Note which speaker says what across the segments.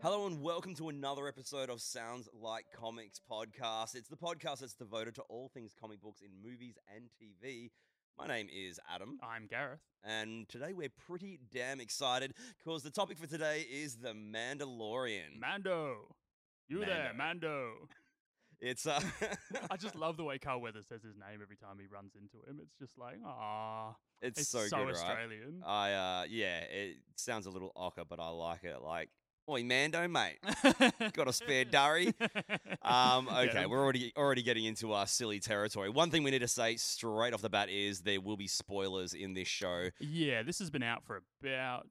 Speaker 1: Hello and welcome to another episode of Sounds Like Comics podcast. It's the podcast that's devoted to all things comic books in movies and TV. My name is Adam,
Speaker 2: I'm Gareth.
Speaker 1: and today we're pretty damn excited because the topic for today is The Mandalorian.
Speaker 2: Mm. Mando. You
Speaker 1: Mando.
Speaker 2: there, Mando.
Speaker 1: It's uh,
Speaker 2: I just love the way Carl Weathers says his name every time he runs into him. It's just like, ah,
Speaker 1: it's,
Speaker 2: it's,
Speaker 1: so, good, right?
Speaker 2: Australian.
Speaker 1: I uh, yeah, it sounds a little ocker, but I like it. Like, oi, Mando, mate, got a spare durry? Uh, Um, okay, we're already already getting into our silly territory. One thing we need to say straight off the bat is there will be spoilers in this show.
Speaker 2: Yeah, this has been out for about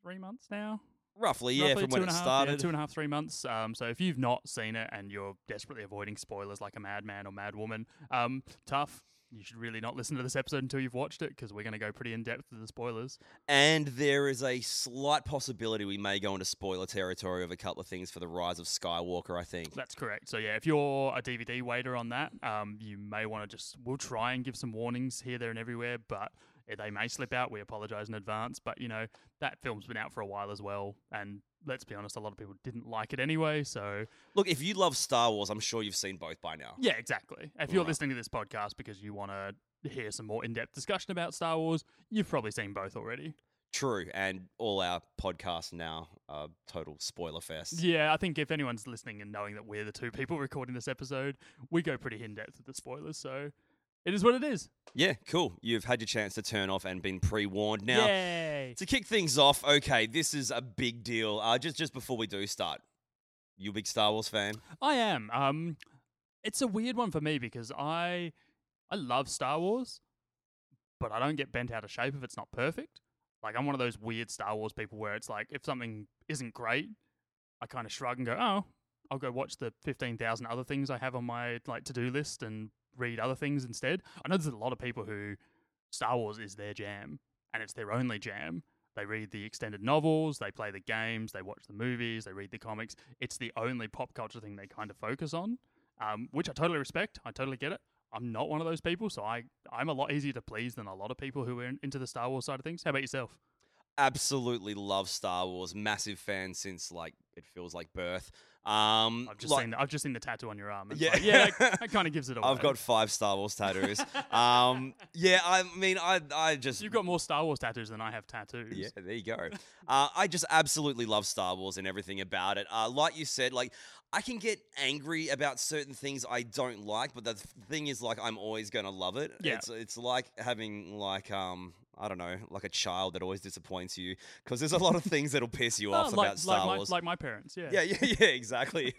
Speaker 2: three months now.
Speaker 1: Roughly, yeah,
Speaker 2: Roughly
Speaker 1: from when
Speaker 2: two and
Speaker 1: it
Speaker 2: a half- yeah,
Speaker 1: started.
Speaker 2: two and a half, three months. Um, so if you've not seen it and you're desperately avoiding spoilers like a madman or madwoman, um, tough. You should really not listen to this episode until you've watched it because we're going to go pretty in depth to the spoilers.
Speaker 1: and there is a slight possibility we may go into spoiler territory of a couple of things for the rise of Skywalker, I think.
Speaker 2: That's correct. So yeah, if you're a DVD waiter on that, um, you may want to just we'll try and give some warnings here, there, and everywhere, but eh, they may slip out. We apologise in advance, but you know that film's been out for a while as well, and let's be honest, a lot of people didn't like it anyway. So
Speaker 1: Look, if you love Star Wars, I'm sure you've seen both by now.
Speaker 2: yeah, exactly. If you're
Speaker 1: Right.
Speaker 2: listening to this podcast because you want to hear some more in-depth discussion about Star Wars, you've probably seen both already.
Speaker 1: True, and all our podcasts now are total spoiler fest.
Speaker 2: Yeah, I think if anyone's listening and knowing that we're the two people recording this episode, we go pretty in-depth with the spoilers. So it is what it is.
Speaker 1: Yeah, cool. You've had your chance to turn off and been pre-warned now.
Speaker 2: Yay!
Speaker 1: To kick things off, okay, this is a big deal. Uh, just just before we do start, you a big Star Wars fan?
Speaker 2: I am. Um, it's a weird one for me because I I love Star Wars, but I don't get bent out of shape if it's not perfect. Like I'm one of those weird Star Wars people where it's like if something isn't great, I kind of shrug and go, "Oh, I'll go watch the 15,000 other things I have on my like to-do list and read other things instead." I know there's a lot of people who Star Wars is their jam and it's their only jam. They read the extended novels, they play the games, they watch the movies, they read the comics. It's the only pop culture thing they kind of focus on, um, which I totally respect. I totally get it. I'm not one of those people, so I, I'm a lot easier to please than a lot of people who are in, into the Star Wars side of things. How about yourself?
Speaker 1: Absolutely love Star Wars. Massive fan since like it feels like birth. Um,
Speaker 2: I've just
Speaker 1: like-
Speaker 2: seen the, I've just seen the tattoo on your arm. It's
Speaker 1: Yeah.
Speaker 2: like, yeah, that, that kind of gives it away.
Speaker 1: I've got five Star Wars tattoos. um, yeah, I mean, I I just
Speaker 2: You've got more Star Wars tattoos than I have tattoos.
Speaker 1: Yeah, there you go. uh, I just absolutely love Star Wars and everything about it. Uh, like you said, like I can get angry about certain things I don't like, but the th- thing is, like I'm always going to love it.
Speaker 2: Yeah.
Speaker 1: It's it's like having like um. I don't know, like a child that always disappoints you, because there's a lot of things that'll piss you
Speaker 2: Oh,
Speaker 1: off
Speaker 2: like,
Speaker 1: about Star
Speaker 2: like, my-
Speaker 1: Wars.
Speaker 2: like my parents. Yeah.
Speaker 1: Yeah, yeah, yeah, exactly.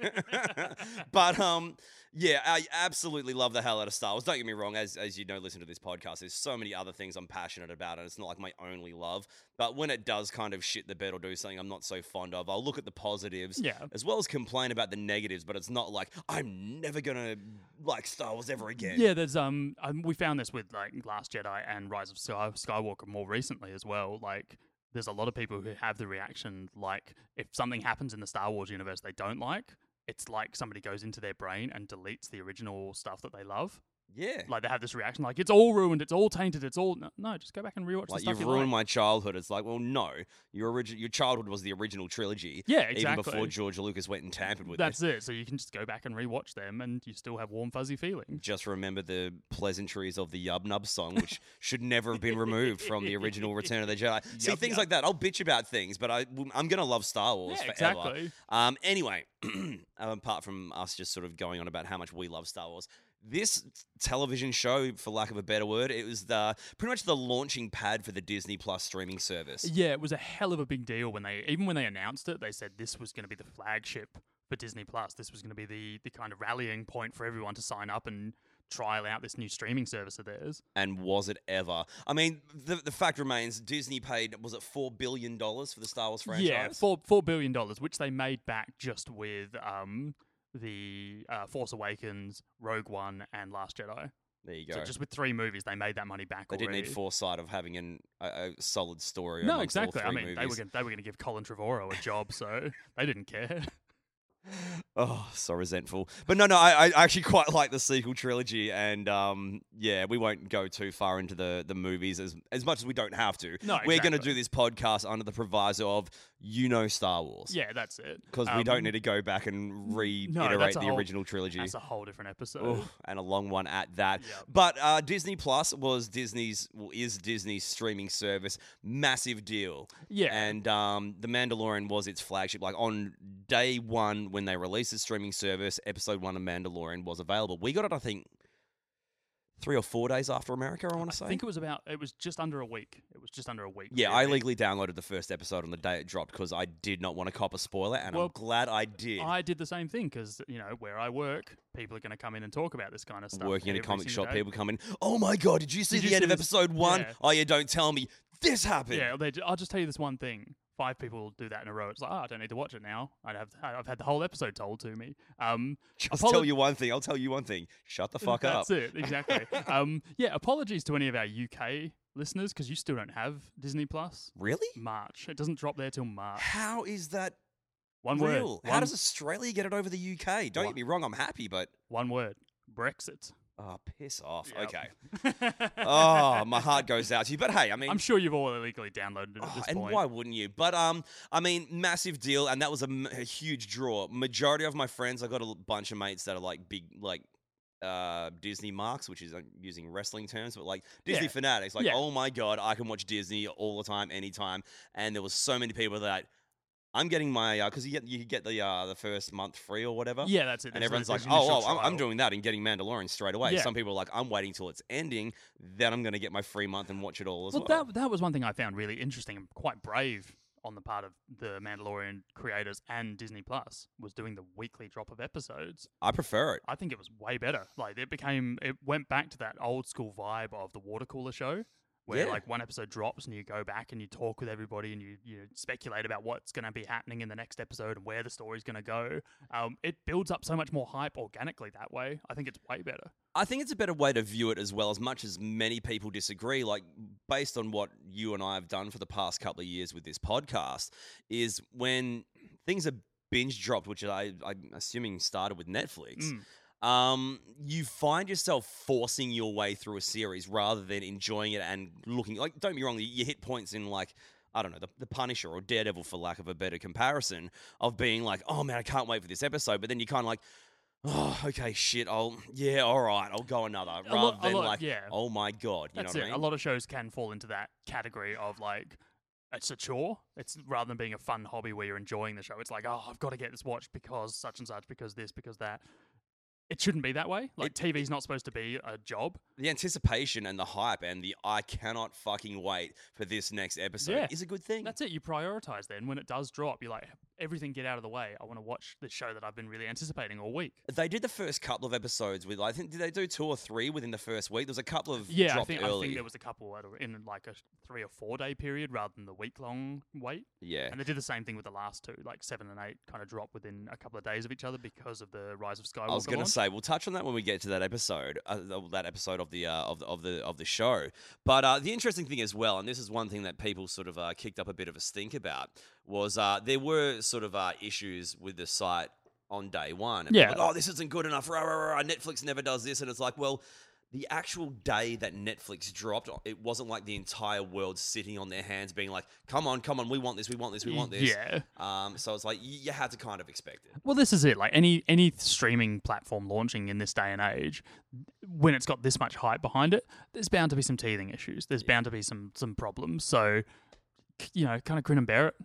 Speaker 1: but um, yeah, I absolutely love the hell out of Star Wars. Don't get me wrong, as as you know, listen to this podcast. There's so many other things I'm passionate about, and it's not like my only love. But when it does kind of shit the bed or do something I'm not so fond of, I'll look at the positives.
Speaker 2: Yeah.
Speaker 1: As well as complain about the negatives, but it's not like I'm never gonna like Star Wars ever again.
Speaker 2: Yeah, there's um, um, we found this with like Last Jedi and Rise of Sky- Skywalker more recently as well. Like, there's a lot of people who have the reaction like if something happens in the Star Wars universe they don't like, it's like somebody goes into their brain and deletes the original stuff that they love.
Speaker 1: yeah.
Speaker 2: Like they have this reaction like it's all ruined, it's all tainted, it's all no, no just go back and rewatch the
Speaker 1: Like
Speaker 2: stuff
Speaker 1: you've
Speaker 2: you
Speaker 1: ruined my
Speaker 2: like.
Speaker 1: childhood. It's like, well, no, your origin, your childhood was the original trilogy.
Speaker 2: Yeah, exactly.
Speaker 1: Even before George Lucas went and tampered with it.
Speaker 2: That's it. So you can just go back and rewatch them, and you still have warm fuzzy feelings.
Speaker 1: just remember the pleasantries of the Yub Nub song, which should never have been removed from the original Return of the Jedi. See,
Speaker 2: Yub
Speaker 1: things
Speaker 2: Nub.
Speaker 1: like that. I'll bitch about things, but I, I'm going to love Star Wars forever.
Speaker 2: Yeah, exactly.
Speaker 1: Um, anyway, um, apart from us just sort of going on about how much we love Star Wars, this television show, for lack of a better word, it was the pretty much the launching pad for the Disney Plus streaming service.
Speaker 2: Yeah, it was a hell of a big deal when they even when they announced it, they said this was going to be the flagship for Disney Plus. This was going to be the the kind of rallying point for everyone to sign up and trial out this new streaming service of theirs.
Speaker 1: And was it ever? I mean, the, the fact remains Disney paid, was it $4 billion for the Star Wars franchise?
Speaker 2: Yeah, four four billion dollars, which they made back just with um the uh, Force Awakens, Rogue One, and Last Jedi.
Speaker 1: There you go.
Speaker 2: So just with three movies, they made that money back.
Speaker 1: They didn't
Speaker 2: already.
Speaker 1: need foresight of having an, a, a solid story.
Speaker 2: No,
Speaker 1: amongst all
Speaker 2: exactly. I
Speaker 1: three
Speaker 2: mean, they were
Speaker 1: movies.
Speaker 2: gonna, they were going to give Colin Trevorrow a job, so they didn't care.
Speaker 1: Oh, so resentful. But no, no, I, I actually quite like the sequel trilogy, and um, yeah, we won't go too far into the the movies as as much as we don't have to.
Speaker 2: No,
Speaker 1: We're going to
Speaker 2: exactly.
Speaker 1: do this podcast under the proviso of you know Star Wars.
Speaker 2: Yeah, that's it.
Speaker 1: Because we don't
Speaker 2: Um,
Speaker 1: need to go back and reiterate
Speaker 2: that's a
Speaker 1: the
Speaker 2: whole-
Speaker 1: original trilogy.
Speaker 2: That's a whole different episode.
Speaker 1: Oof, and a long one at that.
Speaker 2: Yep.
Speaker 1: But uh, Disney Plus was Disney's well, is Disney's streaming service massive deal,
Speaker 2: Yeah,
Speaker 1: and um, The Mandalorian was its flagship. Like on day one when they released the streaming service, episode one of Mandalorian was available. We got it, I think, three or four days after America. I want to say.
Speaker 2: I think it was about. It was just under a week. It was just under a week.
Speaker 1: yeah, I
Speaker 2: really.
Speaker 1: legally downloaded the first episode on the day it dropped because I did not want to cop a spoiler, and
Speaker 2: Well,
Speaker 1: I'm glad I did.
Speaker 2: I did the same thing because you know where I work, people are going to come in and talk about this kind of stuff.
Speaker 1: Working in a
Speaker 2: every
Speaker 1: comic
Speaker 2: single
Speaker 1: shop,
Speaker 2: day.
Speaker 1: people come in. Oh my god! Did you see
Speaker 2: Did
Speaker 1: the
Speaker 2: you
Speaker 1: end
Speaker 2: see
Speaker 1: of
Speaker 2: this?"
Speaker 1: episode one?
Speaker 2: Yeah.
Speaker 1: Oh, you don't tell me this happened.
Speaker 2: Yeah, they, ju- I'll just tell you this one thing. Five people will do that in a row. It's like, oh, I don't need to watch it now. I'd have, I've had the whole episode told to me. Um,
Speaker 1: Just
Speaker 2: Apollo-
Speaker 1: tell you one thing. I'll tell you one thing. Shut the fuck
Speaker 2: that's
Speaker 1: up.
Speaker 2: it, exactly. um, yeah, apologies to any of our UK listeners because you still don't have Disney Plus.
Speaker 1: Really?
Speaker 2: March. It doesn't drop there till March.
Speaker 1: How is that
Speaker 2: One word.
Speaker 1: real? How
Speaker 2: One-
Speaker 1: does Australia get it over the UK? Don't
Speaker 2: One-
Speaker 1: get me wrong. I'm happy, but
Speaker 2: one word. Brexit.
Speaker 1: oh, piss off.
Speaker 2: Yep.
Speaker 1: Okay. Oh, my heart goes out to you. But hey, I mean,
Speaker 2: I'm sure you've all illegally downloaded it
Speaker 1: Oh,
Speaker 2: at this
Speaker 1: and
Speaker 2: point.
Speaker 1: why wouldn't you? But um, I mean, massive deal, and that was a, m- a huge draw. Majority of my friends, I got a l- bunch of mates that are like big, like uh Disney marks, which is like, using wrestling terms, but like Disney
Speaker 2: Yeah.
Speaker 1: fanatics. Like,
Speaker 2: Yeah.
Speaker 1: oh my god, I can watch Disney all the time, anytime. And there was so many people that I'm getting my because you get you get the uh the first month free or whatever.
Speaker 2: Yeah, that's it.
Speaker 1: And
Speaker 2: There's no-
Speaker 1: everyone's like,
Speaker 2: there's
Speaker 1: oh,
Speaker 2: initial
Speaker 1: oh I'm, I'm
Speaker 2: trial.
Speaker 1: doing that and getting Mandalorian straight away.
Speaker 2: Yeah.
Speaker 1: Some people are like, I'm waiting till it's ending, then I'm going to get my free month and watch it all as well.
Speaker 2: well, that that was one thing I found really interesting and quite brave on the part of the Mandalorian creators and Disney Plus was doing the weekly drop of episodes.
Speaker 1: I prefer it.
Speaker 2: I think it was way better. Like it became it went back to that old school vibe of the water cooler show. Where
Speaker 1: Yeah.
Speaker 2: like one episode drops and you go back and you talk with everybody and you you speculate about what's going to be happening in the next episode and where the story's going to go. Um, it builds up so much more hype organically that way. I think it's way better.
Speaker 1: I think it's a better way to view it as well, as much as many people disagree. Like, based on what you and I have done for the past couple of years with this podcast, is when things are binge dropped, which I, I'm assuming started with Netflix,
Speaker 2: Mm.
Speaker 1: um, you find yourself forcing your way through a series rather than enjoying it and looking. Like, don't be wrong, you hit points in, like, I don't know, the, the Punisher or Daredevil, for lack of a better comparison, of being like, oh man, I can't wait for this episode. But then you kind of like, oh, okay, shit, I'll, yeah, all right, I'll go another.
Speaker 2: Mm, A
Speaker 1: Rather
Speaker 2: lot- a
Speaker 1: than
Speaker 2: lot,
Speaker 1: like,
Speaker 2: yeah.
Speaker 1: oh my God, you
Speaker 2: That's
Speaker 1: know
Speaker 2: it.
Speaker 1: what I
Speaker 2: A
Speaker 1: mean?
Speaker 2: lot of shows can fall into that category of like it's a chore. It's rather than being a fun hobby where you're enjoying the show. It's like, oh, I've got to get this watched because such and such, because this, because that. It shouldn't be that way. Like
Speaker 1: It-
Speaker 2: TV's not supposed to be a job.
Speaker 1: The anticipation and the hype and the I cannot fucking wait for this next episode
Speaker 2: Yeah.
Speaker 1: is a good thing.
Speaker 2: That's it. You prioritize then when it does drop. You're like, everything get out of the way. I want to watch this show that I've been really anticipating all week.
Speaker 1: They did the first couple of episodes with I think did they do two or three within the first week? There was a couple of
Speaker 2: Yeah, I
Speaker 1: dropped
Speaker 2: think, I
Speaker 1: early.
Speaker 2: think there was a couple that were in like a three or four day period rather than the week long wait.
Speaker 1: yeah.
Speaker 2: And they did the same thing with the last two, like seven and eight, kind of drop within a couple of days of each other because of the rise of Skywalker.
Speaker 1: I was going to
Speaker 2: launch.
Speaker 1: say we'll touch on that when we get to that episode, uh, th- that episode of the uh, of the of the of the show. But uh, the interesting thing as well, and this is one thing that people sort of uh, kicked up a bit of a stink about, was uh, there were sort of uh, issues with the site on day one. And people
Speaker 2: Yeah.
Speaker 1: like, oh, this isn't good enough. Rah, rah, rah, rah, Netflix never does this, and it's like, well. The actual day that Netflix dropped, it wasn't like the entire world sitting on their hands, being like, "Come on, come on, we want this, we want this, we want this."
Speaker 2: Yeah.
Speaker 1: Um, so it's like you, you had to kind of expect it.
Speaker 2: Well, this is it. Like any any streaming platform launching in this day and age, when it's got this much hype behind it, there's bound to be some teething issues. There's bound to be some some problems. So, c- you know, kind of grin and bear it.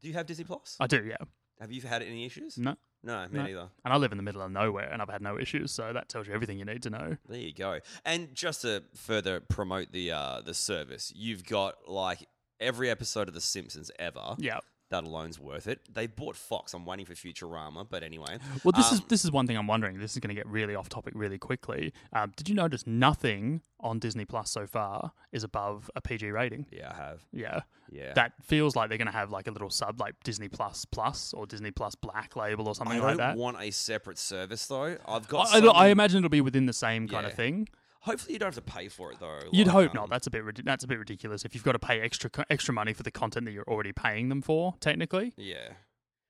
Speaker 1: Do you have Disney Plus?
Speaker 2: I do, yeah.
Speaker 1: Have you had any issues?
Speaker 2: No.
Speaker 1: No, me
Speaker 2: No.
Speaker 1: neither.
Speaker 2: And I live in the middle of nowhere, and I've had no issues. So that tells you everything you need to know.
Speaker 1: There you go. And just to further promote the uh, the service, you've got like every episode of The Simpsons ever.
Speaker 2: Yeah.
Speaker 1: That alone's worth it. They bought Fox. I'm waiting for Futurama, but anyway.
Speaker 2: Well, this is
Speaker 1: Um,
Speaker 2: this is one thing I'm wondering. This is going to get really off topic really quickly. Um, did you notice nothing on Disney Plus so far is above a PG rating?
Speaker 1: Yeah, I have.
Speaker 2: Yeah,
Speaker 1: Yeah.
Speaker 2: that feels like they're going to have like a little sub like Disney Plus Plus or Disney Plus Black Label or
Speaker 1: I
Speaker 2: something
Speaker 1: don't
Speaker 2: like that.
Speaker 1: want a separate service though. I've got.
Speaker 2: I, I don't- I
Speaker 1: some-
Speaker 2: imagine it'll be within the same kind
Speaker 1: Yeah.
Speaker 2: of thing.
Speaker 1: Hopefully, you don't have to pay for it though.
Speaker 2: You'd
Speaker 1: like,
Speaker 2: hope
Speaker 1: um,
Speaker 2: not. That's a bit ridi- that's a bit ridiculous. If you've got to pay extra co- extra money for the content that you're already paying them for, technically,
Speaker 1: Yeah.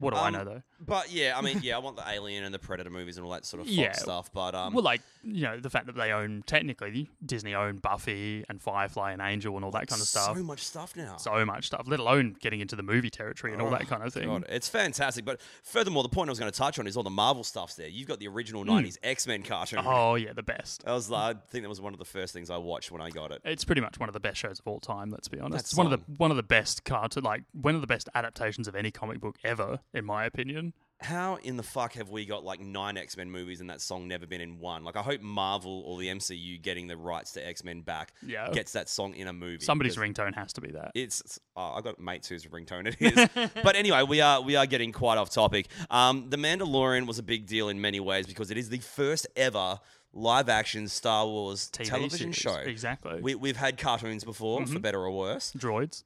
Speaker 2: What do I
Speaker 1: Um,
Speaker 2: know though?
Speaker 1: But yeah, I mean, yeah, I want the Alien and the Predator movies and all that sort of
Speaker 2: Yeah.
Speaker 1: Fox stuff. But um,
Speaker 2: well, like you know, the fact that they own technically Disney owned Buffy and Firefly and Angel and all that kind of stuff.
Speaker 1: So much stuff now.
Speaker 2: So much stuff, let alone getting into the movie territory and all
Speaker 1: Oh,
Speaker 2: that kind of thing.
Speaker 1: God, it's fantastic. But furthermore, the point I was going to touch on is all the Marvel stuff's there. You've got the original '90s X Men cartoon.
Speaker 2: Mm. Oh yeah, the best.
Speaker 1: That was, the- I think, that was one of the first things I watched when I got it.
Speaker 2: It's pretty much one of the best shows of all time. Let's be honest.
Speaker 1: That's
Speaker 2: it's one of the one of the best cartoon, like one of the best adaptations of any comic book ever, in my opinion.
Speaker 1: How in the fuck have we got like nine X Men movies and that song never been in one? Like, I hope Marvel or the MCU getting the rights to X Men back
Speaker 2: Yeah.
Speaker 1: gets that song in a movie.
Speaker 2: Somebody's
Speaker 1: because-
Speaker 2: ringtone has to be that.
Speaker 1: It's oh, I've got mates whose ringtone it is. but anyway, we are we are getting quite off topic. Um, the Mandalorian was a big deal in many ways because it is the first ever live action Star Wars
Speaker 2: TV
Speaker 1: television
Speaker 2: series.
Speaker 1: show.
Speaker 2: Exactly.
Speaker 1: We, we've had cartoons before, for
Speaker 2: Mhm.
Speaker 1: better or worse.
Speaker 2: Droids,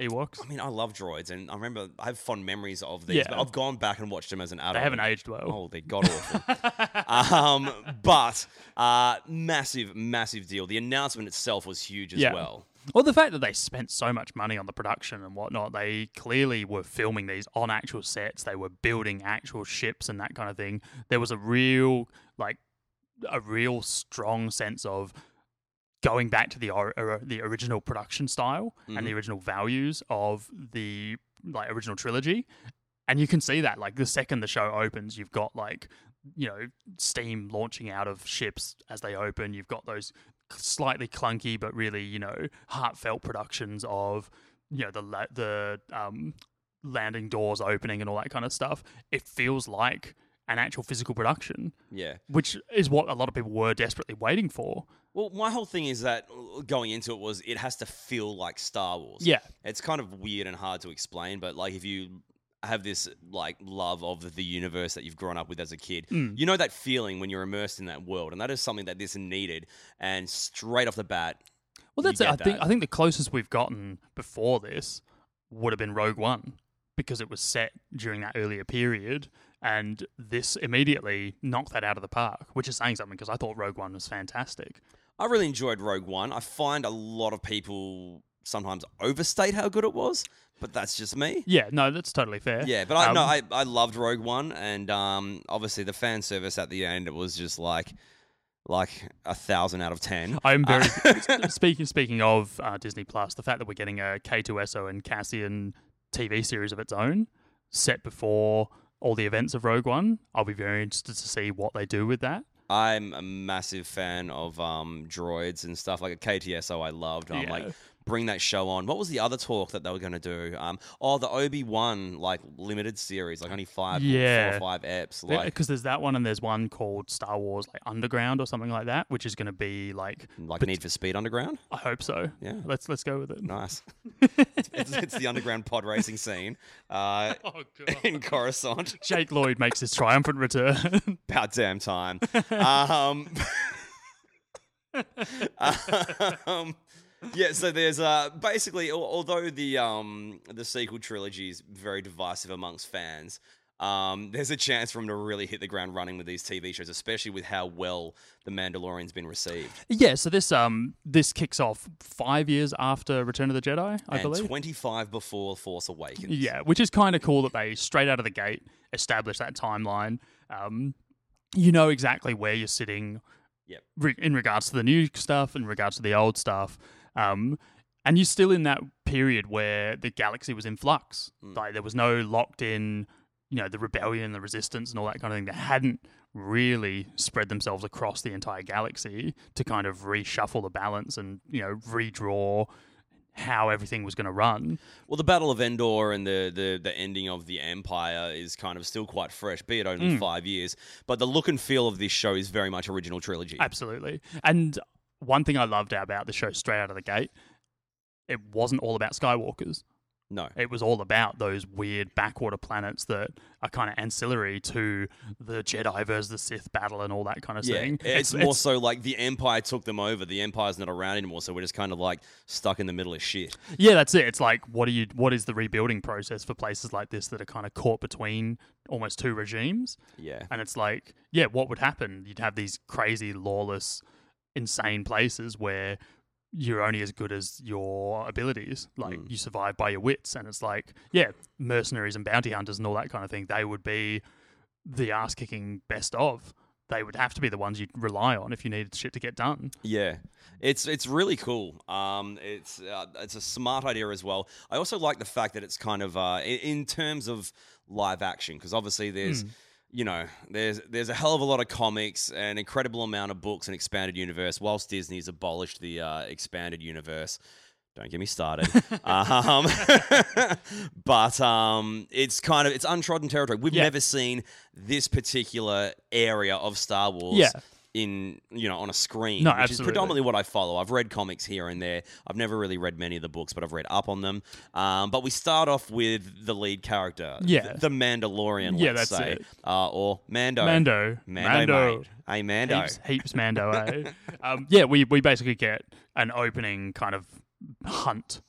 Speaker 2: Ewoks.
Speaker 1: I mean, I love droids, and I remember I have fond memories of these.
Speaker 2: Yeah.
Speaker 1: But I've gone back and watched them as an adult.
Speaker 2: They haven't aged well.
Speaker 1: Oh, they're god awful. um, but uh, massive, massive deal. The announcement itself was huge as
Speaker 2: Yeah.
Speaker 1: well.
Speaker 2: Well, the fact that they spent so much money on the production and whatnot, they clearly were filming these on actual sets. They were building actual ships and that kind of thing. There was a real, like, a real strong sense of going back to the or- or- the original production style and the original values of the like original trilogy. And you can see that, like, the second the show opens, you've got like, you know, steam launching out of ships as they open. You've got those slightly clunky but really you know heartfelt productions of you know the la- the um, landing doors opening and all that kind of stuff. It feels like an actual physical production,
Speaker 1: Yeah.
Speaker 2: which is what a lot of people were desperately waiting for.
Speaker 1: Well, my whole thing is that uh, going into it was it has to feel like Star Wars.
Speaker 2: Yeah,
Speaker 1: It's kind of weird and hard to explain, but like if you have this like love of the universe that you've grown up with as a kid,
Speaker 2: Mm.
Speaker 1: you know that feeling when you're immersed in that world, and that is something that this needed. And straight off the bat, You
Speaker 2: well, that's it. I
Speaker 1: get
Speaker 2: think
Speaker 1: that.
Speaker 2: I think the closest we've gotten before this would have been Rogue One because it was set during that earlier period. And this immediately knocked that out of the park, which is saying something because I thought Rogue One was fantastic.
Speaker 1: I really enjoyed Rogue One. I find a lot of people sometimes overstate how good it was, but that's just me.
Speaker 2: Yeah, no, that's totally fair.
Speaker 1: Yeah, but I
Speaker 2: Um,
Speaker 1: know I, I loved Rogue One, and um, obviously the fan service at the end it was just like like a thousand out of ten.
Speaker 2: I'm very
Speaker 1: Uh,
Speaker 2: speaking. Speaking of uh, Disney Plus, the fact that we're getting a K2SO and Cassian TV series of its own, set before all the events of Rogue One, I'll be very interested to see what they do with that.
Speaker 1: I'm a massive fan of um, droids and stuff like a KTSO. I loved. I'm
Speaker 2: Yeah.
Speaker 1: like, bring that show on. What was the other talk that they were going to do? Um, oh, the Obi Wan like limited series, like only five, four
Speaker 2: Yeah.
Speaker 1: or five eps.
Speaker 2: Because
Speaker 1: Like,
Speaker 2: there's that one, and there's one called Star Wars like Underground or something like that, which is going to be like
Speaker 1: like
Speaker 2: but-
Speaker 1: Need for Speed Underground.
Speaker 2: I hope so.
Speaker 1: Yeah.
Speaker 2: Let's let's go with it.
Speaker 1: Nice. it's, it's the underground pod racing scene uh,
Speaker 2: Oh god.
Speaker 1: in Coruscant.
Speaker 2: Jake Lloyd makes his triumphant return.
Speaker 1: About damn time. Um, um, yeah, so there's uh, basically, al- although the um, the sequel trilogy is very divisive amongst fans, um, there's a chance for them to really hit the ground running with these TV shows, especially with how well The Mandalorian's been received.
Speaker 2: yeah. So this um this kicks off five years after Return of the Jedi, I
Speaker 1: and
Speaker 2: believe.
Speaker 1: 25 before Force Awakens.
Speaker 2: Yeah, which is kind of cool that they straight out of the gate establish that timeline. Um, you know exactly where you're sitting
Speaker 1: Yep.
Speaker 2: re- in regards to the new stuff, in regards to the old stuff. Um, and you're still in that period where the galaxy was in flux.
Speaker 1: Mm.
Speaker 2: Like there was no locked in, you know, the rebellion, the resistance, and all that kind of thing that hadn't really spread themselves across the entire galaxy to kind of reshuffle the balance and, you know, redraw how everything was going to run.
Speaker 1: Well, the Battle of Endor and the, the, the ending of the Empire is kind of still quite fresh, be it
Speaker 2: Mm.
Speaker 1: only five years. But the look and feel of this show is very much original trilogy.
Speaker 2: Absolutely. And one thing I loved about the show straight out of the gate, it wasn't all about Skywalkers.
Speaker 1: no.
Speaker 2: It was all about those weird backwater planets that are kind of ancillary to the Jedi versus the Sith battle and all that kind of
Speaker 1: Yeah,
Speaker 2: thing.
Speaker 1: it's, more so like the Empire took them over. The Empire's not around anymore, so we're just kind of like stuck in the middle of shit.
Speaker 2: yeah, that's it. It's like what do you what is the rebuilding process for places like this that are kind of caught between almost two regimes?
Speaker 1: Yeah.
Speaker 2: And it's like, yeah, what would happen? You'd have these crazy, lawless, insane places where you're only as good as your abilities. Like
Speaker 1: Mm.
Speaker 2: you survive by your wits, and it's like, yeah, mercenaries and bounty hunters and all that kind of thing. They would be the ass kicking best of. They would have to be the ones you'd rely on if you needed shit to get done.
Speaker 1: Yeah, it's it's really cool. Um, it's uh, it's a smart idea as well. I also like the fact that it's kind of uh, i- in terms of live action because obviously
Speaker 2: Hmm.
Speaker 1: there's. You know, there's there's a hell of a lot of comics, an incredible amount of books, and expanded universe. Whilst Disney's abolished the uh, expanded universe, don't get me started. um, but um, it's kind of it's untrodden territory. We've
Speaker 2: Yeah.
Speaker 1: never seen this particular area of Star Wars
Speaker 2: Yeah.
Speaker 1: in you know on a screen,
Speaker 2: No,
Speaker 1: which is
Speaker 2: absolutely.
Speaker 1: predominantly what I follow. I've read comics here and there. I've never really read many of the books, but I've read up on them. Um, but we start off with the lead character, th-
Speaker 2: Yeah.
Speaker 1: the Mandalorian.
Speaker 2: Yeah,
Speaker 1: let's
Speaker 2: that's
Speaker 1: say,
Speaker 2: it.
Speaker 1: Uh, or Mando,
Speaker 2: Mando,
Speaker 1: Mando,
Speaker 2: Mando.
Speaker 1: mate. Hey, Mando.
Speaker 2: Heaps, heaps Mando. eh? um, yeah, we we basically get an opening kind of hunt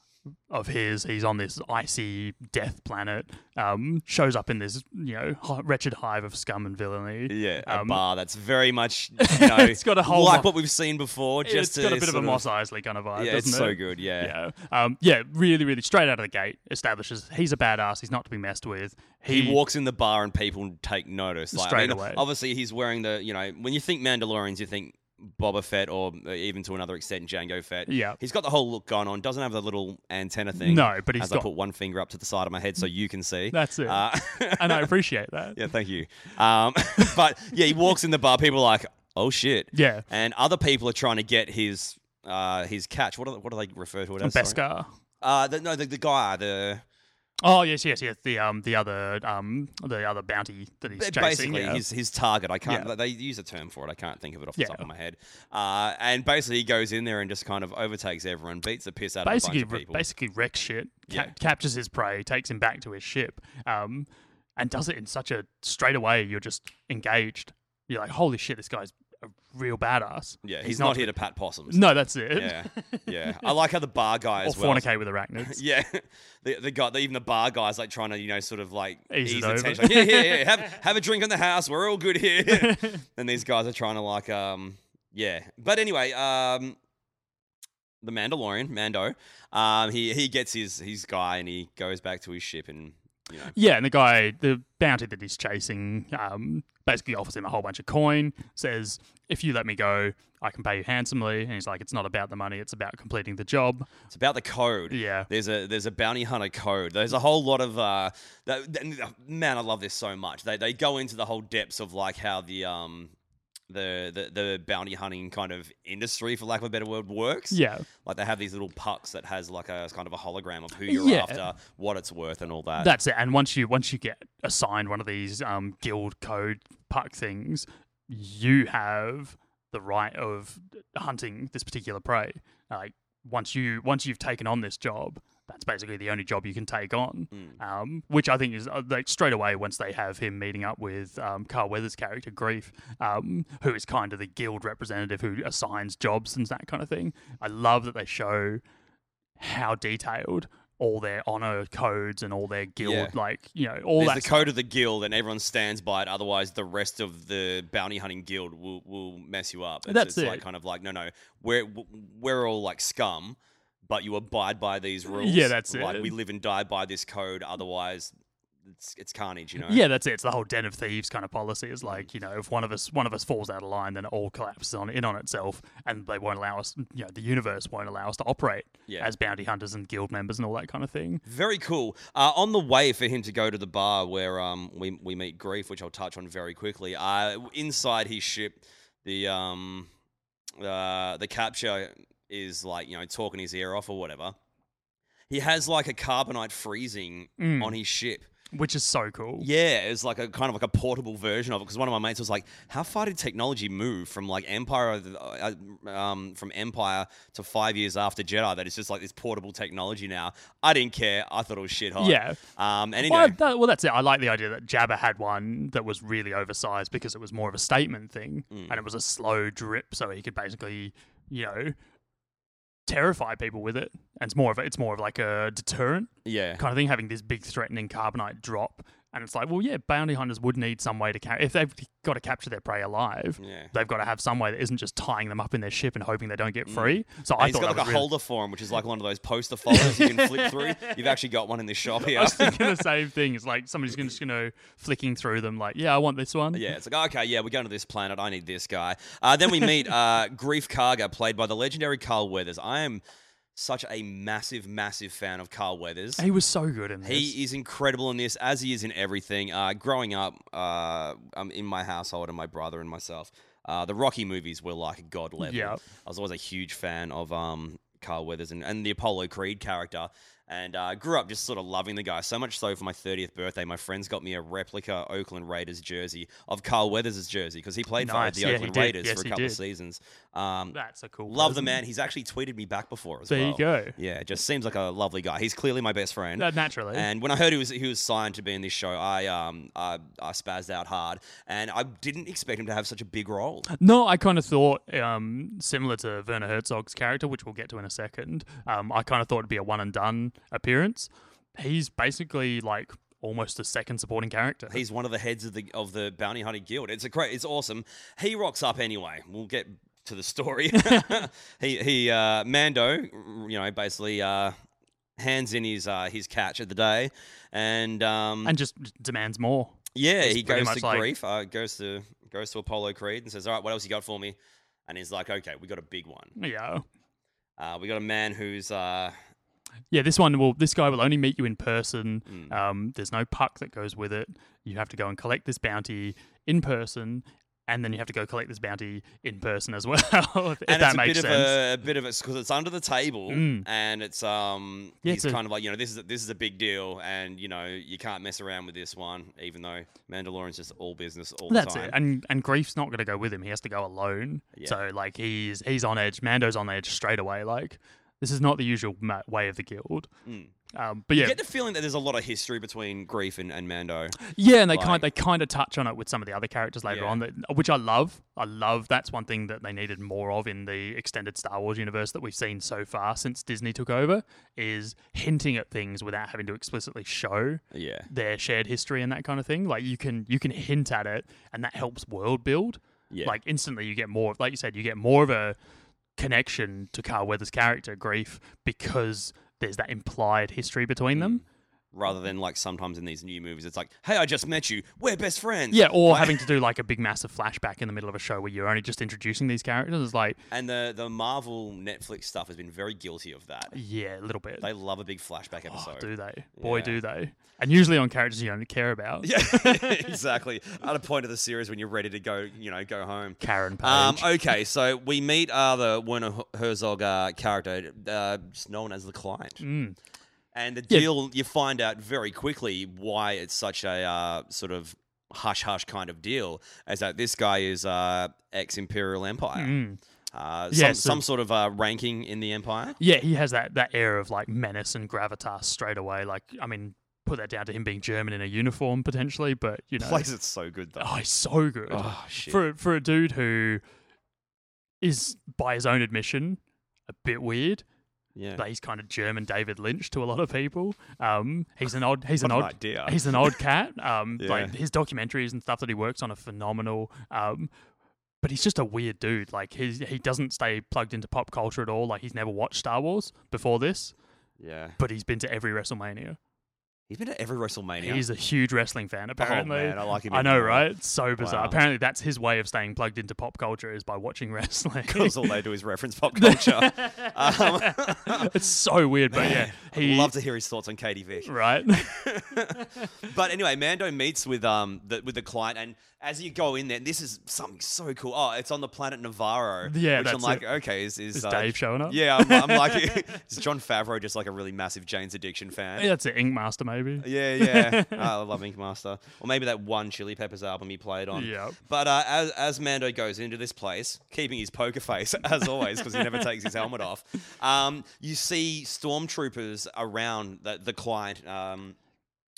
Speaker 2: of his. He's on this icy death planet. Um, shows up in this you know hi- wretched hive of scum and villainy.
Speaker 1: Yeah, a
Speaker 2: Um,
Speaker 1: bar that's very much you know
Speaker 2: It's got a whole
Speaker 1: like
Speaker 2: lot-
Speaker 1: what we've seen before. Just
Speaker 2: it's got a bit of
Speaker 1: sort
Speaker 2: a Moss Eisley kind of vibe.
Speaker 1: Yeah,
Speaker 2: doesn't
Speaker 1: it's
Speaker 2: it?
Speaker 1: so good. Yeah.
Speaker 2: Yeah, um, yeah, really, really straight out of the gate establishes he's a badass. He's not to be messed with.
Speaker 1: He walks in the bar and people take notice. Like, I
Speaker 2: Straight
Speaker 1: mean,
Speaker 2: away.
Speaker 1: Obviously, he's wearing the, you know, when you think Mandalorians, you think Boba Fett or uh, even to another extent Django Fett.
Speaker 2: Yeah.
Speaker 1: He's got the whole look going on, doesn't have the little antenna thing.
Speaker 2: No, but he's
Speaker 1: As I
Speaker 2: got-
Speaker 1: put one finger up to the side of my head so you can see.
Speaker 2: That's it.
Speaker 1: Uh,
Speaker 2: and I appreciate that.
Speaker 1: yeah, thank you. Um, but yeah, he walks in the bar, people are like, oh shit.
Speaker 2: Yeah,
Speaker 1: And other people are trying to get his. Uh, his catch. What do, what do they refer to it as? sorry?
Speaker 2: Beskar.
Speaker 1: Uh, the, no, the, the guy, the
Speaker 2: Oh yes, yes, yes. The um, the other um, the other bounty that he's chasing.
Speaker 1: basically
Speaker 2: yeah.
Speaker 1: his his target. I can't.
Speaker 2: Yeah.
Speaker 1: They use a term for it. I can't think of it off the
Speaker 2: Yeah.
Speaker 1: top of my head. Uh, and basically, he goes in there and just kind of overtakes everyone, beats the piss out of
Speaker 2: basically
Speaker 1: a bunch of
Speaker 2: re-
Speaker 1: people.
Speaker 2: basically wrecks shit, ca-
Speaker 1: Yeah.
Speaker 2: captures his prey, takes him back to his ship, um, and does it in such a straight away. You're just engaged. You're like, holy shit, this guy's a real badass.
Speaker 1: yeah, he's, not, here to pat possums.
Speaker 2: No, that's it.
Speaker 1: Yeah, yeah. I like how the bar guy
Speaker 2: or
Speaker 1: as well.
Speaker 2: fornicate with arachnids.
Speaker 1: Yeah, the, the guy, even the bar guy's like trying to, you know, sort of like
Speaker 2: Ease
Speaker 1: ease
Speaker 2: it
Speaker 1: the
Speaker 2: over.
Speaker 1: tension. Like, yeah, yeah, yeah. Have have a drink in the house. We're all good here. and these guys are trying to like, um, yeah. But anyway, um, the Mandalorian Mando, um, he he gets his his guy and he goes back to his ship and you know,
Speaker 2: Yeah, and the guy, the bounty that he's chasing, um, basically offers him a whole bunch of coin. Says, "If you let me go, I can pay you handsomely." And he's like, "It's not about the money; it's about completing the job."
Speaker 1: it's about the code.
Speaker 2: Yeah,
Speaker 1: There's a there's a bounty hunter code. There's a whole lot of uh, that, that- man, I love this so much. They they go into the whole depths of like how the um the the, the bounty hunting kind of industry, for lack of a better word, works.
Speaker 2: yeah.
Speaker 1: Like they have these little pucks that has like a kind of a hologram of who you're
Speaker 2: Yeah.
Speaker 1: after, what it's worth, and all that.
Speaker 2: That's it. And once you once you get assigned one of these um, guild code puck things, you have the right of hunting this particular prey. Like once you once you've taken on this job, that's basically the only job you can take on.
Speaker 1: Mm.
Speaker 2: Um, which I think is uh, like straight away once they have him meeting up with um, Carl Weathers' character Grief, um, who is kind of the guild representative who assigns jobs and that kind of thing. I love that they show how detailed all their honor codes and all their guild,
Speaker 1: Yeah.
Speaker 2: like you know, all
Speaker 1: There's
Speaker 2: that.
Speaker 1: the code of the guild, and everyone stands by it. Otherwise, the rest of the bounty hunting guild will, will mess you up. It's,
Speaker 2: That's
Speaker 1: it's like
Speaker 2: it.
Speaker 1: kind of like no, no, we're we're all like scum, but you abide by these rules.
Speaker 2: Yeah, that's
Speaker 1: like,
Speaker 2: it.
Speaker 1: We live and die by this code. Otherwise, it's it's carnage. You know.
Speaker 2: yeah, that's it. It's the whole den of thieves kind of policy. It's like you know, if one of us one of us falls out of line, then it all collapses on in on itself, and they won't allow us. You know, the universe won't allow us to operate
Speaker 1: Yeah.
Speaker 2: as bounty hunters and guild members and all that kind of thing.
Speaker 1: Very cool. Uh, on the way for him to go to the bar where um, we, we meet Grief, which I'll touch on very quickly, uh, inside his ship, the um, uh, the capture is like, you know, talking his ear off or whatever. He has like a carbonite freezing
Speaker 2: Mm.
Speaker 1: on his ship.
Speaker 2: which is so cool.
Speaker 1: Yeah, it's like a kind of like a portable version of it. Because one of my mates was like, "How far did technology move from like Empire, uh, um, from Empire to five years after Jedi? That it's just like this portable technology now." I didn't care. I thought it was shit hot.
Speaker 2: Yeah.
Speaker 1: Um, and anyway,
Speaker 2: Well, that- well, that's it. I like the idea that Jabba had one that was really oversized because it was more of a statement thing,
Speaker 1: Mm.
Speaker 2: and it was a slow drip, so he could basically, you know, terrify people with it. And it's more of a, it's more of like a deterrent
Speaker 1: yeah,
Speaker 2: kind of thing. Having this big threatening carbonite drop And it's like, well, yeah, bounty hunters would need some way to ca- if they've got to capture their prey alive.
Speaker 1: Yeah.
Speaker 2: They've got to have some way that isn't just tying them up in their ship and hoping they don't get
Speaker 1: Mm.
Speaker 2: free. So
Speaker 1: And
Speaker 2: I
Speaker 1: he's
Speaker 2: thought
Speaker 1: got
Speaker 2: that
Speaker 1: like a
Speaker 2: was really-
Speaker 1: holder form, which is like one of those poster folders you can flip through. You've actually got one in this shop here.
Speaker 2: I was thinking the same thing. It's like somebody's gonna- just going to flicking through them, like, yeah, I want this one.
Speaker 1: Yeah, it's like, okay, yeah, we're going to this planet. I need this guy. Uh, then we meet uh, Grief Karga, played by the legendary Carl Weathers. I am such a massive, massive fan of Carl Weathers.
Speaker 2: He was so good in this.
Speaker 1: He is incredible in this, as he is in everything. Uh, growing up, uh, um, in my household and my brother and myself, uh, the Rocky movies were like god level.
Speaker 2: Yeah.
Speaker 1: I was always a huge fan of um, Carl Weathers and, and the Apollo Creed character, and uh, grew up just sort of loving the guy so much. So for my thirtieth birthday, my friends got me a replica Oakland Raiders jersey of Carl Weathers' jersey because he played
Speaker 2: Nice.
Speaker 1: for the
Speaker 2: Yeah, he
Speaker 1: Oakland
Speaker 2: did.
Speaker 1: Raiders
Speaker 2: Yes,
Speaker 1: for a
Speaker 2: he
Speaker 1: couple of
Speaker 2: did.
Speaker 1: seasons. Um,
Speaker 2: That's a cool.
Speaker 1: love the
Speaker 2: person.
Speaker 1: man. He's actually tweeted me back before as
Speaker 2: There
Speaker 1: well.
Speaker 2: you go.
Speaker 1: Yeah, just seems like a lovely guy. He's clearly my best friend.
Speaker 2: No, naturally.
Speaker 1: And when I heard he was he was signed to be in this show, I um I, I spazzed out hard, and I didn't expect him to have such a big role.
Speaker 2: no, I kind of thought, um, similar to Werner Herzog's character, which we'll get to in a second, um, I kind of thought it'd be a one and done appearance. He's basically like almost a second supporting character.
Speaker 1: He's one of the heads of the of the bounty hunting guild. It's a great, it's awesome. He rocks up anyway. We'll get to the story. he he uh, Mando, you know, basically uh, hands in his uh, his catch of the day, and um
Speaker 2: and just demands more.
Speaker 1: Yeah,
Speaker 2: It's
Speaker 1: he
Speaker 2: pretty
Speaker 1: goes
Speaker 2: much
Speaker 1: to
Speaker 2: like-
Speaker 1: grief. Uh, goes to goes to Apollo Creed and says, "All right, what else you got for me?" And he's like, "Okay, we got a big one.
Speaker 2: Yeah.
Speaker 1: Uh, we got a man who's uh,
Speaker 2: Yeah, this one will this guy will only meet you in person.
Speaker 1: Mm.
Speaker 2: Um, there's no puck that goes with it. You have to go and collect this bounty in person, and then you have to go collect this bounty in person as well. if
Speaker 1: and
Speaker 2: that
Speaker 1: it's a
Speaker 2: makes
Speaker 1: bit of
Speaker 2: sense.
Speaker 1: a, a bit of it's because it's under the table
Speaker 2: Mm.
Speaker 1: and it's um
Speaker 2: Yeah,
Speaker 1: he's
Speaker 2: it's a-
Speaker 1: kind of like you know this is a, this is a big deal and you know you can't mess around with this one even though Mandalorian's just all business all
Speaker 2: That's
Speaker 1: the time.
Speaker 2: it. And and grief's not going to go with him. He has to go alone.
Speaker 1: Yeah.
Speaker 2: So like he's he's on edge. Mando's on edge straight away. Like this is not the usual ma- way of the guild.
Speaker 1: Mm.
Speaker 2: Um, but yeah,
Speaker 1: You get the feeling that there's a lot of history between Grief and, and Mando.
Speaker 2: Yeah, and they kind
Speaker 1: Like-
Speaker 2: they kind of touch on it with some of the other characters later
Speaker 1: Yeah.
Speaker 2: on, that, which I love. I love that's one thing that they needed more of in the extended Star Wars universe that we've seen so far since Disney took over is hinting at things without having to explicitly show
Speaker 1: Yeah.
Speaker 2: their shared history and that kind of thing. Like you can you can hint at it, and that helps world build.
Speaker 1: Yeah.
Speaker 2: Like instantly, you get more. Like you said, you get more of a connection to Carl Weathers' character grief because there's that implied history
Speaker 1: Mm.
Speaker 2: between them.
Speaker 1: rather than like sometimes in these new movies, it's like, hey, I just met you. We're best friends.
Speaker 2: Yeah, or having to do like a big massive flashback in the middle of a show where you're only just introducing these characters is like,
Speaker 1: And the the Marvel Netflix stuff has been very guilty of that.
Speaker 2: yeah, a little bit.
Speaker 1: They love a big flashback
Speaker 2: oh,
Speaker 1: episode.
Speaker 2: do they? Boy,
Speaker 1: Yeah.
Speaker 2: do they. And usually on characters you don't care about.
Speaker 1: yeah, exactly. At a point of the series when you're ready to go, you know, go home.
Speaker 2: Karen Page.
Speaker 1: Um, okay, so we meet uh, the Werner H- Herzog uh, character, uh, just known as the client.
Speaker 2: Mm.
Speaker 1: And the
Speaker 2: Yeah.
Speaker 1: deal, you find out very quickly why it's such a uh, sort of hush hush kind of deal, is that this guy is uh, ex Imperial Empire.
Speaker 2: Mm.
Speaker 1: Uh,
Speaker 2: Yeah,
Speaker 1: some,
Speaker 2: so-
Speaker 1: some sort of uh, ranking in the Empire.
Speaker 2: Yeah, he has that, that air of like menace and gravitas straight away. Like, I mean, put that down to him being German in a uniform potentially, but you know.
Speaker 1: Plays it so good though.
Speaker 2: Oh, he's so good.
Speaker 1: Oh, shit.
Speaker 2: for for a dude who is by his own admission a bit weird.
Speaker 1: yeah.
Speaker 2: But he's kind of German David Lynch to a lot of people. Um, he's an odd, he's an
Speaker 1: What an
Speaker 2: odd,
Speaker 1: idea.
Speaker 2: he's an odd cat. Um,
Speaker 1: Yeah.
Speaker 2: like his documentaries and stuff that he works on are phenomenal. Um, but he's just a weird dude. Like he's, he doesn't stay plugged into pop culture at all. Like he's never watched Star Wars before this,
Speaker 1: yeah.
Speaker 2: but he's been to every WrestleMania.
Speaker 1: He's been at every WrestleMania.
Speaker 2: He's a huge wrestling fan. Apparently,
Speaker 1: Oh, man, I like him
Speaker 2: I
Speaker 1: even
Speaker 2: know,
Speaker 1: more.
Speaker 2: right? It's so bizarre.
Speaker 1: Wow.
Speaker 2: Apparently, that's his way of staying plugged into pop culture is by watching wrestling.
Speaker 1: because all they do is reference pop culture. um,
Speaker 2: it's so weird, but yeah, he
Speaker 1: love to hear his thoughts on Katie Vick.
Speaker 2: right.
Speaker 1: But anyway, Mando meets with um the, with the client, and as you go in there, this is something so cool. Oh, it's on the planet Navarro.
Speaker 2: Yeah,
Speaker 1: which I'm
Speaker 2: that's
Speaker 1: like,
Speaker 2: it.
Speaker 1: okay, is is,
Speaker 2: Is
Speaker 1: uh,
Speaker 2: Dave showing up?
Speaker 1: Yeah, I'm, I'm like, is John Favreau just like a really massive Jane's Addiction fan?
Speaker 2: Yeah, that's it. Ink Master, maybe.
Speaker 1: Yeah, yeah. Oh, I love Ink Master. Or maybe that one Chili Peppers album he played on.
Speaker 2: Yep.
Speaker 1: But uh, as, as Mando goes into this place, keeping his poker face, as always, because he never takes his helmet off, um, you see stormtroopers around the, the client. Um,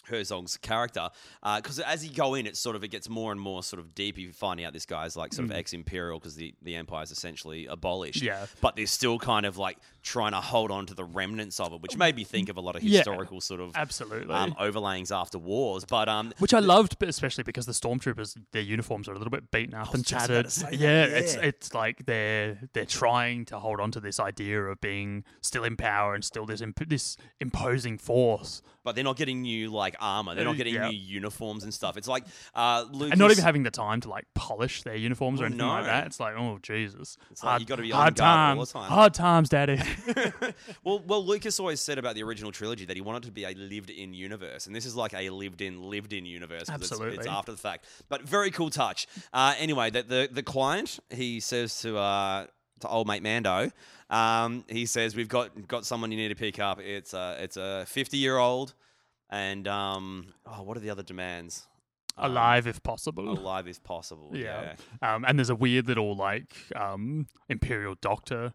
Speaker 1: Herzog's character, because as you go in, it's sort of it gets more and more sort of deep. You find out this guy's like sort of
Speaker 2: Mm.
Speaker 1: ex-imperial because the the empire's essentially abolished.
Speaker 2: Yeah.
Speaker 1: but they're still kind of like trying to hold on to the remnants of it, which made me think of a lot of
Speaker 2: Mm. Yeah.
Speaker 1: historical sort of
Speaker 2: Absolutely.
Speaker 1: um, overlayings after wars. But um,
Speaker 2: which I loved, but especially because the stormtroopers, their uniforms are a little bit beaten up and
Speaker 1: just about
Speaker 2: tattered.
Speaker 1: to say that,
Speaker 2: Yeah, it's
Speaker 1: yeah.
Speaker 2: it's like they're they're trying to hold on to this idea of being still in power and still this imp- this imposing force,
Speaker 1: but they're not getting new like armor. They're not
Speaker 2: Uh,
Speaker 1: getting
Speaker 2: yeah.
Speaker 1: new uniforms and stuff. It's like uh, Lucas,
Speaker 2: and not even having the time to like polish their uniforms or
Speaker 1: Well,
Speaker 2: anything like
Speaker 1: Oh, no.
Speaker 2: that. It's like, oh Jesus,
Speaker 1: It's like you gotta be on
Speaker 2: hard
Speaker 1: guard
Speaker 2: times,
Speaker 1: all the time.
Speaker 2: hard times, Daddy.
Speaker 1: well, well, Lucas always said about the original trilogy that he wanted to be a lived-in universe, and this is like a lived-in, lived-in universe. 'cause it's, it's
Speaker 2: Absolutely.
Speaker 1: after the fact, but very cool touch. Uh, anyway, the, the the client he says to uh, to old mate Mando, um, he says we've got got someone you need to pick up. It's a it's a fifty-year-old, and um, oh, what are the other demands? Um,
Speaker 2: Alive if possible.
Speaker 1: alive if possible.
Speaker 2: Yeah.
Speaker 1: yeah.
Speaker 2: Um, and there's a weird little like um, imperial doctor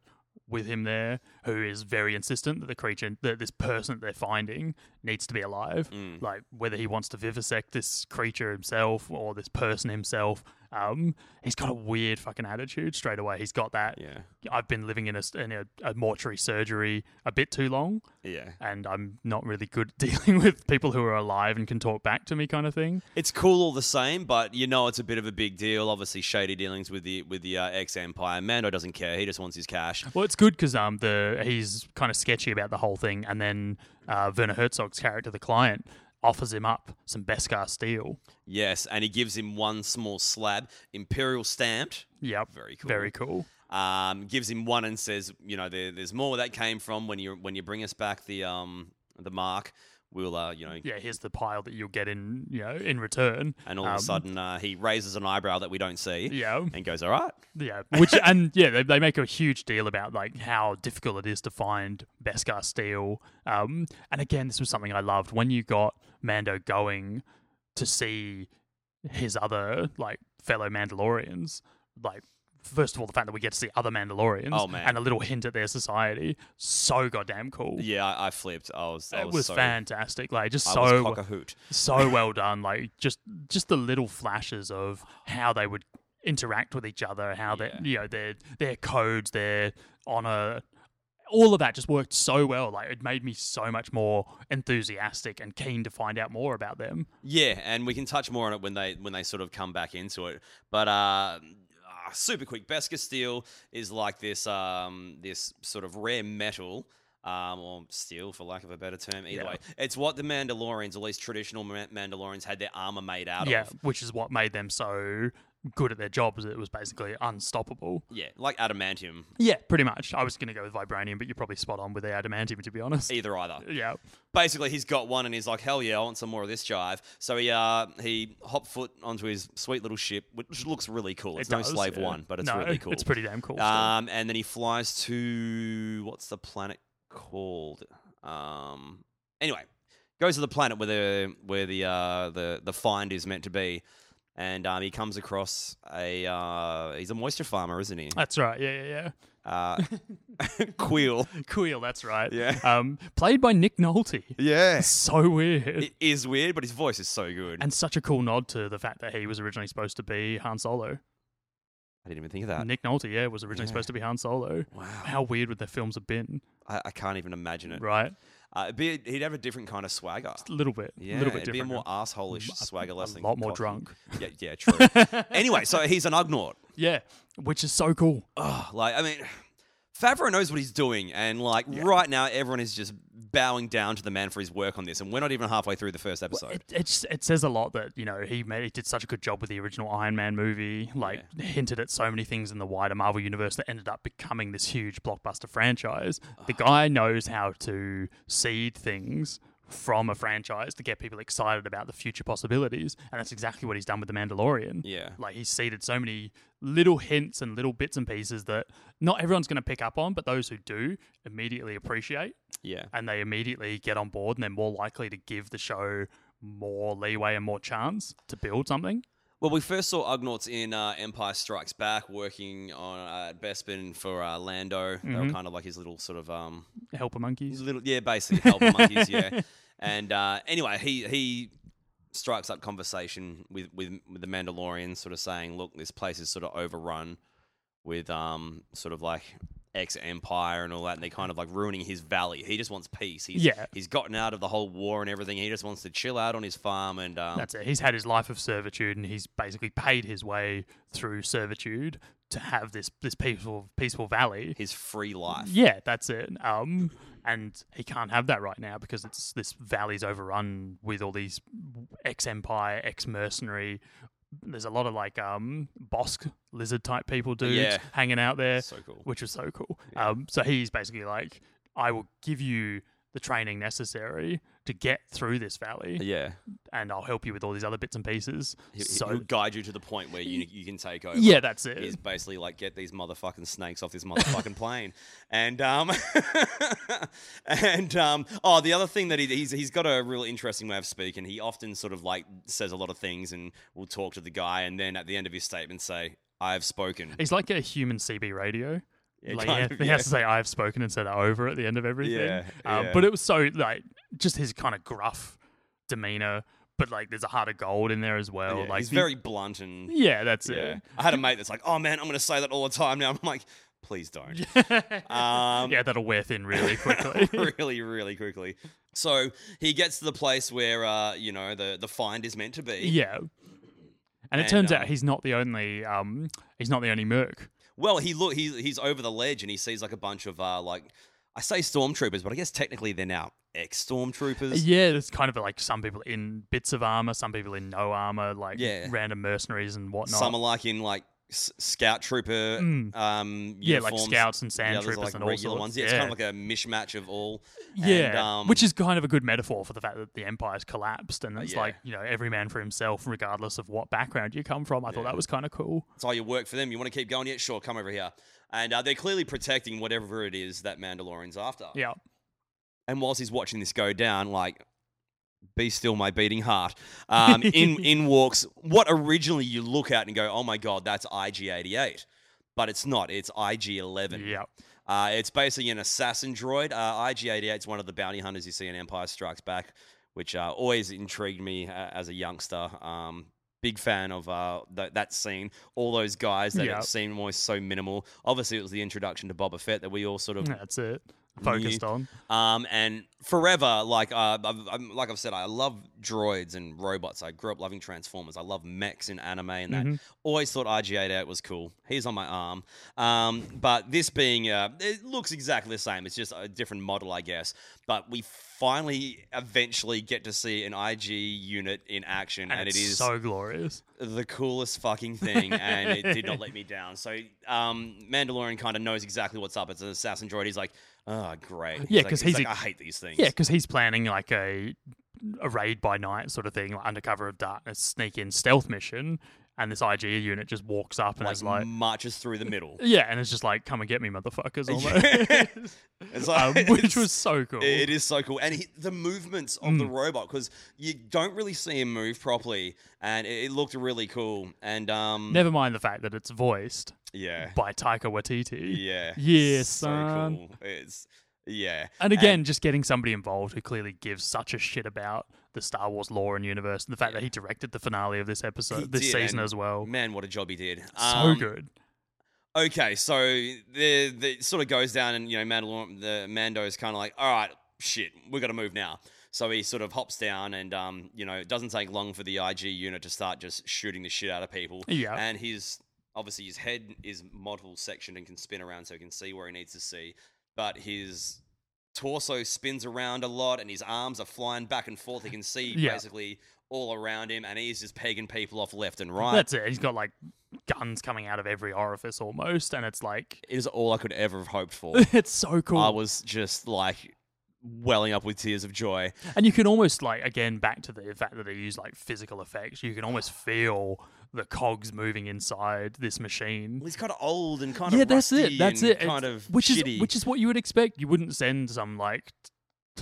Speaker 2: with him there who is very insistent that the creature that this person that they're finding needs to be alive.
Speaker 1: Mm.
Speaker 2: Like whether he wants to vivisect this creature himself or this person himself. Um, he's got a weird fucking attitude straight away. He's got that.
Speaker 1: Yeah.
Speaker 2: I've been living in a s- in a, a mortuary surgery a bit too long,
Speaker 1: Yeah.
Speaker 2: and I'm not really good at dealing with people who are alive and can talk back to me, kind of thing.
Speaker 1: It's cool all the same, but you know it's a bit of a big deal. Obviously, shady dealings with the with the uh, ex Empire. Mando doesn't care. He just wants his cash.
Speaker 2: Well, it's good because um, the he's kind of sketchy about the whole thing, and then uh, Werner Herzog's character, the client, offers him up some Beskar steel.
Speaker 1: Yes, and he gives him one small slab, Imperial stamped.
Speaker 2: Yep,
Speaker 1: Very cool.
Speaker 2: very cool.
Speaker 1: Um, gives him one and says, you know, there, there's more where that came from. When you when you bring us back the um the mark, we'll uh you know.
Speaker 2: Yeah, here's the pile that you'll get in you know in return.
Speaker 1: And all of
Speaker 2: Um,
Speaker 1: a sudden, uh, he raises an eyebrow that we don't see,
Speaker 2: yeah,
Speaker 1: and goes, "All right,
Speaker 2: yeah. Which and yeah, they, they make a huge deal about like how difficult it is to find Beskar steel. Um, and again, this was something I loved when you got Mando going to see his other like fellow Mandalorians. Like, first of all, the fact that we get to see other Mandalorians
Speaker 1: Oh, man.
Speaker 2: and a little hint at their society, so goddamn cool.
Speaker 1: yeah." I, I flipped. I was. I
Speaker 2: It
Speaker 1: was,
Speaker 2: was
Speaker 1: so,
Speaker 2: fantastic. Like, just
Speaker 1: I
Speaker 2: so
Speaker 1: was cock a hoot.
Speaker 2: so well done like just just the little flashes of how they would interact with each other how they
Speaker 1: Yeah.
Speaker 2: you know their their codes their honor all of that just worked so well like it made me so much more enthusiastic and keen to find out more about them
Speaker 1: Yeah, and we can touch more on it when they when they sort of come back into it. But uh, ah, super quick, Beskar steel is like this um, this sort of rare metal. Um, or steel, for lack of a better term. Either
Speaker 2: Yeah.
Speaker 1: way, it's what the Mandalorians, at least traditional Ma- Mandalorians, had their armor made out
Speaker 2: yeah
Speaker 1: of.
Speaker 2: which is what made them so good at their jobs it was basically unstoppable
Speaker 1: Yeah, like adamantium.
Speaker 2: yeah pretty much i was going to go with vibranium but you're probably spot on with the adamantium to be honest
Speaker 1: Either, either.
Speaker 2: yeah
Speaker 1: Basically, he's got one, and he's like, "Hell yeah, I want some more of this jive." So he uh, he hop foot onto his sweet little ship, which looks really cool. It's
Speaker 2: it
Speaker 1: no
Speaker 2: does,
Speaker 1: slave
Speaker 2: yeah.
Speaker 1: one, but it's
Speaker 2: No,
Speaker 1: really cool.
Speaker 2: it's pretty damn cool still.
Speaker 1: Um, and then he flies to what's the planet called? Um, anyway, goes to the planet where the where the uh, the the find is meant to be, and um, he comes across a uh, he's a moisture farmer, isn't he?
Speaker 2: that's right yeah yeah yeah
Speaker 1: Uh, Quill.
Speaker 2: Quill, that's right.
Speaker 1: Yeah.
Speaker 2: Um, played by Nick Nolte.
Speaker 1: Yeah.
Speaker 2: So weird.
Speaker 1: It is weird, but his voice is so good.
Speaker 2: and such a cool nod to the fact that he was originally supposed to be Han Solo.
Speaker 1: I didn't even think of that.
Speaker 2: Nick Nolte, yeah, was originally
Speaker 1: yeah.
Speaker 2: supposed to be Han Solo.
Speaker 1: Wow,
Speaker 2: How weird would their films have been,
Speaker 1: I, I can't even imagine it.
Speaker 2: right?
Speaker 1: Uh, it'd be, he'd have a different kind of swagger.
Speaker 2: A little bit.
Speaker 1: Yeah,
Speaker 2: a little bit
Speaker 1: it'd
Speaker 2: different.
Speaker 1: be a more assholeish swagger, less
Speaker 2: a
Speaker 1: than
Speaker 2: lot more
Speaker 1: cocky.
Speaker 2: drunk.
Speaker 1: Yeah, yeah, true. anyway, so he's an Ugnaught.
Speaker 2: yeah, which is so cool.
Speaker 1: Oh, like I mean, Favreau knows what he's doing, and like right now, everyone is just bowing down to the man for his work on this, and we're not even halfway through the first episode.
Speaker 2: It, it, just- it says a lot that you know he made he did such a good job with the original Iron Man movie, like hinted at so many things in the wider Marvel universe that ended up becoming this huge blockbuster franchise. The guy knows how to seed things from a franchise to get people excited about the future possibilities, and that's exactly what he's done with the Mandalorian.
Speaker 1: yeah,
Speaker 2: Like he's seeded so many little hints and little bits and pieces that not everyone's going to pick up on, but those who do immediately appreciate
Speaker 1: yeah,
Speaker 2: and they immediately get on board and they're more likely to give the show more leeway and more chance to build something.
Speaker 1: Well, we first saw Ugnaughts in uh, Empire Strikes Back, working on uh, at Bespin for uh, Lando. They were kind of like his little sort of um,
Speaker 2: Help a monkeys.
Speaker 1: his little yeah, basically helper monkeys, yeah. And uh, anyway, he he strikes up conversation with, with with the Mandalorians, sort of saying, "Look, this place is sort of overrun with um sort of like ex empire and all that, and they're kind of like ruining his valley. He just wants peace. He's,
Speaker 2: Yeah.
Speaker 1: he's gotten out of the whole war and everything. He just wants to chill out on his farm and um,
Speaker 2: That's it. He's had his life of servitude, and he's basically paid his way through servitude to have this this peaceful peaceful valley.
Speaker 1: his free life.
Speaker 2: Yeah, that's it. Um, and he can't have that right now because it's this valley's overrun with all these ex empire, ex mercenary. There's a lot of like um Bosk lizard type people dudes
Speaker 1: Yeah.
Speaker 2: hanging out there,
Speaker 1: So cool.
Speaker 2: which was so cool. Um, so he's basically like, I will give you the training necessary to get through this valley,
Speaker 1: Yeah,
Speaker 2: and I'll help you with all these other bits and pieces.
Speaker 1: he,
Speaker 2: so
Speaker 1: will guide you to the point where you you can take over.
Speaker 2: yeah, that's it.
Speaker 1: is basically like get these motherfucking snakes off this motherfucking plane, and um, and um, oh, the other thing that he, he's he's got a real interesting way of speaking. He often sort of like says a lot of things and will talk to the guy, and then at the end of his statement say, "I have spoken."
Speaker 2: He's like a human CB radio.
Speaker 1: Yeah,
Speaker 2: like,
Speaker 1: kind
Speaker 2: he,
Speaker 1: of,
Speaker 2: has, he has to say "I've spoken" instead of "over" at the end of everything.
Speaker 1: Yeah,
Speaker 2: um,
Speaker 1: yeah.
Speaker 2: But it was so like just his kind of gruff demeanor. But like, there's a heart of gold in there as well.
Speaker 1: Yeah,
Speaker 2: like
Speaker 1: he's
Speaker 2: the-
Speaker 1: very blunt and
Speaker 2: yeah, that's
Speaker 1: yeah. I had a mate that's like, "Oh man, I'm gonna say that all the time now." I'm like, "Please don't."
Speaker 2: it.
Speaker 1: Um,
Speaker 2: yeah, that'll wear thin really quickly.
Speaker 1: really, really quickly. So he gets to the place where uh, you know the the find is meant to be.
Speaker 2: yeah. And it
Speaker 1: And,
Speaker 2: turns out
Speaker 1: um,
Speaker 2: he's not the only um he's not the only merc.
Speaker 1: Well, he look he, he's over the ledge and he sees like a bunch of uh like I say stormtroopers, but I guess technically they're now ex stormtroopers.
Speaker 2: Yeah, there's kind of like some people in bits of armor, some people in no armor, like
Speaker 1: Yeah.
Speaker 2: random mercenaries and whatnot.
Speaker 1: Some are like in like s- scout trooper
Speaker 2: Mm.
Speaker 1: um
Speaker 2: yeah, like
Speaker 1: uniforms.
Speaker 2: scouts and
Speaker 1: The
Speaker 2: sand
Speaker 1: others are,
Speaker 2: troopers
Speaker 1: like
Speaker 2: and all
Speaker 1: regular
Speaker 2: sorts.
Speaker 1: ones. Yeah, it's kind of like a mishmatch of all.
Speaker 2: Yeah,
Speaker 1: And, um,
Speaker 2: which is kind of a good metaphor for the fact that the empire's collapsed, and it's
Speaker 1: yeah.
Speaker 2: like you know every man for himself, regardless of what background you come from. I thought that was kind of cool.
Speaker 1: It's all you work for them. You want to keep going yet? Sure, come over here. And uh, they're clearly protecting whatever it is that Mandalorian's after.
Speaker 2: Yeah,
Speaker 1: and whilst he's watching this go down, like, be still my beating heart. Um, in in walks what originally you look at and go, oh my god, that's IG88, but it's not. It's IG11.
Speaker 2: yeah,
Speaker 1: Uh, it's basically an assassin droid. Uh, IG88 is one of the bounty hunters you see in Empire Strikes Back, which uh, always intrigued me uh, as a youngster. Um, big fan of uh, th- that scene. All those guys that
Speaker 2: Yeah.
Speaker 1: it seemed always so minimal. Obviously, it was the introduction to Boba Fett that we all sort of
Speaker 2: that's it. Focused on
Speaker 1: um, and forever, like uh, I've, I'm, like I've said, I love droids and robots. I grew up loving Transformers. I love mechs in anime and
Speaker 2: Mm-hmm.
Speaker 1: that. Always thought IG88 was cool. He's on my arm. Um, but this being, uh, it looks exactly the same. It's just a different model, I guess. But we finally, eventually, get to see an IG unit in action,
Speaker 2: and,
Speaker 1: and, it
Speaker 2: it's
Speaker 1: is
Speaker 2: so glorious.
Speaker 1: the coolest fucking thing, and it did not let me down. So, um, Mandalorian kind of knows exactly what's up. It's an assassin droid. He's like, oh, great.
Speaker 2: Yeah,
Speaker 1: like-
Speaker 2: 'cause he's
Speaker 1: like,
Speaker 2: a-
Speaker 1: I hate these things.
Speaker 2: Yeah, because he's planning like a a raid by night sort of thing, like undercover of darkness, sneak in stealth mission, and this IG unit just walks up and
Speaker 1: like,
Speaker 2: is like,
Speaker 1: marches through the middle.
Speaker 2: yeah, and it's just like, come and get me, motherfuckers,
Speaker 1: Yeah.
Speaker 2: almost.
Speaker 1: It's
Speaker 2: um,
Speaker 1: like-
Speaker 2: which
Speaker 1: it's-
Speaker 2: was so cool. Mm.
Speaker 1: It is so cool, and he, the movements of the robot because you don't really see him move properly, and it, it looked really cool. And um,
Speaker 2: Never mind the fact that it's voiced.
Speaker 1: yeah,
Speaker 2: by Taika Waititi.
Speaker 1: yeah,
Speaker 2: Yeah,
Speaker 1: so
Speaker 2: son.
Speaker 1: cool. It's yeah,
Speaker 2: And again, just getting somebody involved who clearly gives such a shit about the Star Wars lore and universe, and the fact that he directed the finale of this episode,
Speaker 1: He
Speaker 2: this
Speaker 1: did,
Speaker 2: season
Speaker 1: and
Speaker 2: as well.
Speaker 1: man, what a job he did.
Speaker 2: So
Speaker 1: Um,
Speaker 2: good.
Speaker 1: Okay, so the the it sort of goes down, and you know, Mandalor- the Mando's kind of like, all right, shit, we got to move now. So he sort of hops down, and um, you know, it doesn't take long for the IG unit to start just shooting the shit out of people.
Speaker 2: Yeah.
Speaker 1: and his obviously his head is model sectioned and can spin around, so he can see where he needs to see, but his torso spins around a lot, and his arms are flying back and forth. He can see
Speaker 2: Yeah.
Speaker 1: basically all around him, and he's just pegging people off left and right.
Speaker 2: That's it. He's got like guns coming out of every orifice almost, and it's like
Speaker 1: it is all I could ever have hoped for.
Speaker 2: it's so cool.
Speaker 1: I was just like welling up with tears of joy.
Speaker 2: and you can almost like again back to the fact that they use like physical effects. You can almost feel the cogs moving inside this machine.
Speaker 1: Well, he's kind of old and kind of
Speaker 2: yeah, that's
Speaker 1: rusty
Speaker 2: it. That's
Speaker 1: and
Speaker 2: it.
Speaker 1: Kind
Speaker 2: It's-
Speaker 1: of
Speaker 2: which
Speaker 1: shitty.
Speaker 2: is which is what you would expect. You wouldn't send some like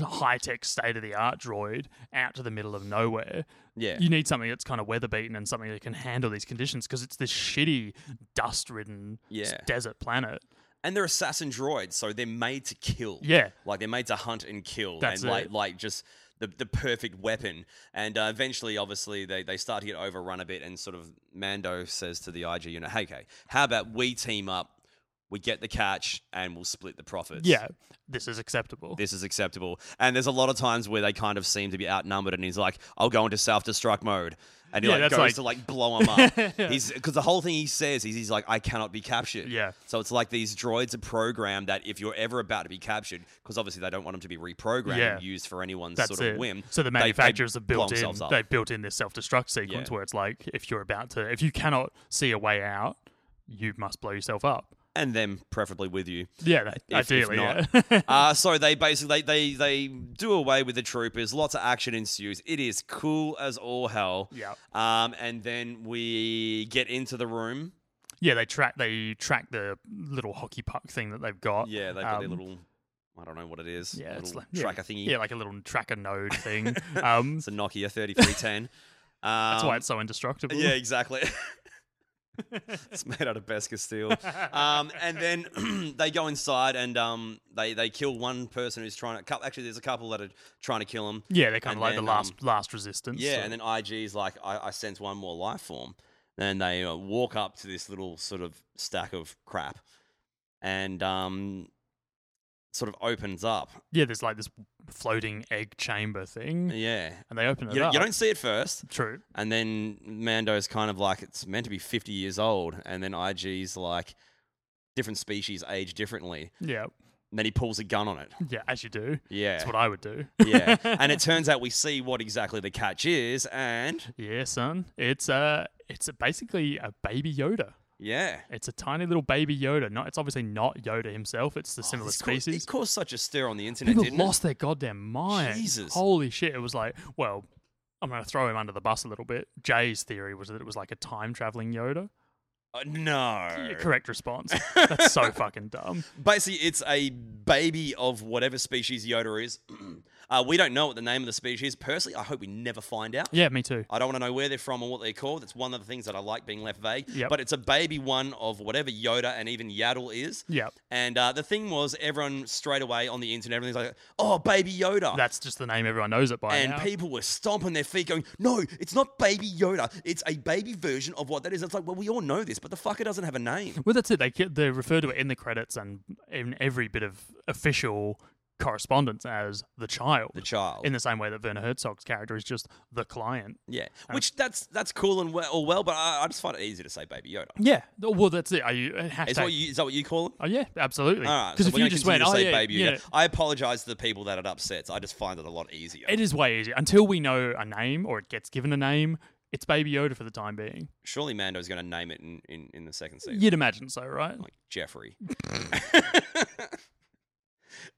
Speaker 2: high tech state of the art droid out to the middle of nowhere.
Speaker 1: yeah.
Speaker 2: You need something that's kind of weather beaten and something that can handle these conditions because it's this shitty dust ridden
Speaker 1: Yeah.
Speaker 2: desert planet.
Speaker 1: and they're assassin droids, so they're made to kill.
Speaker 2: Yeah.
Speaker 1: like they're made to hunt and kill,
Speaker 2: That's
Speaker 1: and like
Speaker 2: it.
Speaker 1: like just the, the perfect weapon. And uh, eventually, obviously, they, they start to get overrun a bit. And sort of Mando says to the IG unit, hey, okay, how about we team up? We get the catch and we'll split the profits.
Speaker 2: Yeah, this is acceptable.
Speaker 1: This is acceptable. And there's a lot of times where they kind of seem to be outnumbered, and he's like, I'll go into self destruct mode. And he
Speaker 2: Yeah,
Speaker 1: like,
Speaker 2: that's
Speaker 1: goes
Speaker 2: like-
Speaker 1: to like blow him up.
Speaker 2: Yeah.
Speaker 1: He's because the whole thing he says is he's like, I cannot be captured.
Speaker 2: Yeah.
Speaker 1: So it's like these droids are programmed that if you're ever about to be captured, because obviously they don't want them to be reprogrammed
Speaker 2: Yeah.
Speaker 1: and used for anyone's
Speaker 2: That's
Speaker 1: sort of
Speaker 2: it.
Speaker 1: whim.
Speaker 2: So the
Speaker 1: they- they
Speaker 2: manufacturers have
Speaker 1: blow
Speaker 2: built in
Speaker 1: themselves up.
Speaker 2: they've built in this self destruct sequence
Speaker 1: Yeah.
Speaker 2: where it's like if you're about to if you cannot see a way out, you must blow yourself up.
Speaker 1: and them preferably with you.
Speaker 2: Yeah, that,
Speaker 1: If- if
Speaker 2: ideally. yeah.
Speaker 1: uh, so they basically they, they they do away with the troopers. Lots of action ensues. It is cool as all hell.
Speaker 2: Yeah.
Speaker 1: Um, and then we get into the room.
Speaker 2: yeah, they track they track the little hockey puck thing that they've got.
Speaker 1: Yeah, they've got their
Speaker 2: Um,
Speaker 1: little I don't know what it is.
Speaker 2: Yeah,
Speaker 1: little
Speaker 2: it's like- yeah.
Speaker 1: tracker thingy.
Speaker 2: Yeah, like a little tracker node thing. Um,
Speaker 1: It's a Nokia 3310. Um,
Speaker 2: that's why it's so indestructible.
Speaker 1: Yeah, exactly. it's made out of Beskar steel. Um, and then they go inside and um, they they kill one person who's trying to. cou- Actually, there's a couple that are trying to kill him.
Speaker 2: Yeah, they're kind
Speaker 1: And
Speaker 2: of like
Speaker 1: then, um,
Speaker 2: the last last resistance.
Speaker 1: Yeah,
Speaker 2: so-
Speaker 1: and then IG's like, I, I sense one more life form. And they uh, walk up to this little sort of stack of crap and um, sort of opens up.
Speaker 2: yeah, there's like this floating egg chamber thing,
Speaker 1: Yeah.
Speaker 2: and they open it
Speaker 1: You,
Speaker 2: up.
Speaker 1: you don't see it first.
Speaker 2: True.
Speaker 1: And then Mando's kind of like, it's meant to be 50 years old. And then IG's like, different species age differently.
Speaker 2: Yeah,
Speaker 1: And then he pulls a gun on it.
Speaker 2: yeah, as you do.
Speaker 1: Yeah.
Speaker 2: That's what I would do.
Speaker 1: yeah. And it turns out we see what exactly the catch is. And
Speaker 2: Yeah, son. It's uh it's a, basically a baby Yoda.
Speaker 1: yeah.
Speaker 2: It's a tiny little baby Yoda. Not, it's obviously not Yoda himself. It's the similar
Speaker 1: Oh, It's cau-
Speaker 2: species.
Speaker 1: It caused such a stir on the internet,
Speaker 2: People
Speaker 1: didn't
Speaker 2: lost their goddamn mind.
Speaker 1: Jesus.
Speaker 2: Holy shit! It was like, well, I'm gonna throw him under the bus a little bit. Jay's theory was that it was like a time traveling Yoda.
Speaker 1: it? Uh, no.
Speaker 2: Yeah, correct response. That's so fucking dumb.
Speaker 1: Basically, it's a baby of whatever species Yoda is. uh, we don't know what the name of the species is. Personally, I hope we never find out.
Speaker 2: Yeah, me too.
Speaker 1: I don't want to know where they're from or what they're called. That's one of the things that I like being left vague.
Speaker 2: Yep.
Speaker 1: But it's a baby one of whatever Yoda and even Yaddle is.
Speaker 2: Yeah,
Speaker 1: And uh, the thing was, everyone straight away on the internet, everything's like, oh, baby Yoda.
Speaker 2: that's just the name everyone knows it by
Speaker 1: and
Speaker 2: now.
Speaker 1: people were stomping their feet going, no, it's not baby Yoda. It's a baby version of what that is. It's like, well, we all know this, but the fucker doesn't have a name.
Speaker 2: Well, that's it. They get, they refer to it in the credits and in every bit of official correspondence as the child.
Speaker 1: The child.
Speaker 2: in the same way that Werner Herzog's character is just the client.
Speaker 1: yeah. Which that's that's cool and well, or well but I, I just find it easy to say baby Yoda.
Speaker 2: Yeah. Well, that's it. Are you uh, hashtag?
Speaker 1: Is, what you, is that what you call it?
Speaker 2: oh yeah, absolutely.
Speaker 1: All right.
Speaker 2: Because
Speaker 1: so
Speaker 2: if
Speaker 1: we're
Speaker 2: you
Speaker 1: gonna
Speaker 2: just went,
Speaker 1: continue to say
Speaker 2: oh yeah,
Speaker 1: baby
Speaker 2: you
Speaker 1: Yoda.
Speaker 2: know,
Speaker 1: I apologize to the people that it upsets. I just find it a lot easier.
Speaker 2: it is way easier until we know a name or it gets given a name. It's Baby Yoda for the time being.
Speaker 1: Surely Mando's going to name it in, in, in the second season.
Speaker 2: You'd imagine so, right?
Speaker 1: Like Jeffrey.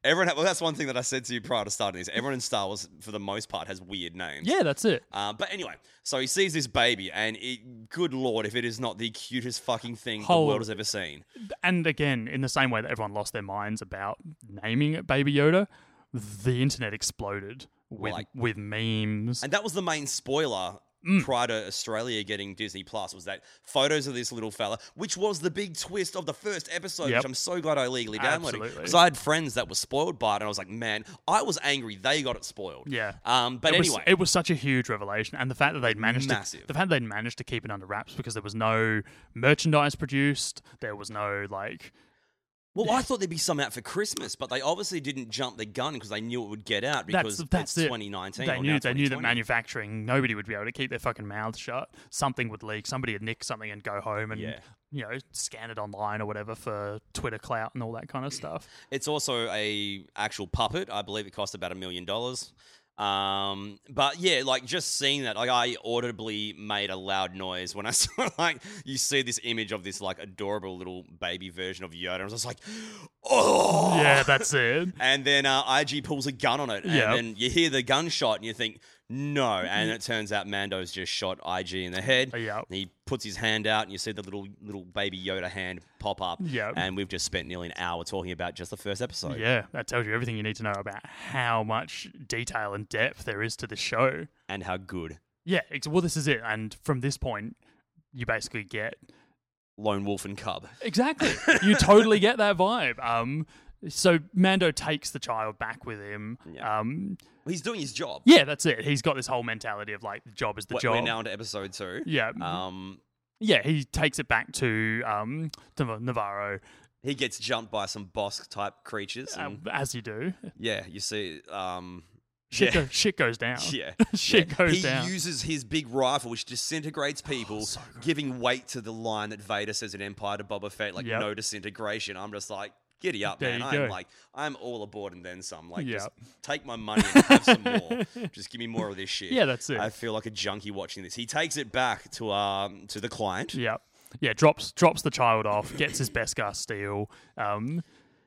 Speaker 1: everyone, ha- well, that's one thing that I said to you prior to starting this. Everyone in Star Wars, for the most part, has weird names.
Speaker 2: Yeah, that's it.
Speaker 1: Uh, but anyway, so he sees this baby, and it, good lord, if it is not the cutest fucking thing the
Speaker 2: Hold-
Speaker 1: world has ever seen.
Speaker 2: And again, in the same way that everyone lost their minds about naming it Baby Yoda, the internet exploded with
Speaker 1: Like-
Speaker 2: with memes.
Speaker 1: And that was the main spoiler
Speaker 2: Mm.
Speaker 1: prior to Australia getting Disney Plus was that photos of this little fella, which was the big twist of the first episode,
Speaker 2: Yep.
Speaker 1: which I'm so glad I illegally downloaded.
Speaker 2: Absolutely.
Speaker 1: Because I had friends that were spoiled by it, and I was like, man, I was angry they got it spoiled.
Speaker 2: Yeah.
Speaker 1: Um, but
Speaker 2: it was,
Speaker 1: anyway,
Speaker 2: it was such a huge revelation, and the fact that they'd managed
Speaker 1: Massive.
Speaker 2: to the fact that they'd managed to keep it under wraps because there was no merchandise produced, there was no like,
Speaker 1: well, I thought there'd be some out for Christmas, but they obviously didn't jump the gun because they knew it would get out because
Speaker 2: That's- that's
Speaker 1: it's
Speaker 2: it.
Speaker 1: 2019.
Speaker 2: they
Speaker 1: or
Speaker 2: knew
Speaker 1: now
Speaker 2: they knew that
Speaker 1: 2020.
Speaker 2: manufacturing nobody would be able to keep their fucking mouths shut. Something would leak, somebody would nick something and go home and
Speaker 1: Yeah.
Speaker 2: you know scan it online or whatever for Twitter clout and all that kind of stuff.
Speaker 1: It's also a actual puppet. I believe it cost about a million dollars. Um, but yeah, like just seeing that, like I audibly made a loud noise when I saw like you see this image of this like adorable little baby version of Yoda. I was just like, oh
Speaker 2: yeah, that's it.
Speaker 1: And then uh, IG pulls a gun on it, and
Speaker 2: Yeah.
Speaker 1: then you hear the gunshot, and you think no. And it turns out Mando's just shot IG in the head.
Speaker 2: Yeah.
Speaker 1: He puts his hand out, and you see the little little baby Yoda hand pop up.
Speaker 2: Yeah.
Speaker 1: And we've just spent nearly an hour talking about just the first episode.
Speaker 2: Um, Yeah, that tells you everything you need to know about how much detail and depth there is to this show.
Speaker 1: and how good
Speaker 2: Yeah, ex- well, this is it. And from this point, you basically get
Speaker 1: Lone Wolf and Cub.
Speaker 2: exactly. you totally get that vibe. Um, So Mando takes the child back with him.
Speaker 1: Yeah.
Speaker 2: Um,
Speaker 1: He's doing his job.
Speaker 2: yeah, that's it. He's got this whole mentality of like the job is the
Speaker 1: We're-
Speaker 2: job.
Speaker 1: We're now into episode two.
Speaker 2: yeah,
Speaker 1: Um,
Speaker 2: yeah. He takes it back to um to Navarro
Speaker 1: he gets jumped by some boss type creatures.
Speaker 2: uh,
Speaker 1: And,
Speaker 2: as you do.
Speaker 1: yeah, you see. Um,
Speaker 2: Shit,
Speaker 1: yeah,
Speaker 2: go- shit goes down.
Speaker 1: yeah.
Speaker 2: shit
Speaker 1: yeah.
Speaker 2: goes
Speaker 1: he
Speaker 2: down.
Speaker 1: uses his big rifle, which disintegrates people,
Speaker 2: Oh, so good.
Speaker 1: giving weight to the line that Vader says in Empire to Boba Fett, like
Speaker 2: Yep.
Speaker 1: no disintegration. I'm just like, giddy up,
Speaker 2: There
Speaker 1: man.
Speaker 2: you
Speaker 1: I'm
Speaker 2: go.
Speaker 1: like, I'm all aboard and then some. Like, just
Speaker 2: Yep.
Speaker 1: take my money and have some more. Just give me more of this shit.
Speaker 2: yeah, that's it.
Speaker 1: I feel like a junkie watching this. He takes it back to um to the client.
Speaker 2: yeah, yeah. Drops drops the child off. Gets his Beskar steel. Um,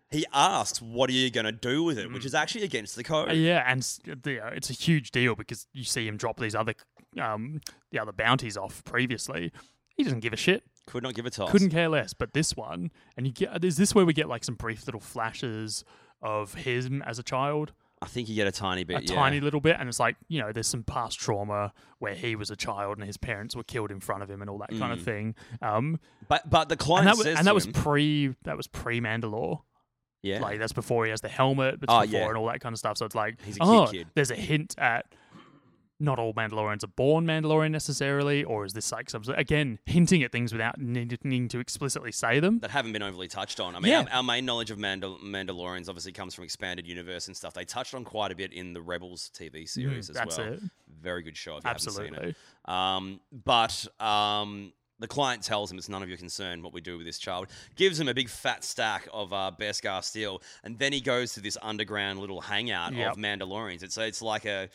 Speaker 1: He asks, "What are you gonna do with it?" Which is
Speaker 2: Mm.
Speaker 1: actually against the code.
Speaker 2: yeah, and s- the, uh, it's a huge deal because you see him drop these other um the other bounties off previously. He doesn't give a shit.
Speaker 1: Could not give a toss.
Speaker 2: couldn't care less. But this one, and you get is this where we get like some brief little flashes of him as a child,
Speaker 1: I think you get a tiny bit.
Speaker 2: a
Speaker 1: yeah.
Speaker 2: tiny little bit, and it's like you know there's some past trauma where he was a child and his parents were killed in front of him and all that kind of thing. Um,
Speaker 1: But but the client
Speaker 2: and that was
Speaker 1: Mm. says to
Speaker 2: and that was
Speaker 1: him-
Speaker 2: pre that was pre Mandalore.
Speaker 1: yeah.
Speaker 2: Like that's before he has the helmet, but
Speaker 1: Oh,
Speaker 2: before
Speaker 1: yeah.
Speaker 2: and all that kind of stuff. So it's like
Speaker 1: He's a kid
Speaker 2: oh,
Speaker 1: kid.
Speaker 2: there's a hint at. Not all Mandalorians are born Mandalorian necessarily, or is this like some again hinting at things without needing to explicitly say them?
Speaker 1: that haven't been overly touched on. I mean,
Speaker 2: Yeah.
Speaker 1: our, our main knowledge of Mandal- Mandalorians obviously comes from expanded universe and stuff. They touched on quite a bit in the Rebels TV series as
Speaker 2: Mm, that's
Speaker 1: well.
Speaker 2: it.
Speaker 1: Very good show. If you Haven't seen
Speaker 2: Absolutely.
Speaker 1: it. Um, but um, the client tells him it's none of your concern what we do with this child. Gives him a big fat stack of uh, Beskar steel, and then he goes to this underground little hangout
Speaker 2: Yep.
Speaker 1: of Mandalorians. It's it's like a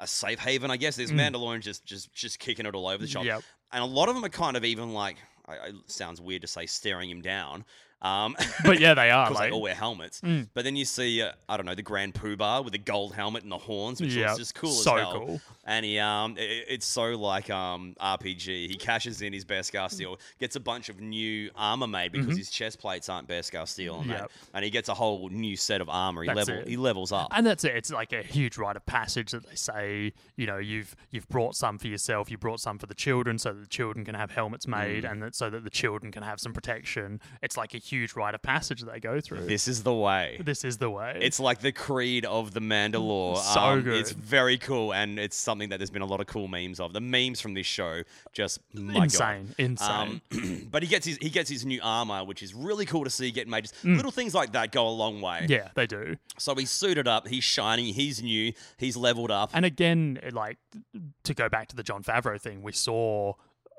Speaker 1: a safe haven, I guess. There's
Speaker 2: Mm.
Speaker 1: Mandalorians just just just kicking it all over the shop
Speaker 2: Yep.
Speaker 1: and a lot of them are kind of even like I, I, sounds weird to say staring him down um
Speaker 2: But yeah, they are
Speaker 1: because they
Speaker 2: like
Speaker 1: all wear helmets
Speaker 2: Mm.
Speaker 1: but then you see uh, i don't know the grand poobah with the gold helmet and the horns which
Speaker 2: yeah,
Speaker 1: looks just cool
Speaker 2: so
Speaker 1: as hell
Speaker 2: cool.
Speaker 1: and he um i- i it's so like um rpg he cashes in his beskar steel gets a bunch of new armor made because his chest plates aren't beskar steel and, that.
Speaker 2: Mm-hmm. Yep.
Speaker 1: and he gets a whole new set of armor he,
Speaker 2: That's
Speaker 1: level,
Speaker 2: it.
Speaker 1: he levels up
Speaker 2: And that's it. It's like a huge rite of passage that they say, you know, you've you've brought some for yourself, you brought some for the children, so that the children can have helmets
Speaker 1: Mm.
Speaker 2: made, and that, so that the children can have some protection. It's like a huge rite of passage that they go through. This,
Speaker 1: this is the way
Speaker 2: is the way.
Speaker 1: It's like the creed of the Mandalore. Um,
Speaker 2: So
Speaker 1: It's
Speaker 2: good.
Speaker 1: very cool, and it's something that there's been a lot of cool memes of. The memes from this show just my
Speaker 2: insane, insane.
Speaker 1: God. Um, but he gets his he gets his new armor, which is really cool to see get made. Just little things like that go a long way.
Speaker 2: Mm. yeah, they do.
Speaker 1: So he's suited up, he's shiny, he's new, he's leveled up.
Speaker 2: And again, it, like to go back to the John Favreau thing, we saw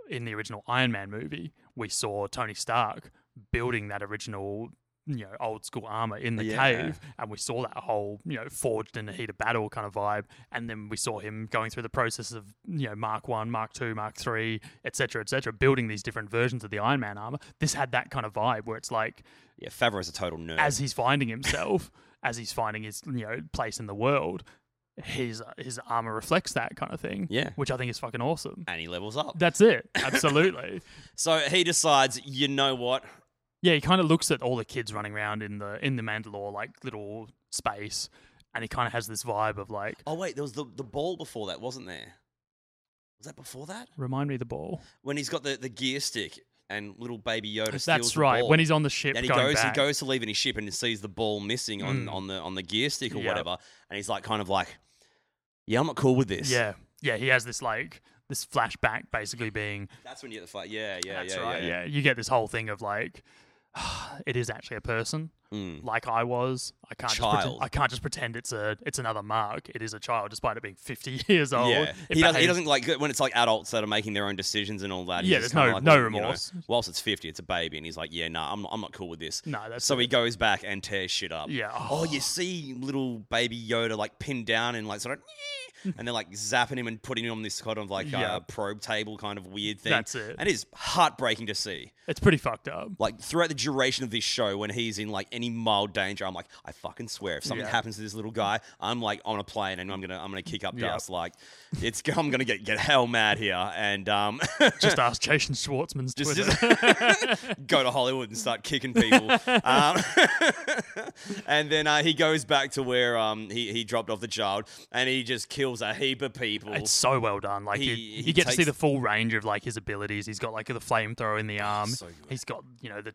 Speaker 2: in the original Iron Man movie, we saw Tony Stark building that original, you know, old school armor in the
Speaker 1: Yeah.
Speaker 2: cave, and we saw that whole, you know, forged in the heat of battle kind of vibe. And then we saw him going through the process of, you know, Mark One, Mark Two, Mark Three, et cetera, et cetera, building these different versions of the Iron Man armor. This had that kind of vibe where it's like
Speaker 1: yeah, Favreau's a total nerd.
Speaker 2: as he's finding himself, as he's finding his you know place in the world, his his armor reflects that kind of thing.
Speaker 1: Yeah.
Speaker 2: which I think is fucking awesome.
Speaker 1: and he levels up.
Speaker 2: That's it, absolutely.
Speaker 1: So he decides, you know what?
Speaker 2: yeah, he kind of looks at all the kids running around in the in the Mandalore like little space, and he kind of has this vibe of like,
Speaker 1: Oh wait, there was the, the ball before that, wasn't there? Was that before that?
Speaker 2: remind me of the ball.
Speaker 1: When he's got the, the gear stick and little baby Yoda steals
Speaker 2: That's
Speaker 1: the
Speaker 2: right.
Speaker 1: ball.
Speaker 2: When he's on the ship,
Speaker 1: and he
Speaker 2: going
Speaker 1: goes
Speaker 2: back.
Speaker 1: he goes to leave in his ship and he sees the ball missing on,
Speaker 2: Mm.
Speaker 1: on the on the gear stick or
Speaker 2: Yeah.
Speaker 1: whatever and he's like kind of like yeah i'm not cool with this
Speaker 2: Yeah, yeah, he has this like this flashback, basically being
Speaker 1: that's when you get the fight yeah yeah
Speaker 2: that's
Speaker 1: yeah,
Speaker 2: right.
Speaker 1: yeah
Speaker 2: yeah, you get this whole thing of like, it is actually a person.
Speaker 1: Mm.
Speaker 2: like I was. I can't Just
Speaker 1: Child.
Speaker 2: pretend, I can't just pretend it's a it's another mark. It is a child, despite it being fifty years old.
Speaker 1: yeah.
Speaker 2: It
Speaker 1: he doesn't he
Speaker 2: behaves-
Speaker 1: doesn't like when it's like adults that are making their own decisions and all that he's
Speaker 2: Yeah,
Speaker 1: just
Speaker 2: there's
Speaker 1: kinda
Speaker 2: no-
Speaker 1: like,
Speaker 2: no
Speaker 1: well, you know,
Speaker 2: remorse.
Speaker 1: whilst it's 50 it's a baby and he's like yeah nah i'm not, I'm not cool with this
Speaker 2: No, that's
Speaker 1: so he goes back and tears shit up
Speaker 2: yeah.
Speaker 1: Oh, you see little baby Yoda like pinned down and like sort of, and they're like zapping him and putting him on this kind of like
Speaker 2: Yeah.
Speaker 1: uh, probe table kind of weird thing.
Speaker 2: That's it.
Speaker 1: And it is heartbreaking to see.
Speaker 2: it's pretty fucked up.
Speaker 1: Like throughout the duration of this show, when he's in like any mild danger, I'm like, I fucking swear, if something
Speaker 2: Yeah.
Speaker 1: happens to this little guy, I'm like on a plane and I'm gonna I'm gonna kick up
Speaker 2: Yeah.
Speaker 1: dust. Like, it's I'm gonna get get hell mad here and um
Speaker 2: Just ask Jason Schwartzman's
Speaker 1: just,
Speaker 2: Twitter.
Speaker 1: just go to Hollywood and start kicking people. um, and then uh, he goes back to where um, he, he dropped off the child and he just kills a heap of people.
Speaker 2: It's so well done. Like you,
Speaker 1: He-
Speaker 2: you
Speaker 1: he
Speaker 2: get to see
Speaker 1: takes-
Speaker 2: the full range of like his abilities. He's got like the flamethrower in the arm.
Speaker 1: Ah, so good.
Speaker 2: He's got you know the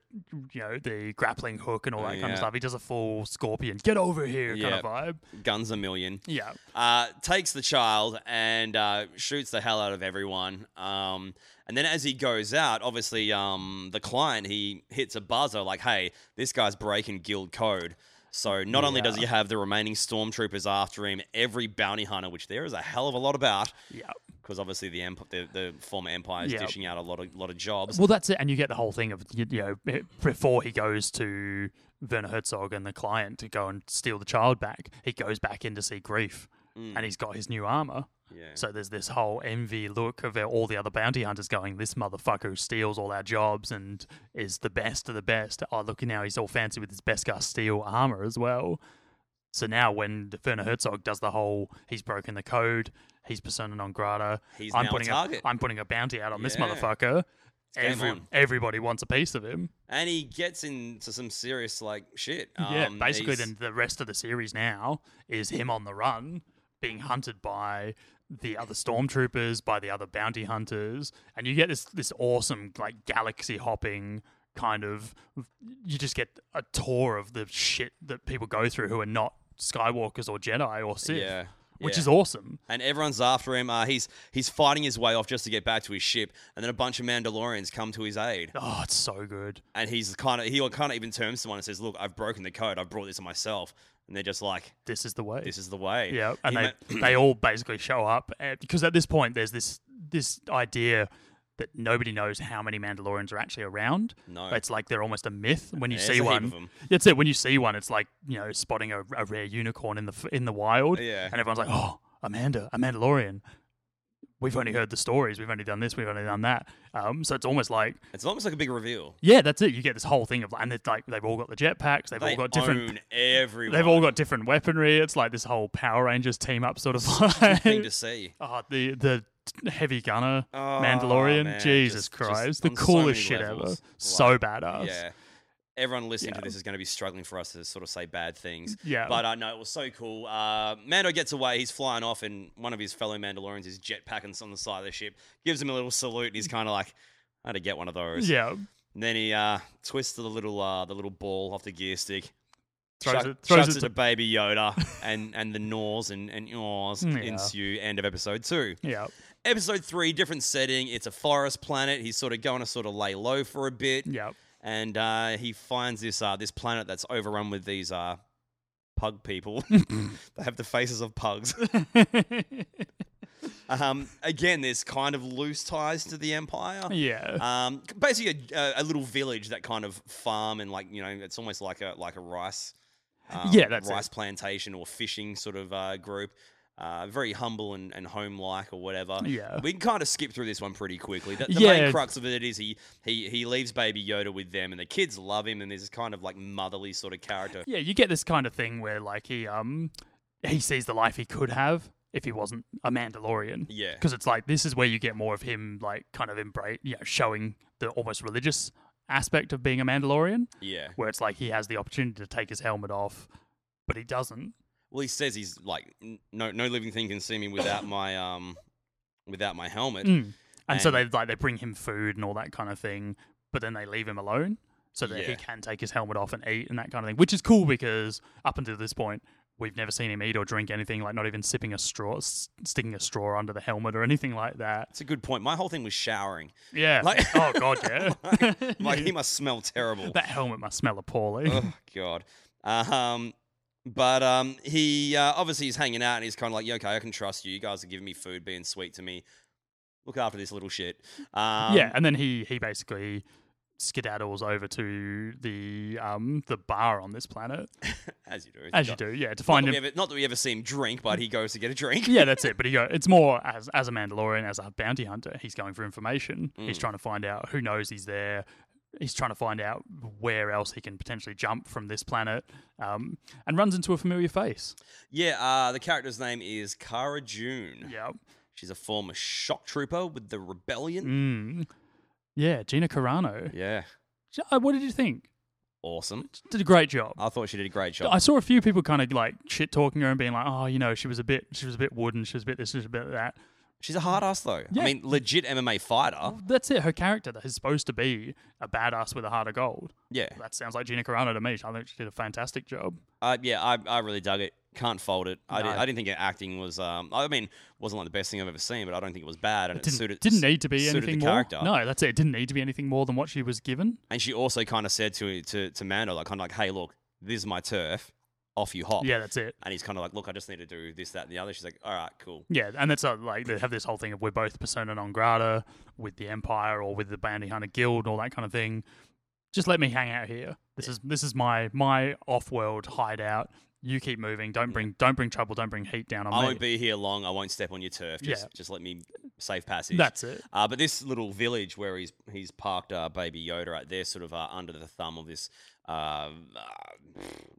Speaker 2: you know the grappling hook and all that kind
Speaker 1: Yeah.
Speaker 2: of stuff. He does a full scorpion get over here
Speaker 1: Yeah.
Speaker 2: kind of vibe.
Speaker 1: Guns a million.
Speaker 2: Yeah,
Speaker 1: uh, takes the child and uh, shoots the hell out of everyone. Um, and then as he goes out, obviously um, the client he hits a buzzer like, "Hey, this guy's breaking guild code." So not only does he have the remaining stormtroopers after him, every bounty hunter, which there is a hell of a lot about,
Speaker 2: yeah.
Speaker 1: because obviously the, emp- the the former empire is
Speaker 2: Yeah.
Speaker 1: dishing out a lot of lot of jobs.
Speaker 2: Well, that's it, and you get the whole thing of you, you know b- before he goes to Werner Herzog and the client to go and steal the child back, he goes back in to see grief, and he's got his new armor.
Speaker 1: Hmm. Mm. Yeah.
Speaker 2: So there's this whole envy look of all the other bounty hunters going, this motherfucker who steals all our jobs and is the best of the best. Oh, look now, he's all fancy with his Beskar steel armor as well. So now when Werner Herzog does the whole, he's broken the code, he's persona non grata.
Speaker 1: He's
Speaker 2: I'm
Speaker 1: now a
Speaker 2: putting
Speaker 1: target.
Speaker 2: I'm putting a bounty out on this
Speaker 1: Yeah.
Speaker 2: motherfucker.
Speaker 1: game
Speaker 2: Every,
Speaker 1: on.
Speaker 2: everybody wants a piece of him.
Speaker 1: and he gets into some serious like shit.
Speaker 2: yeah,
Speaker 1: Um,
Speaker 2: basically,
Speaker 1: he's-
Speaker 2: then the rest of the series now is him on the run, being hunted by the other stormtroopers, by the other bounty hunters, and you get this this awesome like galaxy hopping kind of. You just get a tour of the shit that people go through who are not Skywalkers or Jedi or Sith,
Speaker 1: Yeah,
Speaker 2: which
Speaker 1: yeah.
Speaker 2: is awesome.
Speaker 1: and everyone's after him. Uh, he's he's fighting his way off just to get back to his ship, and then a bunch of Mandalorians come to his aid,
Speaker 2: Oh, it's so good.
Speaker 1: and he's kind of he kind of even turns to one and says, "Look, I've broken the code. I've brought this on myself," and they're just like,
Speaker 2: This is the way.
Speaker 1: "This is the way."
Speaker 2: Yeah, and
Speaker 1: He
Speaker 2: they, they all basically show up at, because at this point there's this this idea that nobody knows how many Mandalorians are actually around.
Speaker 1: No.
Speaker 2: it's like they're almost a myth when you
Speaker 1: There's a
Speaker 2: see
Speaker 1: heap
Speaker 2: one.
Speaker 1: of them.
Speaker 2: That's it. When you see one, it's like you know spotting a, a rare unicorn in the f- in the wild.
Speaker 1: Yeah.
Speaker 2: and everyone's like, "Oh, Amanda, a Mandalorian." We've only heard the stories. We've only done this. We've only done that. Um, so it's almost like,
Speaker 1: it's almost like a big reveal.
Speaker 2: yeah, that's it. You get this whole thing of, and it's like they've all got the jetpacks. They've
Speaker 1: They
Speaker 2: all got different
Speaker 1: own everyone.
Speaker 2: They've all got different weaponry. It's like this whole Power Rangers team up sort of
Speaker 1: thing to
Speaker 2: vibe.
Speaker 1: see.
Speaker 2: Ah, the the heavy gunner
Speaker 1: Oh,
Speaker 2: Mandalorian.
Speaker 1: man,
Speaker 2: Jesus
Speaker 1: just- just
Speaker 2: Christ, the
Speaker 1: on so
Speaker 2: coolest
Speaker 1: many
Speaker 2: shit
Speaker 1: levels.
Speaker 2: ever.
Speaker 1: Like,
Speaker 2: so badass.
Speaker 1: Yeah. Everyone listening to
Speaker 2: Yeah.
Speaker 1: this is going to be struggling for us to sort of say bad things.
Speaker 2: Yeah.
Speaker 1: But uh, no, it was so cool. Uh, Mando gets away. He's flying off, and one of his fellow Mandalorians is jetpacking on the side of the ship, gives him a little salute, and he's kind of like, I had to get one of those.
Speaker 2: Yeah.
Speaker 1: And then he uh, twists the little uh, the little ball off the gear stick,
Speaker 2: Throws
Speaker 1: chuck-
Speaker 2: it. Throws
Speaker 1: chucks
Speaker 2: it.
Speaker 1: to
Speaker 2: To,
Speaker 1: Baby Yoda, and, and the gnaws and, and yaws
Speaker 2: Yeah.
Speaker 1: ensue. End of episode two.
Speaker 2: yeah.
Speaker 1: Episode three, different setting. It's a forest planet. He's sort of going to sort of lay low for a bit
Speaker 2: Yeah.
Speaker 1: and uh, he finds this uh, this planet that's overrun with these uh, pug people. they have the faces of pugs. um, again, there's kind of loose ties to the empire.
Speaker 2: yeah.
Speaker 1: Um, basically, a, a little village that kind of farm and like you know, it's almost like a like a rice. Um,
Speaker 2: Yeah, that's it.
Speaker 1: rice plantation or fishing sort of uh, group. Uh, very humble and, and home like or whatever.
Speaker 2: Yeah.
Speaker 1: we can kind of skip through this one pretty quickly. The, the main
Speaker 2: Yeah.
Speaker 1: crux of it is he he he leaves Baby Yoda with them, and the kids love him, and there's this kind of like motherly sort of character.
Speaker 2: yeah. You get this kind of thing where like he um he sees the life he could have if he wasn't a Mandalorian.
Speaker 1: Yeah,
Speaker 2: because it's like this is where you get more of him like kind of embrace you know showing the almost religious aspect of being a mandalorian
Speaker 1: yeah.
Speaker 2: where it's like he has the opportunity to take his helmet off but he doesn't
Speaker 1: Well, he says he's like "N- no no living thing can see me without my um without my helmet.
Speaker 2: Mm. and so
Speaker 1: And-
Speaker 2: they like they bring him food and all that kind of thing but then they leave him alone so that
Speaker 1: Yeah.
Speaker 2: he can take his helmet off and eat and that kind of thing which is cool because up until this point we've never seen him eat or drink anything like not even sipping a straw s- sticking a straw under the helmet or anything like that
Speaker 1: That's a good point. My whole thing was showering.
Speaker 2: yeah
Speaker 1: Like-
Speaker 2: oh god yeah
Speaker 1: Like he must smell terrible.
Speaker 2: that helmet must smell appalling
Speaker 1: oh god um but um he uh, obviously he's hanging out and he's kind of like yeah okay i can trust you you guys are giving me food being sweet to me look after this little shit um
Speaker 2: yeah, and then he he basically skedaddles over to the um the bar on this planet
Speaker 1: as you do
Speaker 2: as you do, yeah, to
Speaker 1: not
Speaker 2: find
Speaker 1: that, we
Speaker 2: him.
Speaker 1: ever, not that we ever see him drink but he goes to get a drink
Speaker 2: Yeah, that's it. But he go, it's more as as a Mandalorian, as a bounty hunter, he's going for information. He's trying to find out who knows he's there. He's trying to find out where else he can potentially jump from this planet, um, and runs into a familiar face.
Speaker 1: yeah uh the character's name is kara june
Speaker 2: Yeah,
Speaker 1: she's a former shock trooper with the rebellion
Speaker 2: mm. yeah, Gina Carano.
Speaker 1: yeah
Speaker 2: J- uh, What did you think?
Speaker 1: Awesome.
Speaker 2: Did a great job.
Speaker 1: I thought she did a great job.
Speaker 2: I saw a few people kind of like shit talking her and being like, "Oh, you know, she was a bit, she was a bit wooden, she was a bit this, she was a bit that."
Speaker 1: She's a hard ass though. I
Speaker 2: Yeah.
Speaker 1: mean, legit MMA fighter.
Speaker 2: That's it. Her character that is supposed to be a badass with a heart of gold.
Speaker 1: Yeah.
Speaker 2: That sounds like Gina Carano to me. I think she did a fantastic job.
Speaker 1: Uh, yeah, I, I really dug it. Can't fold it. I,
Speaker 2: No.
Speaker 1: did, I didn't think her acting was. Um, I mean, wasn't like the best thing I've ever seen, but I don't think it was bad, and it,
Speaker 2: Didn't,
Speaker 1: suited.
Speaker 2: didn't need to be
Speaker 1: suited the
Speaker 2: anything more.
Speaker 1: character.
Speaker 2: No, that's it. It didn't need to be anything more than what she was given.
Speaker 1: And she also kind of said to to to Mando, like, kind of like, "Hey, look, this is my turf. Off you hop."
Speaker 2: Yeah, that's it.
Speaker 1: And he's kind of like, "Look, I just need to do this, that, and the other." She's like, "All right, cool."
Speaker 2: Yeah, and that's uh, like they have this whole thing of we're both persona non grata with the Empire or with the Bounty Hunter Guild and all that kind of thing. Just let me hang out here. This is this is my my off world hideout. You keep moving. Don't bring don't bring trouble. Don't bring heat down on
Speaker 1: I
Speaker 2: me.
Speaker 1: won't be here long. I won't step on your turf. Just
Speaker 2: Yeah.
Speaker 1: just let me safe passage.
Speaker 2: that's it.
Speaker 1: Uh, but this little village where he's he's parked uh, Baby Yoda at, they're sort of uh, under the thumb of this, uh, uh,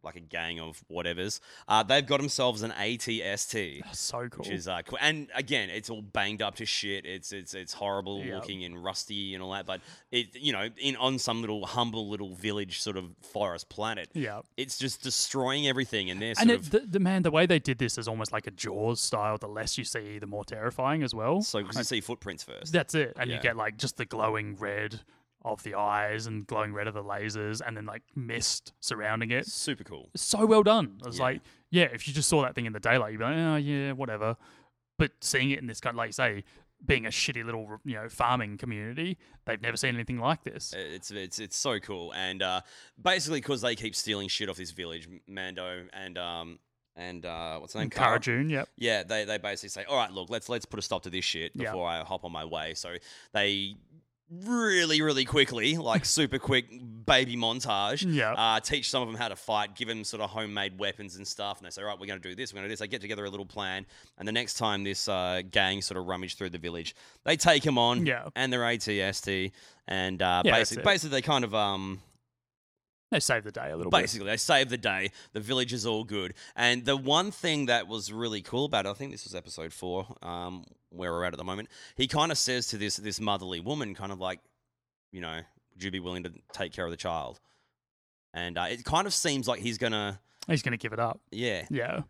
Speaker 1: like a gang of whatevers. Uh, they've got themselves an ATST,
Speaker 2: That's so cool.
Speaker 1: which is uh, cool. And again, it's all banged up to shit. It's it's it's horrible
Speaker 2: Yeah.
Speaker 1: looking and rusty and all that. But it you know in on some little humble little village sort of forest planet,
Speaker 2: yeah.
Speaker 1: it's just destroying everything. And they're sort
Speaker 2: And
Speaker 1: of
Speaker 2: it, the, the man, the way they did this is almost like a Jaws style. The less you see, the more terrifying as well.
Speaker 1: so 'cause you see footprints first.
Speaker 2: That's it. And
Speaker 1: Yeah.
Speaker 2: you get like just the glowing red of the eyes and glowing red of the lasers and then like mist surrounding it.
Speaker 1: Super cool.
Speaker 2: So well done. I was
Speaker 1: Yeah.
Speaker 2: like, yeah, if you just saw that thing in the daylight, you'd be like, oh, yeah, whatever. But seeing it in this kind of, like you say, being a shitty little, you know, farming community, they've never seen anything like this.
Speaker 1: Uh, It's it's it's so cool, and uh, basically because they keep stealing shit off this village, M- Mando and um and uh, what's her name,
Speaker 2: And Cara
Speaker 1: Cara?
Speaker 2: June, yep.
Speaker 1: Yeah, they they basically say, all right, look, let's let's put a stop to this shit
Speaker 2: Yeah.
Speaker 1: before I hop on my way. So they really really quickly, like super quick baby montage.
Speaker 2: Yeah.
Speaker 1: Uh, teach some of them how to fight, give them sort of homemade weapons and stuff, and they say, right, we're going to do this, we're going to do this. They get together a little plan, and the next time this uh, gang sort of rummage through the village, they take him on,
Speaker 2: Yeah.
Speaker 1: and their ATST, and uh,
Speaker 2: Yeah, that's
Speaker 1: basically,
Speaker 2: it.
Speaker 1: basically they kind of um,
Speaker 2: They saved the day a little bit.
Speaker 1: basically they save the day. The village is all good, and the one thing that was really cool about it, I think this was episode four, um, where we're at at the moment. He kind of says to this this motherly woman, kind of like, you know, would you be willing to take care of the child? And uh, it kind of seems like he's gonna,
Speaker 2: He's going to give it up.
Speaker 1: yeah.
Speaker 2: Yeah.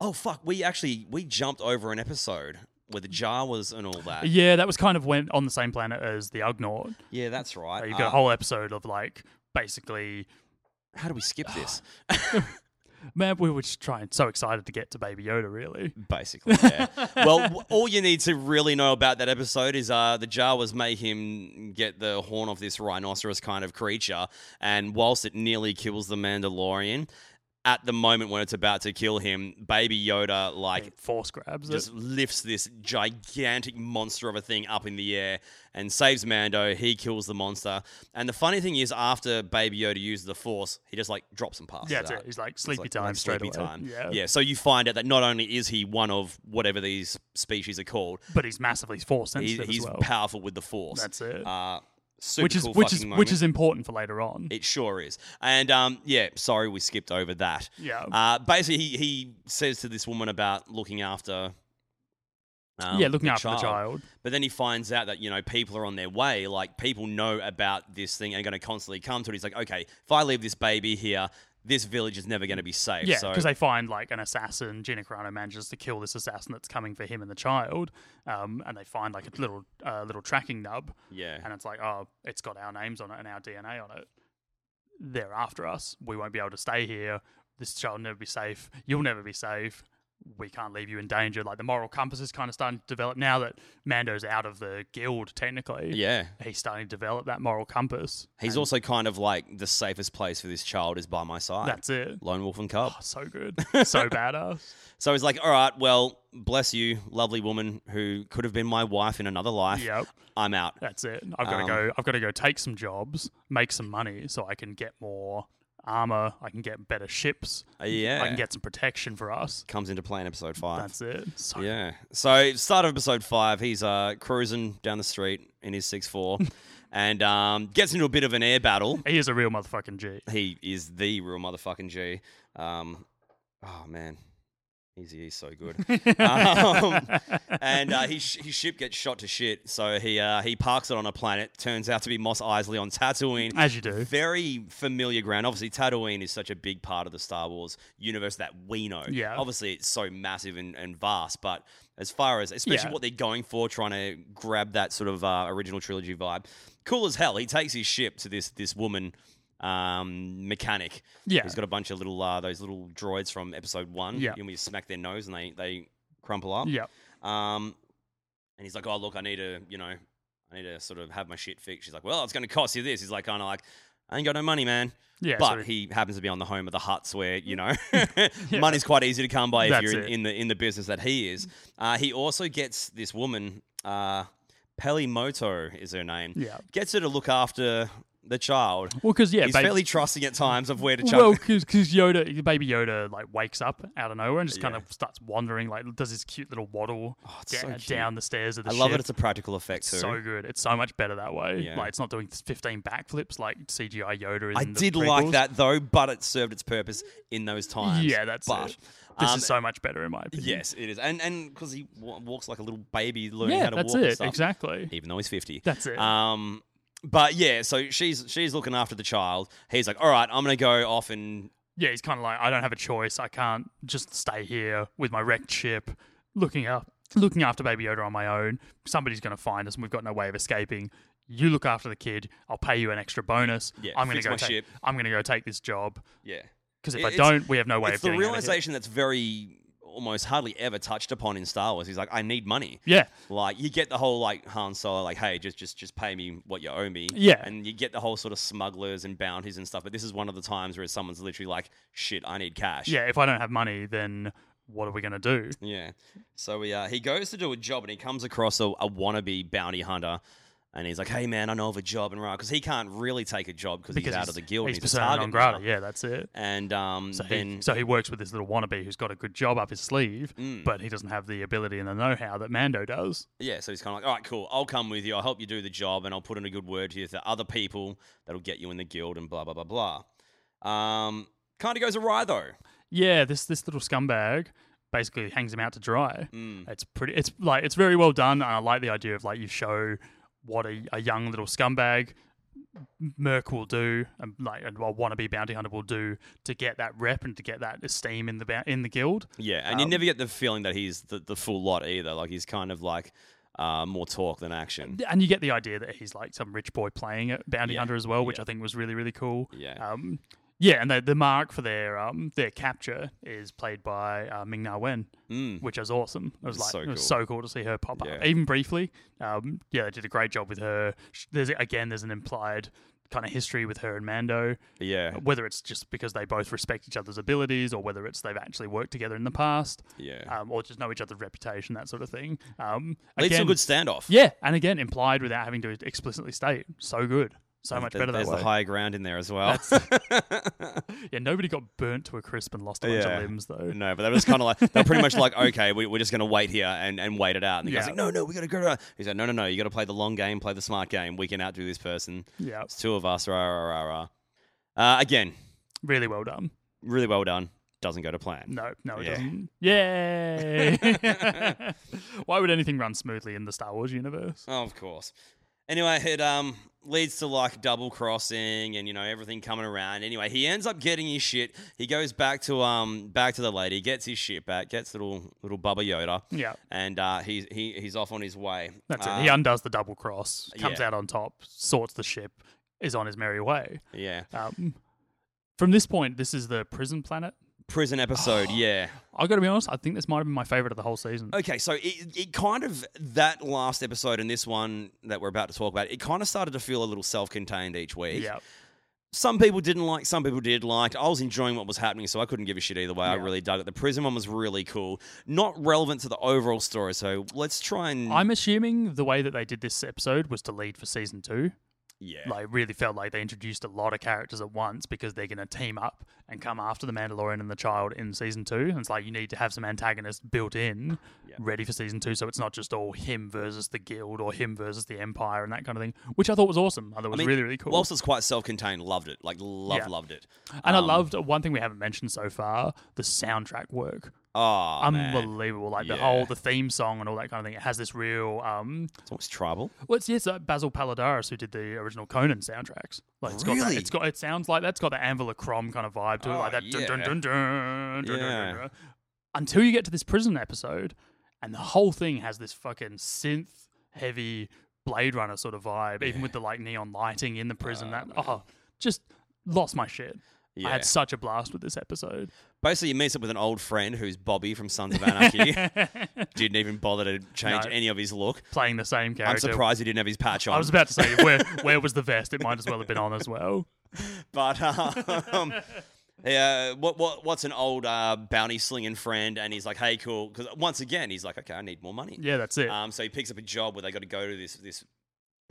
Speaker 1: Oh fuck, we actually we jumped over an episode where the jar was and all that.
Speaker 2: Yeah, that was kind of when on the same planet as the Ugnaught.
Speaker 1: Yeah, that's right.
Speaker 2: Like, You've got a
Speaker 1: Uh,
Speaker 2: whole episode of like basically,
Speaker 1: how do we skip this?
Speaker 2: man, we were just trying so excited to get to Baby Yoda, really.
Speaker 1: Basically, yeah. well, w- all you need to really know about that episode is uh, the Jawas make him get the horn of this rhinoceros kind of creature, and whilst it nearly kills the Mandalorian, at the moment when it's about to kill him, Baby Yoda like
Speaker 2: Like force grabs. it.
Speaker 1: just lifts this gigantic monster of a thing up in the air and saves Mando. He kills the monster, and the funny thing is, after Baby Yoda uses the Force, he just like drops and passes
Speaker 2: Yeah, that's
Speaker 1: out.
Speaker 2: it. He's like sleepy
Speaker 1: It's
Speaker 2: time straight
Speaker 1: sleepy
Speaker 2: away.
Speaker 1: time.
Speaker 2: Yeah.
Speaker 1: So you find out that not only is he one of whatever these species are called,
Speaker 2: But he's massively force
Speaker 1: he,
Speaker 2: sensitive
Speaker 1: he's
Speaker 2: as well.
Speaker 1: powerful with the force.
Speaker 2: That's it.
Speaker 1: Uh, super
Speaker 2: which is
Speaker 1: cool
Speaker 2: which
Speaker 1: fucking
Speaker 2: is
Speaker 1: moment.
Speaker 2: which is important for later on.
Speaker 1: It sure is. And um, yeah, sorry we skipped over that.
Speaker 2: yeah.
Speaker 1: Uh, basically, he, he says to this woman about looking after. Um,
Speaker 2: yeah, looking after the child.
Speaker 1: But then he finds out that, you know, people are on their way. Like, people know about this thing and are going to constantly come to it. He's like, okay, if I leave this baby here, this village is never going to be safe.
Speaker 2: Yeah,
Speaker 1: so
Speaker 2: because they find like an assassin. Gina Carano manages to kill this assassin that's coming for him and the child, um, and they find like a little uh, little tracking nub,
Speaker 1: Yeah.
Speaker 2: and it's like, oh, it's got our names on it and our DNA on it. They're after us. We won't be able to stay here. This child will never be safe. You'll never be safe. We can't leave you in danger. Like the moral compass is kind of starting to develop now that Mando's out of the guild. Technically,
Speaker 1: Yeah.
Speaker 2: he's starting to develop that moral compass.
Speaker 1: He's also kind of like the safest place for this child is by my side.
Speaker 2: That's it.
Speaker 1: Lone wolf and cub.
Speaker 2: Oh, so good, so badass.
Speaker 1: So he's like, all right, well, bless you, lovely woman who could have been my wife in another life.
Speaker 2: Yep.
Speaker 1: I'm out.
Speaker 2: That's it. I've got to
Speaker 1: Um,
Speaker 2: go. I've got to go take some jobs, make some money, so I can get more armor. I can get better ships.
Speaker 1: Uh, yeah.
Speaker 2: I can get some protection for us.
Speaker 1: Comes into play in episode five.
Speaker 2: That's it. So,
Speaker 1: yeah. So start of episode five, he's uh, cruising down the street in his six four, and um, gets into a bit of an air battle.
Speaker 2: He is a real motherfucking G.
Speaker 1: He is the real motherfucking G. Um, oh man, Easy E's so good. Um, and uh, his, sh- his ship gets shot to shit. So he uh, he parks it on a planet. Turns out to be Moss Eisley on Tatooine.
Speaker 2: as you do,
Speaker 1: Very familiar ground. Obviously, Tatooine is such a big part of the Star Wars universe that we know.
Speaker 2: Yeah.
Speaker 1: Obviously, it's so massive and, and vast, but as far as, especially
Speaker 2: Yeah.
Speaker 1: what they're going for, trying to grab that sort of uh, original trilogy vibe, cool as hell. He takes his ship to this this woman um, mechanic.
Speaker 2: yeah,
Speaker 1: He's got a bunch of little uh, those little droids from Episode One.
Speaker 2: Yeah.
Speaker 1: And we smack their nose and they they crumple up.
Speaker 2: yeah,
Speaker 1: Um, and he's like, "Oh, look, I need to, you know, I need to sort of have my shit fixed." She's like, "Well, it's going to cost you this." He's like, kind of like, "I ain't got no money, man."
Speaker 2: yeah.
Speaker 1: but
Speaker 2: sort of-
Speaker 1: he happens to be on the home of the huts, where you know, money's quite easy to come by if
Speaker 2: That's
Speaker 1: you're in,
Speaker 2: it. Mm.
Speaker 1: in the in the business that he is. Uh, he also gets this woman, uh, Pelimoto is her name,
Speaker 2: yeah.
Speaker 1: gets her to look after the child.
Speaker 2: Well, because yeah,
Speaker 1: he's
Speaker 2: ba-
Speaker 1: fairly trusting at times of where to chuck.
Speaker 2: well, because Yoda, baby Yoda, like wakes up out of nowhere and just kind
Speaker 1: Yeah.
Speaker 2: of starts wandering, like does his cute little waddle
Speaker 1: Oh, it's
Speaker 2: da-
Speaker 1: so cute.
Speaker 2: down the stairs of the
Speaker 1: I love
Speaker 2: ship.
Speaker 1: it. It's a practical effect too.
Speaker 2: so good. It's so much better that way.
Speaker 1: Yeah.
Speaker 2: Like it's not doing 15 backflips like CGI Yoda is.
Speaker 1: I
Speaker 2: in the
Speaker 1: did like
Speaker 2: prequels.
Speaker 1: that though, but it served its purpose in those times.
Speaker 2: Yeah, that's
Speaker 1: but,
Speaker 2: it. This
Speaker 1: um,
Speaker 2: is so much better in my opinion.
Speaker 1: Yes, it is, and and because he wa- walks like a little baby, learning
Speaker 2: Yeah,
Speaker 1: how to
Speaker 2: that's
Speaker 1: walk and
Speaker 2: it.
Speaker 1: stuff,
Speaker 2: Exactly.
Speaker 1: even though he's fifty.
Speaker 2: That's it.
Speaker 1: Um, but yeah, so she's she's looking after the child. He's like, all right, I'm gonna go off and
Speaker 2: yeah, he's kind of like, I don't have a choice. I can't just stay here with my wrecked ship, looking up, looking after Baby Yoda on my own. Somebody's going to find us, and we've got no way of escaping. You look after the kid. I'll pay you an extra bonus.
Speaker 1: Yeah,
Speaker 2: I'm going
Speaker 1: fix
Speaker 2: to go.
Speaker 1: my
Speaker 2: Take,
Speaker 1: ship."
Speaker 2: I'm going to go take this job
Speaker 1: yeah.
Speaker 2: because if
Speaker 1: It-
Speaker 2: I
Speaker 1: it's-
Speaker 2: don't, we have no way
Speaker 1: it's
Speaker 2: of
Speaker 1: the
Speaker 2: getting out of here.
Speaker 1: realization that's very almost hardly ever touched upon in Star Wars. He's like, I need money.
Speaker 2: Yeah,
Speaker 1: Like you get the whole like Han Solo, like hey, just just just pay me what you owe me.
Speaker 2: Yeah.
Speaker 1: and you get the whole sort of smugglers and bounties and stuff. But this is one of the times where someone's literally like, shit, I need cash.
Speaker 2: yeah. If I don't have money, then what are we going to do?
Speaker 1: yeah. So he uh, he goes to do a job and he comes across a, a wannabe bounty hunter. And he's like, "Hey man, I know of a job," and right because he can't really take a job because he's, out of the guild.
Speaker 2: He's
Speaker 1: and he's a
Speaker 2: persona non
Speaker 1: target now.
Speaker 2: grata. Yeah, that's it.
Speaker 1: And um,
Speaker 2: So
Speaker 1: then
Speaker 2: he, so he works with this little wannabe who's got a good job up his sleeve,
Speaker 1: Mm.
Speaker 2: but he doesn't have the ability and the know-how that Mando does.
Speaker 1: Yeah, so he's kind of like, all right, cool. I'll come with you. I'll help you do the job, and I'll put in a good word to you to other people that'll get you in the guild, and blah blah blah blah. Um, kind of goes awry though.
Speaker 2: Yeah, this this little scumbag basically hangs him out to dry.
Speaker 1: Mm.
Speaker 2: It's pretty. It's like it's very well done. And I like the idea of like you show what a, a young little scumbag Merc will do, and like and a wannabe bounty hunter will do to get that rep and to get that esteem in the bou- in the guild.
Speaker 1: Yeah, and
Speaker 2: Um,
Speaker 1: you never get the feeling that he's the, the full lot either. Like he's kind of like uh, more talk than action.
Speaker 2: And you get the idea that he's like some rich boy playing at bounty
Speaker 1: Yeah,
Speaker 2: hunter as well, which
Speaker 1: yeah.
Speaker 2: I think was really really cool.
Speaker 1: Yeah,
Speaker 2: Um, yeah, and the, the mark for their um their capture is played by uh, Ming Na Wen.
Speaker 1: mm.
Speaker 2: which was awesome. It was like
Speaker 1: That's so
Speaker 2: it was
Speaker 1: cool.
Speaker 2: so cool to see her pop up,
Speaker 1: Yeah.
Speaker 2: even briefly. Um, yeah, they did a great job with her. Sh- There's again, there's an implied kind of history with her and Mando,
Speaker 1: yeah,
Speaker 2: whether it's just because they both respect each other's abilities, or whether it's they've actually worked together in the past,
Speaker 1: yeah.
Speaker 2: um, or just know each other's reputation, that sort of thing. Um,
Speaker 1: Leads to a
Speaker 2: again,
Speaker 1: good standoff.
Speaker 2: yeah, and again, implied without having to explicitly state. So good, so much
Speaker 1: There-
Speaker 2: better that
Speaker 1: There's
Speaker 2: way.
Speaker 1: the higher ground in there as well.
Speaker 2: yeah, nobody got burnt to a crisp and lost a bunch
Speaker 1: Yeah.
Speaker 2: of limbs though.
Speaker 1: No, but they were just kind of like they're pretty much like, okay, we, we're just going to wait here and, and wait it out. And the guy's
Speaker 2: Yeah.
Speaker 1: like, no, no, we got to go. He's like, no, no, no, you got to play the long game, play the smart game. We can outdo this person.
Speaker 2: Yeah,
Speaker 1: It's two of us. Rah, rah, rah, rah. Uh, again,
Speaker 2: really well done.
Speaker 1: really well done. Doesn't go to plan.
Speaker 2: No, no, it
Speaker 1: Yeah.
Speaker 2: doesn't. Yay! Why would anything run smoothly in the Star Wars universe?
Speaker 1: Oh, of course. Anyway, it um leads to like double crossing and you know everything coming around. Anyway, he ends up getting his shit. He goes back to um back to the lady, gets his shit back, gets little little Bubba Yoda,
Speaker 2: Yeah,
Speaker 1: and uh, he's he, he's off on his way.
Speaker 2: that's
Speaker 1: Um,
Speaker 2: it. He undoes the double cross, comes
Speaker 1: yeah.
Speaker 2: out on top, sorts the ship, is on his merry way.
Speaker 1: Yeah,
Speaker 2: Um, from this point, this is the prison planet.
Speaker 1: prison episode.
Speaker 2: Oh.
Speaker 1: yeah.
Speaker 2: I got to be honest, I think this might have been my favorite of the whole season.
Speaker 1: Okay, so it, it kind of that last episode and this one that we're about to talk about, it kind of started to feel a little self-contained each week.
Speaker 2: Yeah,
Speaker 1: Some people didn't like, some people did like. I was enjoying what was happening, so I couldn't give a shit either way. I
Speaker 2: Yeah.
Speaker 1: really dug it. The prison one was really cool, not relevant to the overall story. So let's try and
Speaker 2: I'm assuming the way that they did this episode was to lead for season two.
Speaker 1: yeah,
Speaker 2: Like, really felt like they introduced a lot of characters at once because they're going to team up and come after the Mandalorian and the Child in season two. And it's like you need to have some antagonists built in,
Speaker 1: Yeah.
Speaker 2: ready for season two, so it's not just all him versus the Guild or him versus the Empire and that kind of thing, which I thought was awesome. I thought it was
Speaker 1: mean,
Speaker 2: really really cool.
Speaker 1: whilst it's quite self-contained, loved it. Like love,
Speaker 2: Yeah.
Speaker 1: loved it.
Speaker 2: and I uh,
Speaker 1: um,
Speaker 2: loved one thing we haven't mentioned so far: the soundtrack work.
Speaker 1: Oh, man.
Speaker 2: Unbelievable. Like the whole
Speaker 1: Yeah.
Speaker 2: the theme song and all that kind of thing. It has this real um
Speaker 1: It's almost tribal.
Speaker 2: well it's yes, uh, Basil Paladaris who did the original Conan soundtracks. Like it's got that,
Speaker 1: Really?
Speaker 2: it's got it sounds like that's got the Anvil of Crom kind of vibe to it.
Speaker 1: Oh,
Speaker 2: Like that dun, dun,
Speaker 1: yeah.
Speaker 2: dun, dun, dun, dun, dun,
Speaker 1: Yeah.
Speaker 2: dun. Until you get to this prison episode and the whole thing has this fucking synth heavy Blade Runner sort of vibe, even
Speaker 1: Yeah.
Speaker 2: with the like neon lighting in the prison.
Speaker 1: Oh,
Speaker 2: that
Speaker 1: man.
Speaker 2: oh just lost my shit.
Speaker 1: Yeah.
Speaker 2: I had such a blast with this episode.
Speaker 1: Basically, he meets up with an old friend who's Bobby from Sons of Anarchy. didn't even bother to change
Speaker 2: No.
Speaker 1: any of his look.
Speaker 2: Playing the same
Speaker 1: I'm
Speaker 2: character.
Speaker 1: surprised he didn't have his patch on.
Speaker 2: I was about to say where where was the vest? It might as well have been on as well.
Speaker 1: But um, yeah, what, what what's an old uh, bounty slinging friend? And he's like, "Hey, cool." Because once again, he's like, "Okay, I need more money."
Speaker 2: Yeah, that's it.
Speaker 1: Um, so he picks up a job where they got to go to this this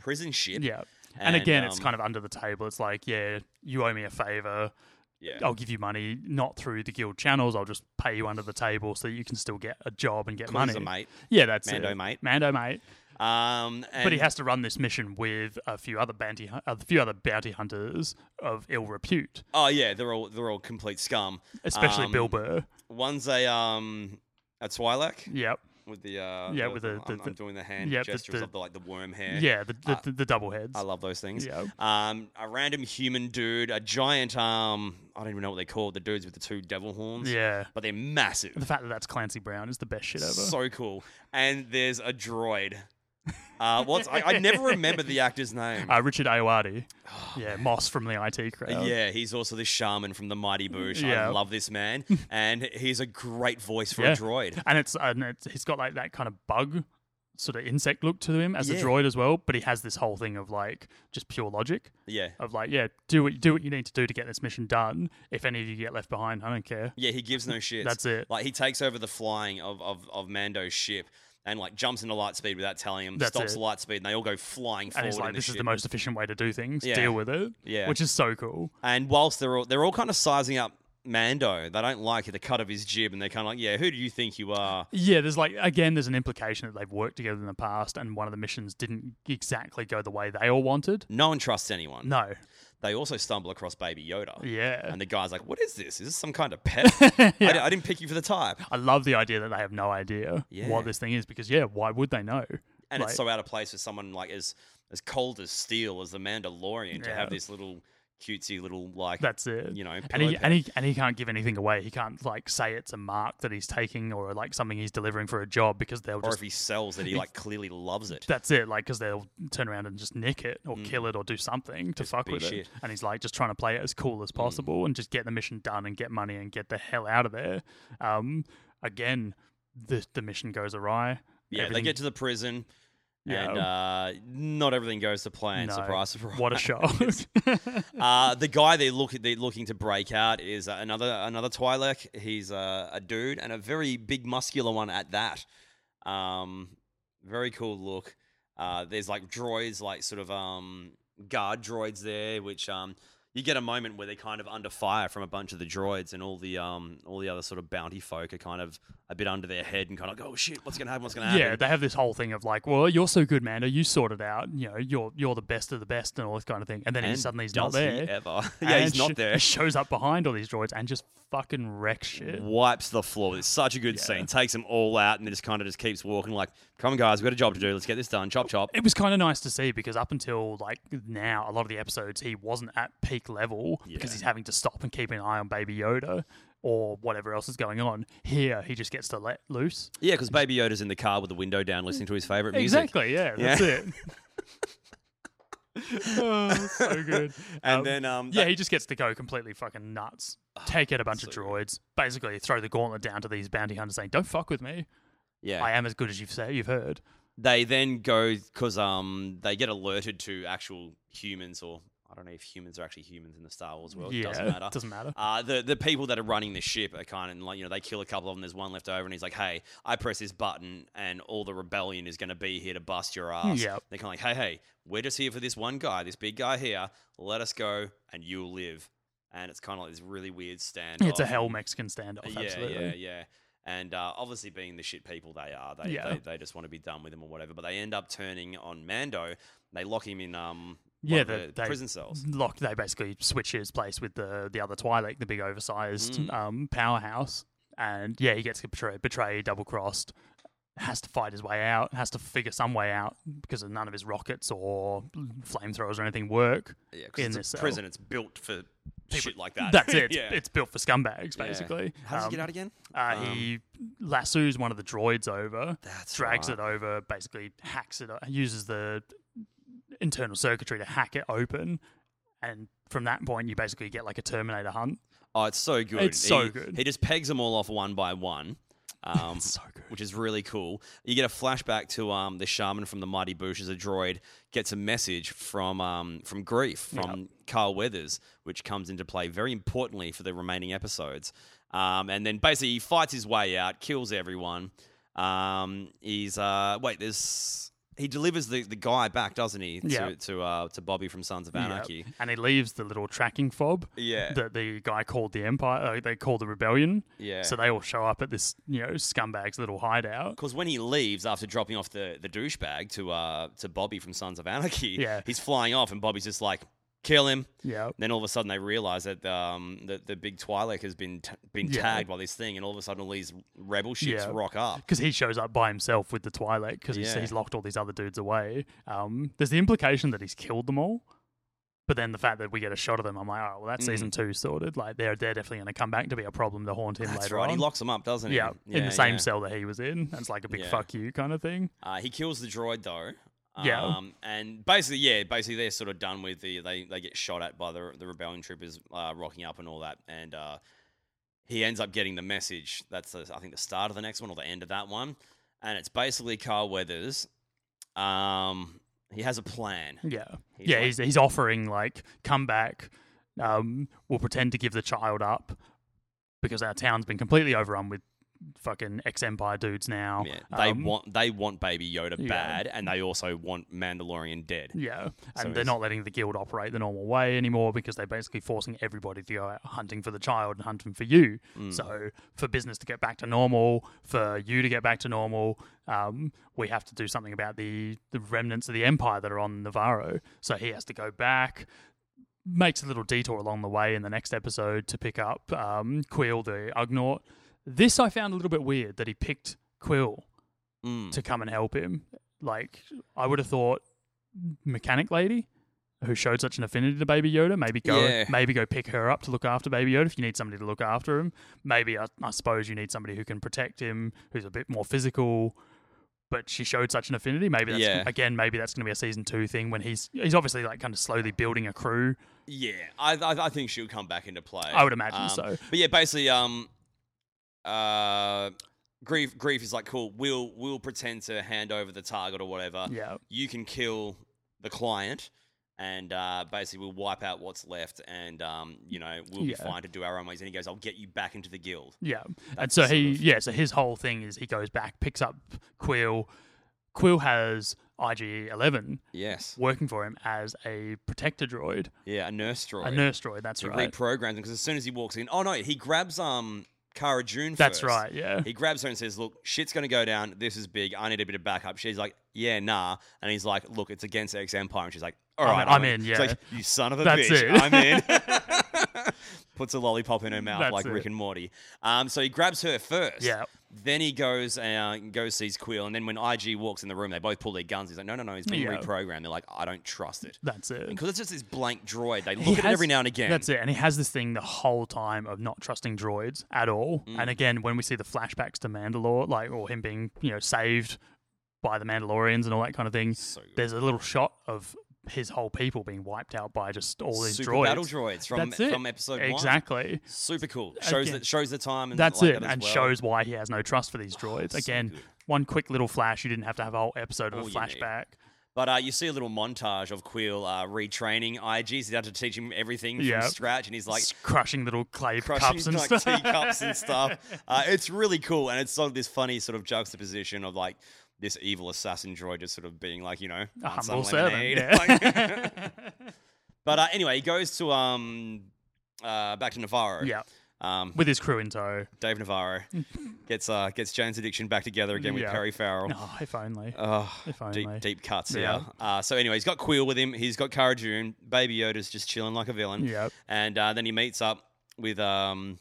Speaker 1: prison ship.
Speaker 2: yeah, and, again, it's
Speaker 1: um,
Speaker 2: kind of under the table. It's like, yeah, you owe me a favor.
Speaker 1: yeah.
Speaker 2: I'll give you money, not through the guild channels. I'll just pay you under the table so that you can still get a job and get
Speaker 1: Cool
Speaker 2: money.
Speaker 1: as a mate.
Speaker 2: Yeah, that's
Speaker 1: Mando
Speaker 2: it.
Speaker 1: mate.
Speaker 2: Mando mate.
Speaker 1: Um, and
Speaker 2: but he has to run this mission with a few other bounty, hu- a few other bounty hunters of ill repute,
Speaker 1: Oh yeah, they're all they're all complete scum.
Speaker 2: especially
Speaker 1: Um,
Speaker 2: Bill Burr.
Speaker 1: One's a um a Twi'lek
Speaker 2: Yep.
Speaker 1: with the uh
Speaker 2: Yeah, with the-
Speaker 1: I'm,
Speaker 2: the-
Speaker 1: I'm doing the hand
Speaker 2: yeah, the-
Speaker 1: gestures
Speaker 2: the-
Speaker 1: of the like the worm hair.
Speaker 2: Yeah, the the, the, the double heads.
Speaker 1: Uh, I love those things.
Speaker 2: Yeah.
Speaker 1: Um, a random human dude, a giant um, I don't even know what they call it, the dudes with the two devil horns.
Speaker 2: Yeah.
Speaker 1: But they're massive.
Speaker 2: The fact that that's Clancy Brown is the best shit ever.
Speaker 1: So cool. And there's a droid. Uh, what's I, I never remember the actor's name.
Speaker 2: Uh, Richard Ayoade. yeah, Moss from the IT crowd.
Speaker 1: yeah, he's also this shaman from the Mighty Boosh.
Speaker 2: Yeah.
Speaker 1: I love this man, and he's a great voice for
Speaker 2: Yeah.
Speaker 1: a droid.
Speaker 2: And it's and it's, he's got like that kind of bug sort of insect look to him as
Speaker 1: Yeah.
Speaker 2: a droid as well, but he has this whole thing of like just pure logic
Speaker 1: Yeah,
Speaker 2: of like, yeah, do what do what you need to do to get this mission done. If any of you get left behind, I don't care.
Speaker 1: yeah, he gives no shit.
Speaker 2: That's it.
Speaker 1: Like he takes over the flying of of, of Mando's ship. And like jumps into light speed without telling him,
Speaker 2: That's
Speaker 1: stops
Speaker 2: it.
Speaker 1: light speed, and they all go flying
Speaker 2: And
Speaker 1: forward.
Speaker 2: he's
Speaker 1: in
Speaker 2: like,
Speaker 1: this
Speaker 2: this is
Speaker 1: ship.
Speaker 2: the most efficient way to do things.
Speaker 1: Yeah.
Speaker 2: Deal with it.
Speaker 1: Yeah.
Speaker 2: Which is so cool.
Speaker 1: And whilst they're all they're all kind of sizing up Mando, they don't like the cut of his jib, and they're kind of like, "Yeah, who do you think you are?"
Speaker 2: Yeah, there's like again, there's an implication that they've worked together in the past, and one of the missions didn't exactly go the way they all wanted.
Speaker 1: No one trusts anyone.
Speaker 2: No,
Speaker 1: They also stumble across Baby Yoda,
Speaker 2: yeah,
Speaker 1: and the guy's like, "What is this? Is this some kind of pet? I, di- I didn't pick you for the type."
Speaker 2: I love the idea that they have no idea
Speaker 1: Yeah.
Speaker 2: what this thing is because yeah, why would they know?
Speaker 1: And
Speaker 2: Like-
Speaker 1: it's so out of place for someone like as as cold as steel as the Mandalorian to
Speaker 2: Yeah.
Speaker 1: have this little cutesy little like
Speaker 2: That's it.
Speaker 1: you know
Speaker 2: and
Speaker 1: pillow
Speaker 2: he
Speaker 1: pet.
Speaker 2: and he and he can't give anything away. He can't like say it's a mark that he's taking or like something he's delivering for a job because they'll
Speaker 1: or
Speaker 2: just
Speaker 1: if he sells it, he like clearly loves it.
Speaker 2: that's it. Like because they'll turn around and just nick it or kill it or do something to
Speaker 1: Mm.
Speaker 2: fuck
Speaker 1: be
Speaker 2: with it.
Speaker 1: shit. Mm.
Speaker 2: And he's like just trying to play it as cool as possible and just get the mission done and get money and get the hell out of there. Um, again, the the mission goes awry.
Speaker 1: Yeah, they
Speaker 2: Everything-
Speaker 1: get to the prison,
Speaker 2: Yeah.
Speaker 1: and uh, not everything goes to plan.
Speaker 2: No.
Speaker 1: Surprise, surprise.
Speaker 2: what a shock.
Speaker 1: Uh, the guy they're, look, they're looking to break out is uh, another another Twi'lek. He's uh, a dude and a very big, muscular one at that. Um, very cool look. Uh, there's like droids, like sort of um, guard droids there, which um, you get a moment where they're kind of under fire from a bunch of the droids, and all the um, all the other sort of bounty folk are kind of a bit under their head and kind of like, oh shit, what's gonna happen? What's gonna happen?
Speaker 2: Yeah, they have this whole thing of like, well, you're so good, Mando. You sorted out. You know, you're you're the best of the best and all this kind of thing. And then he
Speaker 1: And
Speaker 2: suddenly he's not
Speaker 1: does he
Speaker 2: there.
Speaker 1: ever? yeah, he's
Speaker 2: and
Speaker 1: not
Speaker 2: sh-
Speaker 1: there.
Speaker 2: Shows up behind all these droids and just fucking wrecks shit.
Speaker 1: wipes the floor. It's such a good scene. Takes them all out and then just kind of just keeps walking like, come on, guys, we've got a job to do. Let's get this done. Chop, chop.
Speaker 2: It was kind of nice to see because up until like now, a lot of the episodes he wasn't at peak level because
Speaker 1: Yeah.
Speaker 2: he's having to stop and keep an eye on Baby Yoda or whatever else is going on. Here, he just gets to let loose.
Speaker 1: Yeah, because Baby Yoda's in the car with the window down listening to his favorite music.
Speaker 2: Exactly. Yeah, that's it. oh, so good.
Speaker 1: And
Speaker 2: Um,
Speaker 1: then, um,
Speaker 2: Yeah,
Speaker 1: that- Oh,
Speaker 2: he just gets to go completely fucking nuts. Take out a bunch of
Speaker 1: so
Speaker 2: droids. Basically, throw the gauntlet down to these bounty hunters, saying, "Don't fuck with me.
Speaker 1: yeah.
Speaker 2: I am as good as you've said. You've heard."
Speaker 1: They then go because um, they get alerted to actual humans, or I don't know if humans are actually humans in the Star Wars world.
Speaker 2: yeah,
Speaker 1: It doesn't matter.
Speaker 2: Doesn't matter.
Speaker 1: Uh, the the people that are running the ship are kind of like you know they kill a couple of them. There's one left over, and he's like, "Hey, I press this button, and all the rebellion is going to be here to bust your ass."
Speaker 2: Yep.
Speaker 1: They're kind of like, "Hey, hey, we're just here for this one guy, this big guy here. Let us go, and you'll live." And it's kind of like this really weird standoff.
Speaker 2: It's a hell Mexican standoff.
Speaker 1: Oh. Yeah,
Speaker 2: absolutely.
Speaker 1: yeah, yeah. And uh, obviously, being the shit people they are, they,
Speaker 2: Yeah.
Speaker 1: they they just want to be done with him or whatever. But they end up turning on Mando. They lock him in um one
Speaker 2: Yeah,
Speaker 1: of
Speaker 2: they-
Speaker 1: the
Speaker 2: they-
Speaker 1: prison cells.
Speaker 2: Lock.
Speaker 1: Mm.
Speaker 2: They basically switch his place with the the other Twi'lek, the big oversized um, powerhouse. and yeah, he gets betrayed, betrayed double crossed, has to fight his way out, has to figure some way out because none of his rockets or flamethrowers or anything work.
Speaker 1: Yeah,
Speaker 2: in
Speaker 1: because
Speaker 2: this
Speaker 1: it's a
Speaker 2: cell.
Speaker 1: prison. It's built for shit like that.
Speaker 2: That's it. It's,
Speaker 1: yeah.
Speaker 2: it's built for scumbags,
Speaker 1: Yeah.
Speaker 2: basically.
Speaker 1: How does he
Speaker 2: Um,
Speaker 1: get out again?
Speaker 2: Uh, he lassoes one of the droids over,
Speaker 1: That's
Speaker 2: drags
Speaker 1: right.
Speaker 2: it over, basically hacks it, uh, uses the internal circuitry to hack it open, and from that point you basically get like a Terminator hunt.
Speaker 1: Oh, it's so good.
Speaker 2: It's so
Speaker 1: He-
Speaker 2: good.
Speaker 1: He just pegs them all off one by one. Um,
Speaker 2: It's so good.
Speaker 1: which is really cool. You get a flashback to um, the shaman from the Mighty Boosh as a droid gets a message from um, from Grief from Carl Weathers, which comes into play very importantly for the remaining episodes. Um, and then basically he fights his way out, kills everyone. Um, he's uh, wait, there's he delivers the, the guy back, doesn't he? To
Speaker 2: Yeah.
Speaker 1: to uh, to Bobby from Sons of
Speaker 2: Yep.
Speaker 1: Anarchy.
Speaker 2: And he leaves the little tracking fob
Speaker 1: Yeah,
Speaker 2: that the guy called the Empire, uh, they called the Rebellion.
Speaker 1: yeah.
Speaker 2: So they all show up at this, you know, scumbag's little hideout.
Speaker 1: Because when he leaves after dropping off the, the douchebag to uh to Bobby from Sons of Anarchy,
Speaker 2: Yeah.
Speaker 1: he's flying off, and Bobby's just like, "Kill him!"
Speaker 2: Yeah.
Speaker 1: Then all of a sudden they realize that um that the big Twi'lek has been t- been
Speaker 2: Yeah.
Speaker 1: tagged by this thing, and all of a sudden all these rebel ships
Speaker 2: Yeah.
Speaker 1: rock up.
Speaker 2: because he shows up by himself with the Twilight because he's,
Speaker 1: Yeah.
Speaker 2: he's locked all these other dudes away. Um, there's the implication that he's killed them all, but then the fact that we get a shot of them, I'm like, oh, well,
Speaker 1: Mm.
Speaker 2: that's season two sorted. Like they're they're definitely going to come back to be a problem to haunt him
Speaker 1: That's
Speaker 2: later
Speaker 1: right.
Speaker 2: on.
Speaker 1: He locks them up, doesn't he?
Speaker 2: yeah, in the same
Speaker 1: yeah.
Speaker 2: cell that he was in. That's like a big
Speaker 1: Yeah.
Speaker 2: fuck you kind of thing.
Speaker 1: Uh, he kills the droid though.
Speaker 2: Yeah.
Speaker 1: Um, and basically, yeah, basically they're sort of done with the they, they get shot at by the the rebellion troopers uh, rocking up and all that, and uh, he ends up getting the message. That's the, I think the start of the next one or the end of that one, and it's basically Carl Weathers. Um, he has a plan.
Speaker 2: Yeah,
Speaker 1: He's
Speaker 2: yeah.
Speaker 1: like-
Speaker 2: he's he's offering like come back. Um, we'll pretend to give the child up because our town's been completely overrun with fucking ex Empire dudes now.
Speaker 1: Yeah, they
Speaker 2: Um,
Speaker 1: want they want Baby Yoda
Speaker 2: Yeah.
Speaker 1: bad, and they also want Mandalorian dead.
Speaker 2: Yeah,
Speaker 1: So
Speaker 2: and they're
Speaker 1: it's-
Speaker 2: not letting the guild operate the normal way anymore because they're basically forcing everybody to go out hunting for the child and hunting for you.
Speaker 1: Hmm.
Speaker 2: Mm. So for business to get back to normal, for you to get back to normal, um, we have to do something about the the remnants of the empire that are on Navarro. So he has to go back. Makes a little detour along the way in the next episode to pick up um, Quill the Ugnaught. This I found a little bit weird that he picked Quill
Speaker 1: Mm.
Speaker 2: to come and help him. Like I would have thought, mechanic lady who showed such an affinity to Baby Yoda, maybe go
Speaker 1: Yeah.
Speaker 2: maybe go pick her up to look after Baby Yoda if you need somebody to look after him. Maybe I, I suppose you need somebody who can protect him, who's a bit more physical. But she showed such an affinity. Maybe that's
Speaker 1: Yeah.
Speaker 2: again. Maybe that's going to be a season two thing when he's he's obviously like kind of slowly building a crew.
Speaker 1: Yeah, I, I I think she'll come back into play.
Speaker 2: I would imagine
Speaker 1: Um,
Speaker 2: so.
Speaker 1: But yeah, basically, um, uh, grief grief is like cool. We'll we'll pretend to hand over the target or whatever.
Speaker 2: Yeah,
Speaker 1: You can kill the client, and uh, basically we'll wipe out what's left, and um, you know we'll
Speaker 2: Yeah.
Speaker 1: be fine to do our own ways. And he goes, "I'll get you back into the guild."
Speaker 2: Yeah. And
Speaker 1: That's
Speaker 2: so
Speaker 1: sort
Speaker 2: he,
Speaker 1: of-
Speaker 2: yeah, so his whole thing is he goes back, picks up Quill. Quill has IG 11
Speaker 1: Yes.
Speaker 2: working for him as a protector droid,
Speaker 1: Yeah, a nurse droid.
Speaker 2: a nurse droid, that's
Speaker 1: He
Speaker 2: right.
Speaker 1: reprograms him because as soon as he walks in, oh no, he grabs um Cara June.
Speaker 2: That's
Speaker 1: first.
Speaker 2: right, yeah.
Speaker 1: He grabs her and says, "Look, shit's gonna go down. This is big. I need a bit of backup." She's like, "Yeah, nah." And he's like, "Look, it's against X Empire." And she's like, "All
Speaker 2: I'm-
Speaker 1: right,
Speaker 2: I'm in,
Speaker 1: He's
Speaker 2: yeah.
Speaker 1: like, you son of a
Speaker 2: That's
Speaker 1: bitch.
Speaker 2: it.
Speaker 1: I'm in. Puts a lollipop in her mouth
Speaker 2: That's
Speaker 1: like Rick
Speaker 2: it.
Speaker 1: and Morty. Um, so he grabs her first.
Speaker 2: Yeah.
Speaker 1: Then he goes and goes sees Quill, and then when IG walks in the room, they both pull their guns. He's like, "No, no, no, he's been
Speaker 2: Yeah.
Speaker 1: reprogrammed." They're like, "I don't trust it."
Speaker 2: That's it.
Speaker 1: Because it's just this blank droid. They look
Speaker 2: He
Speaker 1: at it
Speaker 2: has-
Speaker 1: every now and again.
Speaker 2: That's it. And he has this thing the whole time of not trusting droids at all.
Speaker 1: Mm.
Speaker 2: And again, when we see the flashbacks to Mandalore, like, or him being, you know, saved by the Mandalorians and all that kind of thing,
Speaker 1: So good.
Speaker 2: there's a little shot of his whole people being wiped out by just all these
Speaker 1: Super
Speaker 2: droids.
Speaker 1: battle droids from
Speaker 2: That's it.
Speaker 1: from episode one.
Speaker 2: Exactly.
Speaker 1: Super cool. Shows
Speaker 2: Again.
Speaker 1: that shows the time and
Speaker 2: That's
Speaker 1: like
Speaker 2: it,
Speaker 1: that as
Speaker 2: and
Speaker 1: well. Oh,
Speaker 2: shows why he has no trust for these droids.
Speaker 1: so
Speaker 2: Again,
Speaker 1: good.
Speaker 2: one quick little flash. You didn't have to have a whole episode of
Speaker 1: All
Speaker 2: a
Speaker 1: you need.
Speaker 2: flashback.
Speaker 1: But uh, you see a little montage of Quill uh, retraining IG. He's had to teach him everything from
Speaker 2: Yeah.
Speaker 1: scratch, and he's like
Speaker 2: It's crushing little clay cups
Speaker 1: crushing
Speaker 2: and
Speaker 1: like
Speaker 2: stuff.
Speaker 1: teacups and stuff. Uh, it's really cool, and it's sort of this funny sort of juxtaposition of like this evil assassin droid just sort of being like, you know,
Speaker 2: A
Speaker 1: "Want some
Speaker 2: humble servant.
Speaker 1: lemonade?" Like-
Speaker 2: Yeah.
Speaker 1: but uh, anyway, he goes to um uh, back to Navarro.
Speaker 2: Yeah,
Speaker 1: Um,
Speaker 2: with his crew in tow.
Speaker 1: Dave Navarro gets uh, gets Jane's addiction back together again with
Speaker 2: Yeah.
Speaker 1: Perry Farrell.
Speaker 2: Oh, if only.
Speaker 1: Oh,
Speaker 2: If
Speaker 1: deep,
Speaker 2: only.
Speaker 1: deep cuts, yeah.
Speaker 2: Yeah.
Speaker 1: Uh, so anyway, he's got Quill with him. He's got Cara Dune. Baby Yoda's just chilling like a villain.
Speaker 2: Yep.
Speaker 1: And uh, then he meets up with um,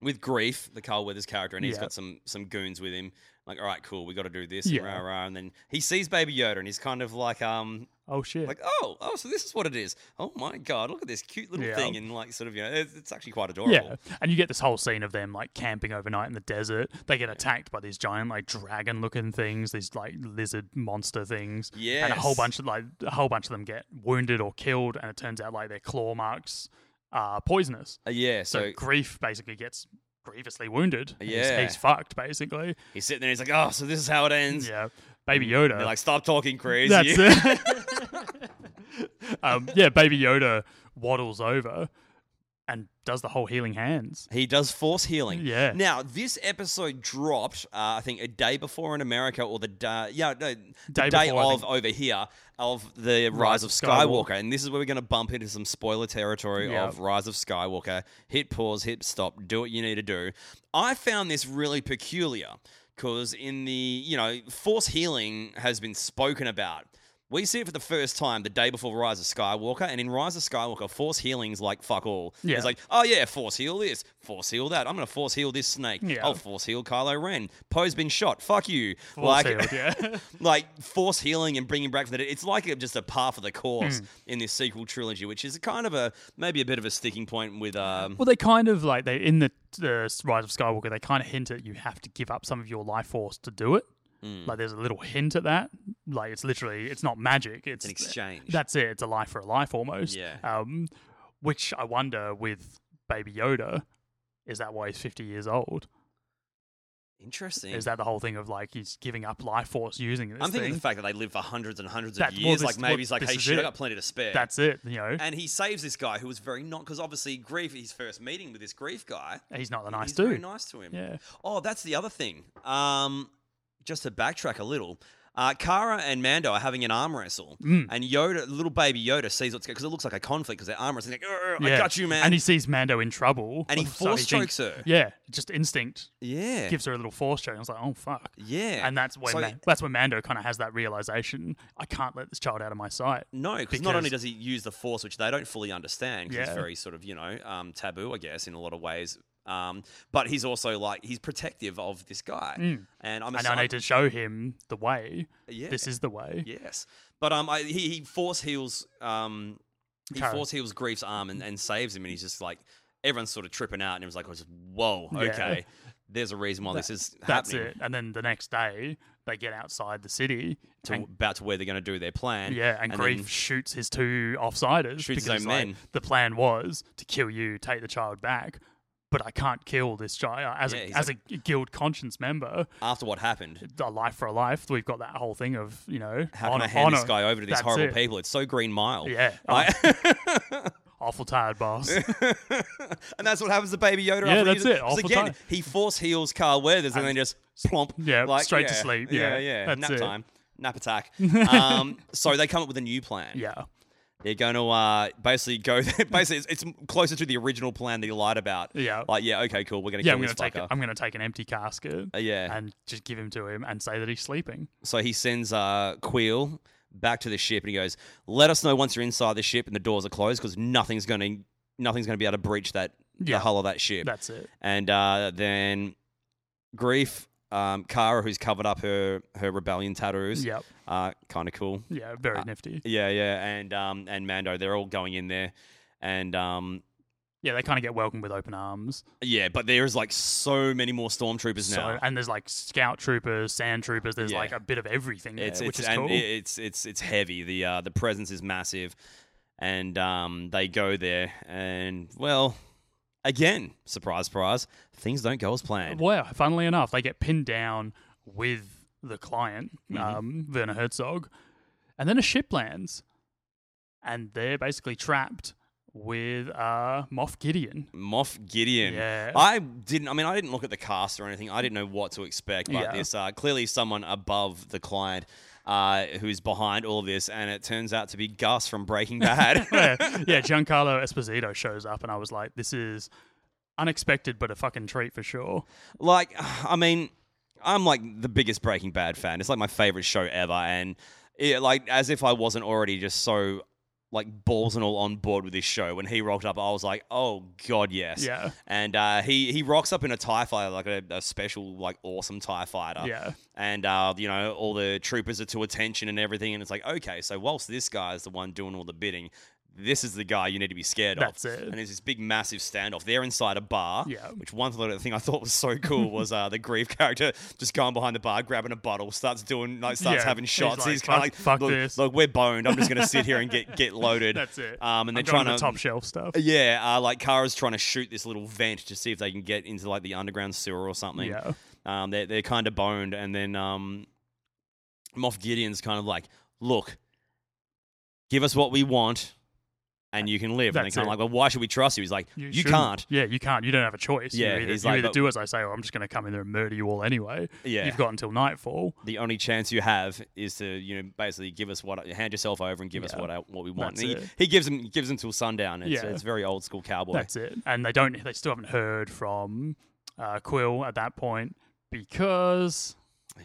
Speaker 1: with grief, the Carl Weathers character, and he's
Speaker 2: Yeah.
Speaker 1: got some some goons with him. Like, all right, cool, we got to do this,
Speaker 2: Yeah.
Speaker 1: and rah rah. And then he sees Baby Yoda, and he's kind of like, um,
Speaker 2: Oh shit!
Speaker 1: like, oh, oh, so this is what it is. Oh my god, look at this cute little
Speaker 2: Yeah.
Speaker 1: thing, and like, sort of, you know, it's, it's actually quite adorable.
Speaker 2: yeah, and you get this whole scene of them like camping overnight in the desert. They get attacked by these giant like dragon-looking things, these like lizard monster things, and a whole
Speaker 1: Yes.
Speaker 2: bunch of like a whole bunch of them get wounded or killed. And it turns out like their claw marks are poisonous.
Speaker 1: Uh, yeah.
Speaker 2: So,
Speaker 1: So
Speaker 2: grief basically gets grievously wounded. and he's,
Speaker 1: Yeah.
Speaker 2: he's fucked basically.
Speaker 1: he's sitting there, he's like, oh, so this is how it ends.
Speaker 2: Yeah, Baby
Speaker 1: And
Speaker 2: Yoda.
Speaker 1: they're like, stop talking crazy.
Speaker 2: That's it. um, yeah, Baby Yoda waddles over and does the whole healing hands.
Speaker 1: He does force healing.
Speaker 2: Yeah.
Speaker 1: Now this episode dropped, uh, I think, a day before in America, or the da- yeah, no, the
Speaker 2: Day
Speaker 1: day,
Speaker 2: before, I
Speaker 1: of over here of the Rise of Skywalker, and this is where we're going to bump into some spoiler territory
Speaker 2: Yeah.
Speaker 1: of Rise of Skywalker. Hit pause, hit stop, do what you need to do. I found this really peculiar because in the you know force healing has been spoken about. We see it for the first time the day before Rise of Skywalker, and in Rise of Skywalker, force healing's like fuck all.
Speaker 2: Yeah.
Speaker 1: It's like, oh yeah, force heal this, force heal that. I'm gonna force heal this snake.
Speaker 2: Yeah.
Speaker 1: I'll force heal Kylo Ren. Poe's been shot. Fuck you.
Speaker 2: Force healed, yeah.
Speaker 1: like force healing and bringing back from the dead. It's like a, just a par for the course
Speaker 2: Hmm.
Speaker 1: in this sequel trilogy, which is kind of a maybe a bit of a sticking point with um.
Speaker 2: well, they kind of like they in the the Rise of Skywalker. They kind of hint at you have to give up some of your life force to do it.
Speaker 1: hmm, Mm.
Speaker 2: Like there's a little hint at that. Like it's literally it's not magic. It's
Speaker 1: An exchange.
Speaker 2: That's it. It's a life for a life almost.
Speaker 1: Yeah.
Speaker 2: Um, which I wonder with Baby Yoda, is that why he's fifty years old?
Speaker 1: Interesting.
Speaker 2: Is that the whole thing of like he's giving up life force using this
Speaker 1: I'm
Speaker 2: thing?
Speaker 1: thinking of the fact that they live for hundreds and hundreds
Speaker 2: That-
Speaker 1: of
Speaker 2: well,
Speaker 1: years.
Speaker 2: this-
Speaker 1: like maybe
Speaker 2: well,
Speaker 1: he's like,
Speaker 2: this
Speaker 1: hey,
Speaker 2: is
Speaker 1: shit,
Speaker 2: it.
Speaker 1: I got plenty to spare.
Speaker 2: That's it. You know,
Speaker 1: and he saves this guy who was very not because obviously grief. His first meeting with this grief guy.
Speaker 2: he's not the nice
Speaker 1: he's
Speaker 2: dude.
Speaker 1: Very nice to him.
Speaker 2: Yeah.
Speaker 1: Oh, that's the other thing. Um, just to backtrack a little, uh, Kara and Mando are having an arm wrestle,
Speaker 2: Mm.
Speaker 1: and Yoda, little baby Yoda, sees what's going because it looks like a conflict because they're arm wrestling. Like, "Arr,
Speaker 2: Yeah.
Speaker 1: I got you, man.
Speaker 2: And he sees Mando in trouble,
Speaker 1: And he
Speaker 2: so
Speaker 1: force
Speaker 2: thinks-
Speaker 1: chokes her.
Speaker 2: Yeah, just instinct
Speaker 1: yeah,
Speaker 2: gives her a little force choke. And I was like, oh fuck.
Speaker 1: yeah,
Speaker 2: And that's when
Speaker 1: So-
Speaker 2: Ma- that's when Mando kind of has that realization: I can't let this child out of my sight.
Speaker 1: No, because not only
Speaker 2: because-
Speaker 1: does he use the force, which they don't fully understand, because
Speaker 2: Yeah.
Speaker 1: it's very sort of you know um, taboo, I guess, in a lot of ways. Um, but he's also like he's protective of this guy, and I'm
Speaker 2: Mm. And I
Speaker 1: assu-
Speaker 2: need to show him the way.
Speaker 1: Yeah.
Speaker 2: This is the way.
Speaker 1: Yes, but um, I, he, he force heals um, he
Speaker 2: Kara.
Speaker 1: force heals Grief's arm and, and saves him, and he's just like everyone's sort of tripping out, and it was like, oh, just, whoa,
Speaker 2: Yeah.
Speaker 1: okay, there's a reason why this is
Speaker 2: That's
Speaker 1: happening.
Speaker 2: it. And then the next day, they get outside the city.
Speaker 1: To,
Speaker 2: and,
Speaker 1: about to where they're going to do their plan.
Speaker 2: yeah, and,
Speaker 1: then-
Speaker 2: Grief shoots his two offsiders
Speaker 1: Shoots his
Speaker 2: because
Speaker 1: own
Speaker 2: like,
Speaker 1: men.
Speaker 2: the plan was to kill you, take the child back, but I can't kill this child as
Speaker 1: Yeah,
Speaker 2: a
Speaker 1: he's
Speaker 2: as a guild conscience member.
Speaker 1: after what happened.
Speaker 2: a life for a life. We've got that whole thing of you know
Speaker 1: How
Speaker 2: honor,
Speaker 1: can I hand this
Speaker 2: honor.
Speaker 1: guy over to these
Speaker 2: That's
Speaker 1: horrible
Speaker 2: it.
Speaker 1: people? It's so Green Mile.
Speaker 2: Yeah, Oh.
Speaker 1: Like-
Speaker 2: awful tired boss.
Speaker 1: and that's what happens to Baby Yoda.
Speaker 2: Yeah,
Speaker 1: after
Speaker 2: that's
Speaker 1: he,
Speaker 2: it,
Speaker 1: 'cause
Speaker 2: off the
Speaker 1: again,
Speaker 2: time.
Speaker 1: he force heals Carl Weathers and then just plomp.
Speaker 2: Yeah,
Speaker 1: like,
Speaker 2: straight to sleep.
Speaker 1: yeah,
Speaker 2: Yeah,
Speaker 1: yeah.
Speaker 2: that's
Speaker 1: nap
Speaker 2: it.
Speaker 1: time, nap attack. um, so they come up with a new plan.
Speaker 2: yeah,
Speaker 1: they're going to uh, basically go. basically, it's, it's closer to the original plan that he lied about.
Speaker 2: Yeah.
Speaker 1: like yeah, okay, cool. We're going to
Speaker 2: yeah.
Speaker 1: kill
Speaker 2: I'm
Speaker 1: this
Speaker 2: gonna take
Speaker 1: fucker.
Speaker 2: I'm gonna take an empty casket.
Speaker 1: Uh, yeah.
Speaker 2: and just give him to him and say that he's sleeping.
Speaker 1: So he sends uh, Queel back to the ship and he goes, "Let us know once you're inside the ship and the doors are closed because nothing's going to nothing's going to be able to breach that
Speaker 2: Yeah.
Speaker 1: the hull of that ship."
Speaker 2: That's it.
Speaker 1: and uh, then grief um, Kara, who's covered up her her rebellion tattoos.
Speaker 2: Yep.
Speaker 1: uh, kind of cool.
Speaker 2: Yeah, very
Speaker 1: Uh,
Speaker 2: nifty.
Speaker 1: Yeah, yeah, and um, and Mando, they're all going in there, and um,
Speaker 2: Yeah, they kind of get welcomed with open arms.
Speaker 1: yeah, but there is like so many more stormtroopers
Speaker 2: So
Speaker 1: now.
Speaker 2: and there's like scout troopers, sand troopers. There's
Speaker 1: Yeah.
Speaker 2: like a bit of everything there,
Speaker 1: It's
Speaker 2: which
Speaker 1: it's
Speaker 2: is
Speaker 1: and
Speaker 2: cool.
Speaker 1: it's it's it's heavy. The uh, the presence is massive, and um, they go there, and well, again, surprise, surprise, things don't go as planned.
Speaker 2: Well, funnily enough, they get pinned down with the client,
Speaker 1: Mm-hmm.
Speaker 2: um, Werner Herzog, and then a ship lands, and they're basically trapped with uh, Moff Gideon.
Speaker 1: Moff Gideon.
Speaker 2: Yeah.
Speaker 1: I didn't. I mean, I didn't look at the cast or anything. I didn't know what to expect. But
Speaker 2: Yeah.
Speaker 1: this uh, clearly someone above the client uh, who's behind all this, and it turns out to be Gus from Breaking Bad.
Speaker 2: yeah, yeah, Giancarlo Esposito shows up, and I was like, this is unexpected, but a fucking treat for sure.
Speaker 1: like, I mean, I'm like the biggest Breaking Bad fan. It's like my favorite show ever, and it, like as if I wasn't already just so like balls and all on board with this show. When he rocked up, I was like, oh god, yes.
Speaker 2: Yeah.
Speaker 1: And uh, he he rocks up in a Tie Fighter, like a, a special, like awesome Tie Fighter.
Speaker 2: Yeah.
Speaker 1: And uh, you know, all the troopers are to attention and everything. And it's like, okay, so whilst this guy is the one doing all the bidding, this is the guy you need to be scared
Speaker 2: That's
Speaker 1: of.
Speaker 2: it.
Speaker 1: And there's this big, massive standoff. They're inside a bar.
Speaker 2: Yeah.
Speaker 1: Which one little thing I thought was so cool was uh, the grief character just going behind the bar, grabbing a bottle, starts doing, like, starts
Speaker 2: Yeah,
Speaker 1: having
Speaker 2: he's
Speaker 1: shots.
Speaker 2: like,
Speaker 1: He's, kind of like,
Speaker 2: "Fuck- fuck
Speaker 1: look,
Speaker 2: this."
Speaker 1: look, we're boned. I'm just going to sit here and get get loaded.
Speaker 2: That's it.
Speaker 1: Um, and they're
Speaker 2: I'm
Speaker 1: trying
Speaker 2: going
Speaker 1: to
Speaker 2: the top shelf stuff.
Speaker 1: yeah, uh, like Kara's trying to shoot this little vent to see if they can get into like the underground sewer or something.
Speaker 2: Yeah.
Speaker 1: Um, they're they're kind of boned, and then um, Moff Gideon's kind of like, "Look, give us what we want, and you can live." and
Speaker 2: That's
Speaker 1: they're kind
Speaker 2: it.
Speaker 1: of like, "Well, why should we trust you?" He's like, "You,
Speaker 2: shouldn't-
Speaker 1: can't."
Speaker 2: Yeah, you can't. You don't have a choice.
Speaker 1: Yeah,
Speaker 2: you either,
Speaker 1: he's
Speaker 2: you
Speaker 1: like,
Speaker 2: either
Speaker 1: but-
Speaker 2: do as I say, or I'm just going to come in there and murder you all anyway.
Speaker 1: Yeah,
Speaker 2: You've got until nightfall.
Speaker 1: the only chance you have is to you know basically give us what hand yourself over and give us
Speaker 2: Yeah.
Speaker 1: what I, what we want.
Speaker 2: That's
Speaker 1: And he,
Speaker 2: it.
Speaker 1: he gives him gives him till sundown. It's,
Speaker 2: Yeah.
Speaker 1: it's very old school cowboy.
Speaker 2: That's it. And they don't. They still haven't heard from uh, Quill at that point because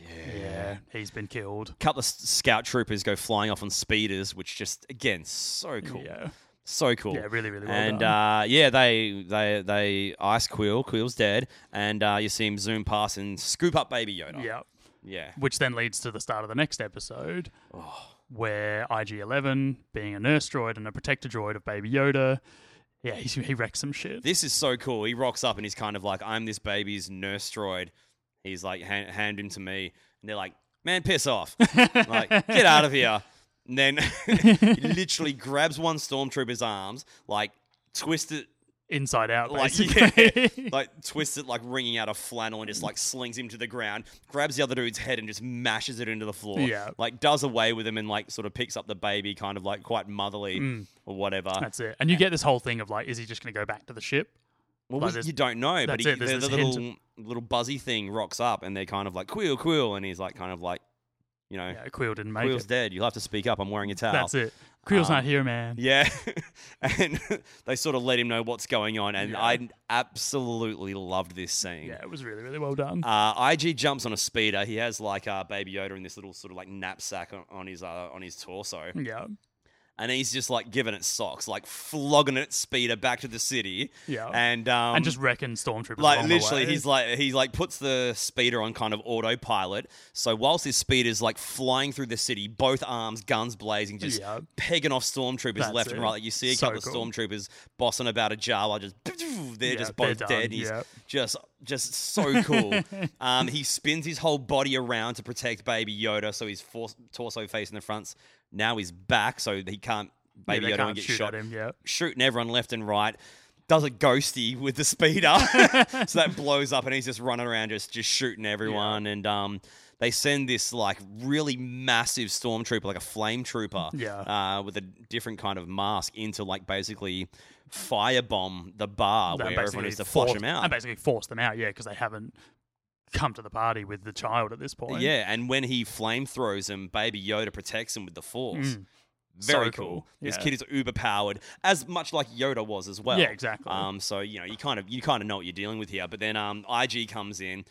Speaker 2: yeah, he's been killed.
Speaker 1: couple of s- scout troopers go flying off on speeders, which just again so cool,
Speaker 2: Yeah.
Speaker 1: so cool.
Speaker 2: Yeah. Really. Really. Well
Speaker 1: and
Speaker 2: done.
Speaker 1: uh, yeah, they they they ice Quill. Quill's dead, and uh, you see him zoom past and scoop up Baby Yoda.
Speaker 2: yeah.
Speaker 1: yeah,
Speaker 2: Which then leads to the start of the next episode,
Speaker 1: Oh.
Speaker 2: where IG Eleven, being a nurse droid and a protector droid of Baby Yoda, yeah, he's, he wrecks some shit.
Speaker 1: This is so cool. He rocks up and he's kind of like, "I'm this baby's nurse droid." He's like, hand, "Hand him to me," and they're like, "Man, piss off! I'm like, get out of here!" And then he literally grabs one stormtrooper's arms, like twists it
Speaker 2: Inside out,
Speaker 1: like
Speaker 2: basically.
Speaker 1: yeah, like twists it like wringing out a flannel and just like slings him to the ground, grabs the other dude's head and just mashes it into the floor.
Speaker 2: Yeah.
Speaker 1: like does away with him and like sort of picks up the baby, kind of like quite motherly
Speaker 2: Mm.
Speaker 1: or whatever.
Speaker 2: That's it. And you get this whole thing of like, is he just going to go back to the ship?
Speaker 1: well,
Speaker 2: like
Speaker 1: we-
Speaker 2: there's-
Speaker 1: you don't know, but
Speaker 2: that's
Speaker 1: he,
Speaker 2: it,
Speaker 1: the,
Speaker 2: there's
Speaker 1: the
Speaker 2: this hint of-
Speaker 1: little little buzzy thing rocks up and they're kind of like quill quill, and he's like kind of like, you know,
Speaker 2: Yeah, Quill didn't make
Speaker 1: Quill's
Speaker 2: it.
Speaker 1: dead. You'll have to speak up. I'm wearing a towel.
Speaker 2: That's it. Quill's
Speaker 1: Um,
Speaker 2: not here, man.
Speaker 1: Yeah. and they sort of let him know what's going on. And
Speaker 2: Yeah.
Speaker 1: I absolutely loved this scene.
Speaker 2: Yeah, it was really, really well done.
Speaker 1: Uh, IG jumps on a speeder. He has like uh, Baby Yoda in this little sort of like knapsack on, on his uh, on his torso,
Speaker 2: yeah,
Speaker 1: and he's just like giving it socks, like flogging it speeder back to the city,
Speaker 2: yeah. Oh. And,
Speaker 1: and um,
Speaker 2: just wrecking stormtroopers.
Speaker 1: like
Speaker 2: along
Speaker 1: literally,
Speaker 2: the way.
Speaker 1: he's like he like puts the speeder on kind of autopilot. So whilst his speeder's like flying through the city, both arms, guns blazing, just
Speaker 2: Yeah.
Speaker 1: pegging off stormtroopers
Speaker 2: That's
Speaker 1: left
Speaker 2: it.
Speaker 1: and right. Like you see a
Speaker 2: So
Speaker 1: couple
Speaker 2: cool.
Speaker 1: of stormtroopers bossing about a Jawa, just they're
Speaker 2: Yeah,
Speaker 1: just
Speaker 2: they're
Speaker 1: both
Speaker 2: done,
Speaker 1: dead. He's
Speaker 2: yeah.
Speaker 1: just just so cool. um, he spins his whole body around to protect Baby Yoda, so his for- torso facing the front's now his back, so he can't.
Speaker 2: Yeah,
Speaker 1: Baby
Speaker 2: they
Speaker 1: Yoda won't
Speaker 2: can't
Speaker 1: get
Speaker 2: shoot
Speaker 1: shot
Speaker 2: at him. Yeah,
Speaker 1: shooting everyone left and right. Does a ghosty with the speeder, so that blows up, and he's just running around, just just shooting everyone. And um, they send this like really massive stormtrooper, like a flame trooper,
Speaker 2: Yeah.
Speaker 1: uh, with a different kind of mask, into like basically firebomb the bar
Speaker 2: And
Speaker 1: where everyone
Speaker 2: basically
Speaker 1: needs to flush
Speaker 2: forced-
Speaker 1: him out.
Speaker 2: And basically force them out. Yeah, because they haven't come to the party with the child at this point.
Speaker 1: Yeah, and when he flame throws him, Baby Yoda protects him with the Force.
Speaker 2: Mm.
Speaker 1: Very
Speaker 2: So
Speaker 1: cool.
Speaker 2: cool.
Speaker 1: This
Speaker 2: Yeah.
Speaker 1: kid is uber powered, as much like Yoda was as well.
Speaker 2: Yeah, exactly.
Speaker 1: Um, so you know, you kind of you kind of know what you're dealing with here. But then um, IG comes in,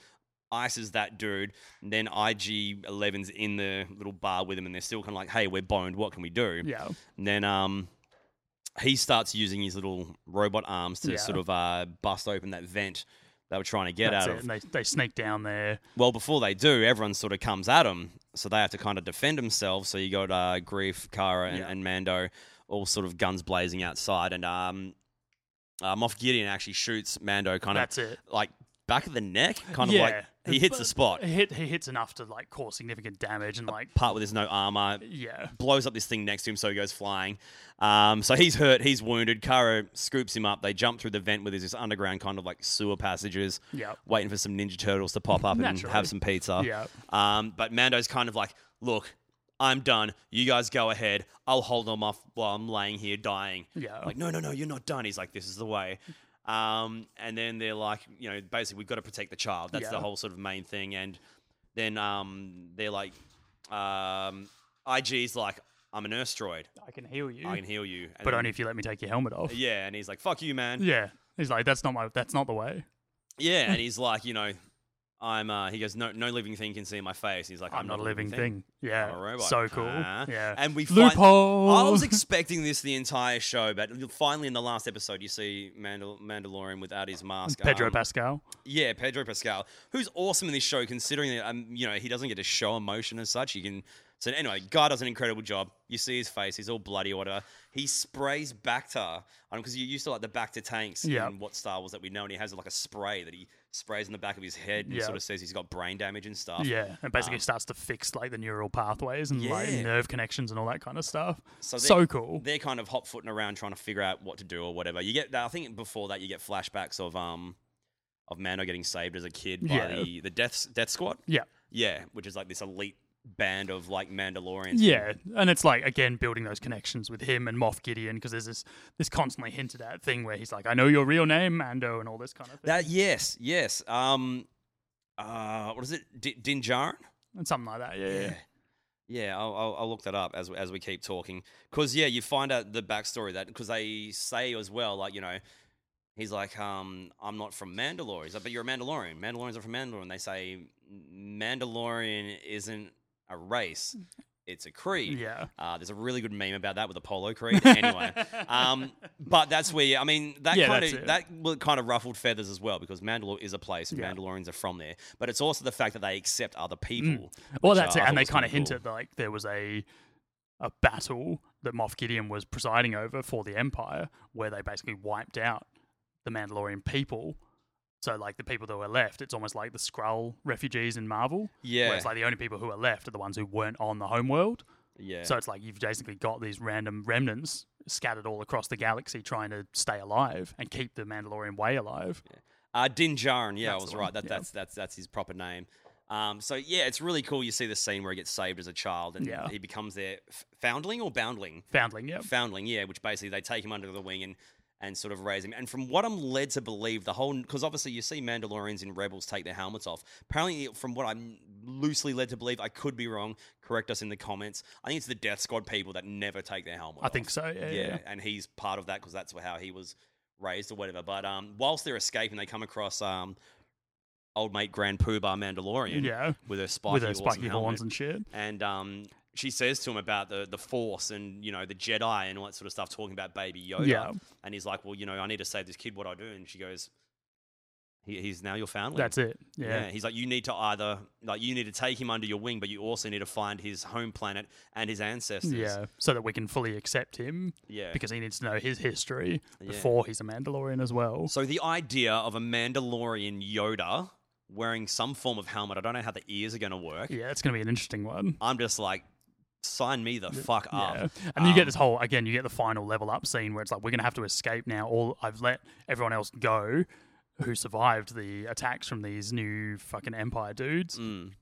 Speaker 1: ices that dude. And then IG 11's in the little bar with him, and they're still kind of like, "Hey, we're boned. What can we do?"
Speaker 2: yeah,
Speaker 1: And then um, he starts using his little robot arms to
Speaker 2: Yeah.
Speaker 1: sort of uh, bust open that vent they were trying to get
Speaker 2: that's
Speaker 1: out
Speaker 2: it.
Speaker 1: of.
Speaker 2: And they they sneak down there.
Speaker 1: Well, before they do, everyone sort of comes at them, so they have to kind of defend themselves. So you got uh, Grief, Kara, and,
Speaker 2: Yeah.
Speaker 1: and Mando, all sort of guns blazing outside, and um, uh, Moff Gideon actually shoots Mando kind of
Speaker 2: That's it.
Speaker 1: like back of the neck, kind of like
Speaker 2: Yeah.
Speaker 1: he hits the spot.
Speaker 2: He hit he hits enough to like cause significant damage and like
Speaker 1: Part where there's no armor,
Speaker 2: yeah.
Speaker 1: blows up this thing next to him, so he goes flying. Um, so he's hurt, he's wounded. Kara scoops him up. They jump through the vent where there's this underground kind of like sewer passages.
Speaker 2: Yeah.
Speaker 1: waiting for some Ninja Turtles to pop up and
Speaker 2: Naturally.
Speaker 1: have some pizza.
Speaker 2: Yeah.
Speaker 1: Um, but Mando's kind of like, look, I'm done. You guys go ahead. I'll hold them off while I'm laying here dying.
Speaker 2: Yeah.
Speaker 1: Like, no, no, no, you're not done. He's like, this is the way. Um, and then they're like, you know, basically, we've got to protect the child. That's the
Speaker 2: Yeah.
Speaker 1: whole sort of main thing. And then um, they're like, um, IG's like, I'm a nurse droid.
Speaker 2: I can heal you.
Speaker 1: I can heal you. And
Speaker 2: but
Speaker 1: then-
Speaker 2: only if you let me take your helmet off.
Speaker 1: Yeah. And he's like, fuck you, man.
Speaker 2: Yeah. He's like, that's not my, that's not the way.
Speaker 1: Yeah, and he's like, you know, I'm. Uh, he goes, no, no living thing can see my face. He's like, I'm,
Speaker 2: I'm not a living thing. Yeah.
Speaker 1: I'm a robot.
Speaker 2: So cool.
Speaker 1: Ah.
Speaker 2: yeah.
Speaker 1: And we find.
Speaker 2: Loophole.
Speaker 1: I was expecting this the entire show, but finally in the last episode, you see Mandal- Mandalorian without his mask.
Speaker 2: Pedro
Speaker 1: Um,
Speaker 2: Pascal.
Speaker 1: Yeah, Pedro Pascal, who's awesome in this show, considering that um, you know he doesn't get to show emotion as such. He can. So anyway, guy does an incredible job. You see his face; he's all bloody or whatever. He sprays Bacta because you used to like the Bacta tanks
Speaker 2: Yeah.
Speaker 1: in what Star Wars that we know, and he has like a spray that he sprays in the back of his head and
Speaker 2: Yeah.
Speaker 1: sort of says he's got brain damage and stuff.
Speaker 2: Yeah, and basically
Speaker 1: Um,
Speaker 2: starts to fix like the neural pathways and like
Speaker 1: Yeah.
Speaker 2: nerve connections and all that kind of stuff.
Speaker 1: So
Speaker 2: So,
Speaker 1: they-
Speaker 2: cool.
Speaker 1: They're kind of hot footing around trying to figure out what to do or whatever. You get, I think before that, you get flashbacks of um of Mando getting saved as a kid by
Speaker 2: Yeah.
Speaker 1: the the death death squad.
Speaker 2: Yeah.
Speaker 1: Yeah, which is like this elite band of like Mandalorians.
Speaker 2: Yeah, and it's like again building those connections with him and Moff Gideon because there's this this constantly hinted at thing where he's like, "I know your real name, Mando," and all this kind of thing,
Speaker 1: That yes, yes. Um, uh, what is it? D- Dinjarin.
Speaker 2: and something like that. Yeah, yeah.
Speaker 1: Yeah, I'll, I'll, I'll look that up as as we keep talking. Because yeah, you find out the backstory of that because they say as well, like you know, he's like, um, I'm not from Mandalore. He's like, but you're a Mandalorian. Mandalorians are from Mandalore, and they say Mandalorian isn't a race; it's a creed.
Speaker 2: yeah.
Speaker 1: Uh, there's a really good meme about that with Apollo Creed. Anyway, um, but that's where you- I mean that
Speaker 2: Yeah,
Speaker 1: kind
Speaker 2: that's
Speaker 1: of
Speaker 2: it.
Speaker 1: that well, kind of ruffled feathers as well because Mandalore is a place and
Speaker 2: Yeah. Mm.
Speaker 1: Mandalorians are from there. But it's also the fact that they accept other people.
Speaker 2: Well,
Speaker 1: which I-
Speaker 2: that's
Speaker 1: I
Speaker 2: it,
Speaker 1: thought
Speaker 2: and they
Speaker 1: was
Speaker 2: kind
Speaker 1: kinda
Speaker 2: of hint
Speaker 1: cool.
Speaker 2: at like there was a a battle that Moff Gideon was presiding over for the Empire, where they basically wiped out the Mandalorian people. So, like the people that were left, it's almost like the Skrull refugees in Marvel,
Speaker 1: Yeah,
Speaker 2: where it's like the only people who are left are the ones who weren't on the homeworld.
Speaker 1: yeah.
Speaker 2: So it's like you've basically got these random remnants scattered all across the galaxy, trying to stay alive and keep the Mandalorian way alive.
Speaker 1: Uh, Din Djarin, yeah,
Speaker 2: That's
Speaker 1: I was
Speaker 2: the one,
Speaker 1: right. That,
Speaker 2: yeah.
Speaker 1: That's that's that's his proper name. Um, so yeah, it's really cool. You see the scene where he gets saved as a child, and
Speaker 2: Yeah.
Speaker 1: he becomes their f- foundling or boundling,
Speaker 2: Foundling, yeah.
Speaker 1: foundling, yeah. Which basically they take him under the wing and and sort of raise him. And from what I'm led to believe, the whole because obviously you see Mandalorians in Rebels take their helmets off. Apparently, from what I'm loosely led to believe, I could be wrong. Correct us in the comments. I think it's the Death Squad people that never take their helmet.
Speaker 2: I
Speaker 1: off
Speaker 2: think so. Yeah,
Speaker 1: yeah,
Speaker 2: yeah.
Speaker 1: and he's part of that because that's how he was raised or whatever. But um, whilst they're escaping, they come across um, old mate Grand Pooh Bah Mandalorian
Speaker 2: Yeah,
Speaker 1: with her spiky,
Speaker 2: with her
Speaker 1: awesome
Speaker 2: spiky
Speaker 1: helmet.
Speaker 2: horns and shit.
Speaker 1: and um, she says to him about the the Force and you know the Jedi and all that sort of stuff, talking about Baby Yoda.
Speaker 2: Yeah.
Speaker 1: and he's like, "Well, you know, I need to save this kid. What do I do?" And she goes, he, "He's now your family."
Speaker 2: That's it.
Speaker 1: Yeah.
Speaker 2: Yeah.
Speaker 1: he's like, you need to either like you need to take him under your wing, but you also need to find his home planet and his ancestors.
Speaker 2: Yeah. So that we can fully accept him
Speaker 1: yeah.
Speaker 2: because he needs to know his history
Speaker 1: Yeah.
Speaker 2: before he's a Mandalorian as well.
Speaker 1: So the idea of a Mandalorian Yoda wearing some form of helmet, I don't know how the ears are going to work.
Speaker 2: Yeah, it's going to be an interesting one.
Speaker 1: I'm just like, sign me the fuck up.
Speaker 2: Yeah. And you
Speaker 1: Um,
Speaker 2: get this whole again, you get the final level up scene where it's like we're gonna have to escape now. All I've let everyone else go who survived the attacks from these new fucking Empire dudes.
Speaker 1: Mm.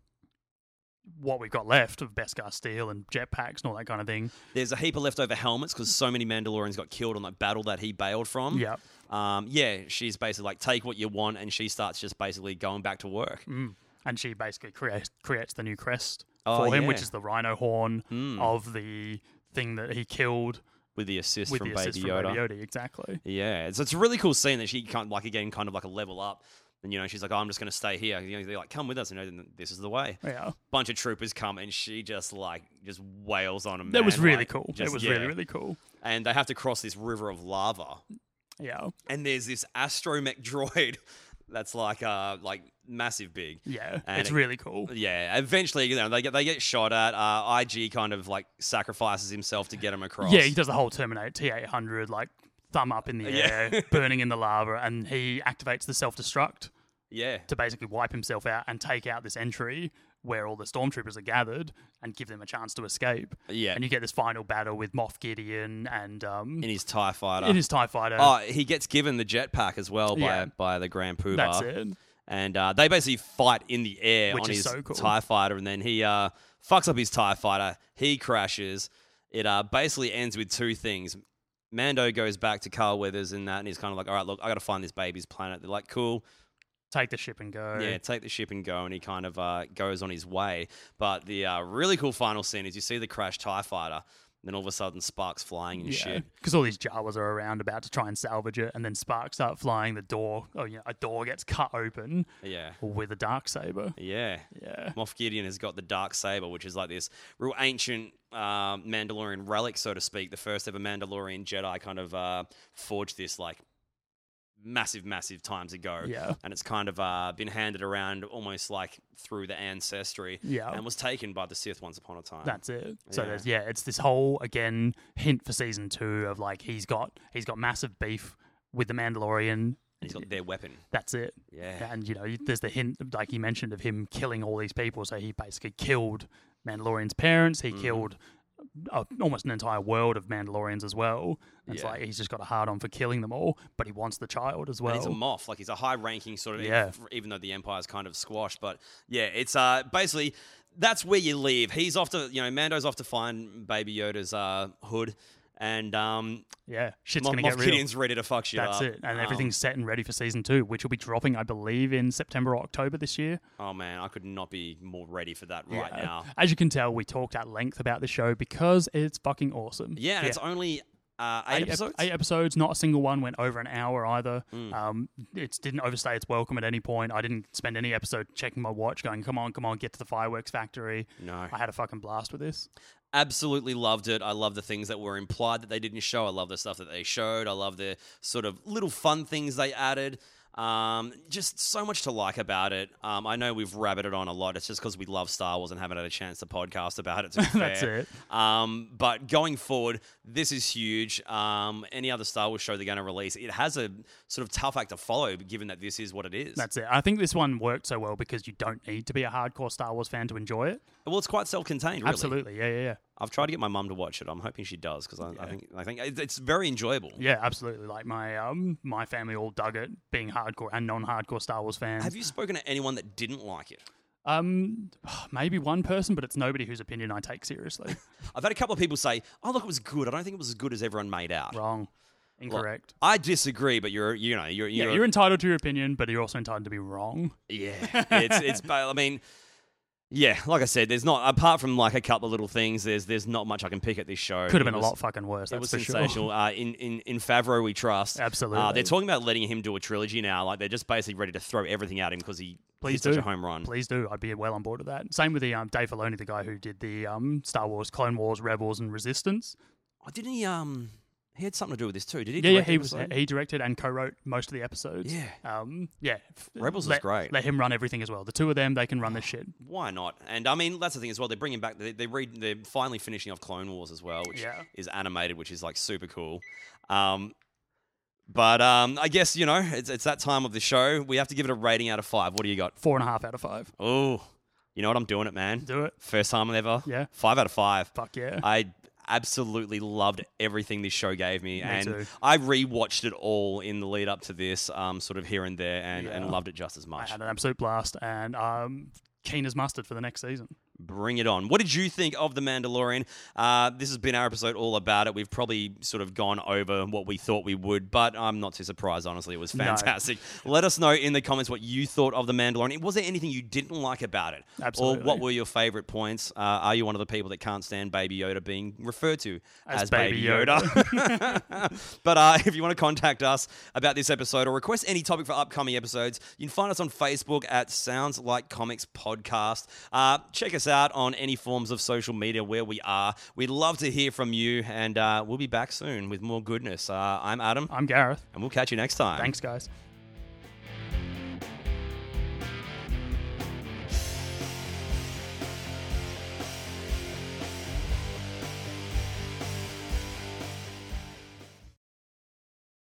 Speaker 2: What we've got left of Beskar steel and jetpacks and all that kind of thing.
Speaker 1: There's a heap of leftover helmets because so many Mandalorians got killed on that battle that he bailed from.
Speaker 2: Yeah.
Speaker 1: Um, yeah, she's basically like, take what you want, and she starts just basically going back to work.
Speaker 2: Mm. And she basically creates creates the new crest
Speaker 1: Oh,
Speaker 2: for him, which
Speaker 1: yeah.
Speaker 2: is the rhino horn
Speaker 1: Mm.
Speaker 2: of the thing that he killed
Speaker 1: With the assist
Speaker 2: with
Speaker 1: from,
Speaker 2: the
Speaker 1: Baby,
Speaker 2: assist
Speaker 1: Yoda.
Speaker 2: from Baby Yoda. Exactly.
Speaker 1: Yeah, so it's a really cool scene that she kind of like again, kind of like a level up, and you know she's like, oh, I'm just going to stay here. You know, they're like, come with us, and you know, this is the way.
Speaker 2: Yeah.
Speaker 1: bunch of troopers come and she just like just wails on them.
Speaker 2: That was
Speaker 1: man,
Speaker 2: really
Speaker 1: like,
Speaker 2: cool.
Speaker 1: just-
Speaker 2: it was
Speaker 1: yeah.
Speaker 2: really, really cool.
Speaker 1: And they have to cross this river of lava,
Speaker 2: Yeah.
Speaker 1: and there's this astromech droid that's like uh like massive big.
Speaker 2: Yeah.
Speaker 1: And
Speaker 2: it's
Speaker 1: it-
Speaker 2: really cool.
Speaker 1: Yeah, eventually you know they get they get shot at. Uh, IG kind of like sacrifices himself to get him across.
Speaker 2: Yeah, he does the whole Terminator T eight hundred, like thumb up in the
Speaker 1: Yeah.
Speaker 2: air, burning in the lava, and he activates the self destruct
Speaker 1: yeah.
Speaker 2: to basically wipe himself out and take out this entry where all the stormtroopers are gathered and give them a chance to escape.
Speaker 1: Yeah.
Speaker 2: And you get this final battle with Moff Gideon and um
Speaker 1: in his Tie Fighter.
Speaker 2: in his Tie Fighter.
Speaker 1: Oh, he gets given the jetpack as well by
Speaker 2: Yeah.
Speaker 1: by the Grand Poobah.
Speaker 2: that's it.
Speaker 1: and uh, they basically fight in the air
Speaker 2: Which
Speaker 1: on
Speaker 2: is
Speaker 1: his
Speaker 2: so cool.
Speaker 1: tie fighter, and then he uh, fucks up his tie fighter. He crashes. It uh, basically ends with two things. Mando goes back to Carl Weathers and that, and he's kind of like, "All right, look, I got to find this baby's planet." They're like, "Cool,
Speaker 2: Take the ship and go.
Speaker 1: yeah, take the ship and go." And he kind of uh, goes on his way. But the uh, really cool final scene is you see the crash tie fighter. then all of a sudden sparks flying and
Speaker 2: Yeah,
Speaker 1: shit.
Speaker 2: because all these Jawas are around about to try and salvage it, and then sparks start flying. The door, oh yeah, a door gets cut open
Speaker 1: Yeah.
Speaker 2: with a dark saber.
Speaker 1: Yeah.
Speaker 2: Yeah,
Speaker 1: Moff Gideon has got the dark saber, which is like this real ancient uh, Mandalorian relic, so to speak. The first ever Mandalorian Jedi kind of uh, forged this like massive, massive times ago,
Speaker 2: yeah,
Speaker 1: and it's kind of uh, been handed around almost like through the ancestry,
Speaker 2: yeah.
Speaker 1: and was taken by the Sith once upon a time.
Speaker 2: That's it. So
Speaker 1: Yeah.
Speaker 2: there's yeah, it's this whole again hint for season two of like he's got he's got massive beef with the Mandalorian.
Speaker 1: and he's got their weapon.
Speaker 2: That's it.
Speaker 1: Yeah.
Speaker 2: And you know, there's the hint like you mentioned of him killing all these people. So he basically killed Mandalorian's parents. He
Speaker 1: Mhm.
Speaker 2: killed uh almost an entire world of Mandalorians as well. And It's
Speaker 1: Yeah.
Speaker 2: like he's just got a hard on for killing them all, but he wants the child as
Speaker 1: and he's a
Speaker 2: well.
Speaker 1: moth, like he's a high-ranking sort of,
Speaker 2: Yeah.
Speaker 1: even though the empire's kind of squashed. But yeah, it's uh basically that's where you leave. He's off to, you know, Mando's off to find Baby Yoda's uh hood, and um,
Speaker 2: Yeah, shit's
Speaker 1: Mo-
Speaker 2: gonna
Speaker 1: Moff
Speaker 2: get real.
Speaker 1: Gideon's ready to fuck shit
Speaker 2: That's
Speaker 1: up.
Speaker 2: it, and
Speaker 1: Um,
Speaker 2: everything's set and ready for season two, which will be dropping, I believe, in September or October this year.
Speaker 1: Oh man, I could not be more ready for that right
Speaker 2: Yeah. uh,
Speaker 1: now.
Speaker 2: As you can tell, we talked at length about the show because it's fucking awesome.
Speaker 1: Yeah, and it's only uh, eight,
Speaker 2: ep-
Speaker 1: episodes.
Speaker 2: Eight episodes. Not a single one went over an hour either.
Speaker 1: Mm.
Speaker 2: Um, it didn't overstay its welcome at any point. I didn't spend any episode checking my watch, going, "Come on, come on, get to the fireworks factory."
Speaker 1: No,
Speaker 2: I had a fucking blast with this.
Speaker 1: absolutely loved it. I love the things that were implied that they didn't show. I love the stuff that they showed. I love the sort of little fun things they added. Um, just so much to like about it. Um, I know we've rabbited on a lot. It's just because we love Star Wars and haven't had a chance to podcast about it. To be fair.
Speaker 2: That's it.
Speaker 1: Um, but going forward, this is huge. Um, any other Star Wars show they're going to release, it has a sort of tough act to follow, given that this is what it is.
Speaker 2: That's it. I think this one worked so well because you don't need to be a hardcore Star Wars fan to enjoy it.
Speaker 1: well, it's quite self-contained. Really.
Speaker 2: Absolutely. Yeah, yeah, yeah.
Speaker 1: I've tried to get my mum to watch it. I'm hoping she does because I, I
Speaker 2: Yeah.
Speaker 1: think I think it's- it's very enjoyable.
Speaker 2: Yeah, absolutely. Like my um my family all dug it, being hardcore and non-hardcore Star Wars fans.
Speaker 1: Have you spoken to anyone that didn't like it?
Speaker 2: Um, maybe one person, but it's nobody whose opinion I take seriously.
Speaker 1: I've had a couple of people say, "Oh, look, it was good. I don't think it was as good as everyone made out."
Speaker 2: Wrong, incorrect.
Speaker 1: I disagree, but you're you know you're
Speaker 2: yeah,
Speaker 1: you're,
Speaker 2: you're entitled to your opinion, but you're also entitled to be wrong.
Speaker 1: yeah. It's it's but, I mean. Yeah, like I said, there's not apart from like a couple of little things. There's there's not much I can pick at this show.
Speaker 2: Could have
Speaker 1: It
Speaker 2: been
Speaker 1: was-
Speaker 2: a lot fucking worse.
Speaker 1: It
Speaker 2: That's
Speaker 1: was
Speaker 2: for
Speaker 1: sensational. Uh, in in in Favreau, we trust.
Speaker 2: sure. Absolutely.
Speaker 1: Uh, they're talking about letting him do a trilogy now. Like they're just basically ready to throw everything at him because he hit
Speaker 2: Please
Speaker 1: such
Speaker 2: do.
Speaker 1: a home run.
Speaker 2: Please do. I'd be well on board with that. Same with the um, Dave Filoni, the guy who did the um, Star Wars, Clone Wars, Rebels, and Resistance.
Speaker 1: Oh, didn't he? Um, he had something to do with this too. Did he?
Speaker 2: Yeah, yeah,
Speaker 1: direct
Speaker 2: he
Speaker 1: an
Speaker 2: was
Speaker 1: episode?
Speaker 2: he directed and co-wrote most of the episodes.
Speaker 1: Yeah.
Speaker 2: Um, yeah. F-
Speaker 1: Rebels
Speaker 2: let,
Speaker 1: is great.
Speaker 2: Let him run everything as well. The two of them, they can run this shit.
Speaker 1: Why not? And I mean, that's the thing as well. They're bringing back. They, they read. They're finally finishing off Clone Wars as well, which
Speaker 2: Yeah.
Speaker 1: is animated, which is like super cool. Um, but um, I guess you know it's it's that time of the show. We have to give it a rating out of five. What do you got?
Speaker 2: Four and a half out of five.
Speaker 1: Oh, you know what? I'm doing it, man.
Speaker 2: Do it.
Speaker 1: First time ever.
Speaker 2: Yeah.
Speaker 1: Five out of five.
Speaker 2: Fuck yeah.
Speaker 1: I absolutely loved everything this show gave me, and
Speaker 2: too.
Speaker 1: I rewatched it all in the lead up to this, um, sort of here and there, and, and
Speaker 2: Yeah.
Speaker 1: loved it just as
Speaker 2: I
Speaker 1: much.
Speaker 2: had an absolute blast, and um, keen as mustard for the next season.
Speaker 1: Bring it on. What did you think of The Mandalorian? Uh, this has been our episode all about it. We've probably sort of gone over what we thought we would, but I'm not too surprised, honestly. It was
Speaker 2: No.
Speaker 1: fantastic. Let us know in the comments what you thought of The Mandalorian. Was there anything you didn't like about it? Or
Speaker 2: Absolutely.
Speaker 1: what were your favorite points? Uh, are you one of the people that can't stand Baby Yoda being referred to as,
Speaker 2: As
Speaker 1: Baby,
Speaker 2: Baby
Speaker 1: Yoda? but uh, if you want to contact us about this episode or request any topic for upcoming episodes, you can find us on Facebook at Sounds Like Comics Podcast. Uh, check us out on any forms of social media where we are. We'd love to hear from you, and uh, we'll be back soon with more goodness. Uh, I'm Adam,
Speaker 2: I'm Gareth.
Speaker 1: and we'll catch you next time.
Speaker 2: Thanks, guys.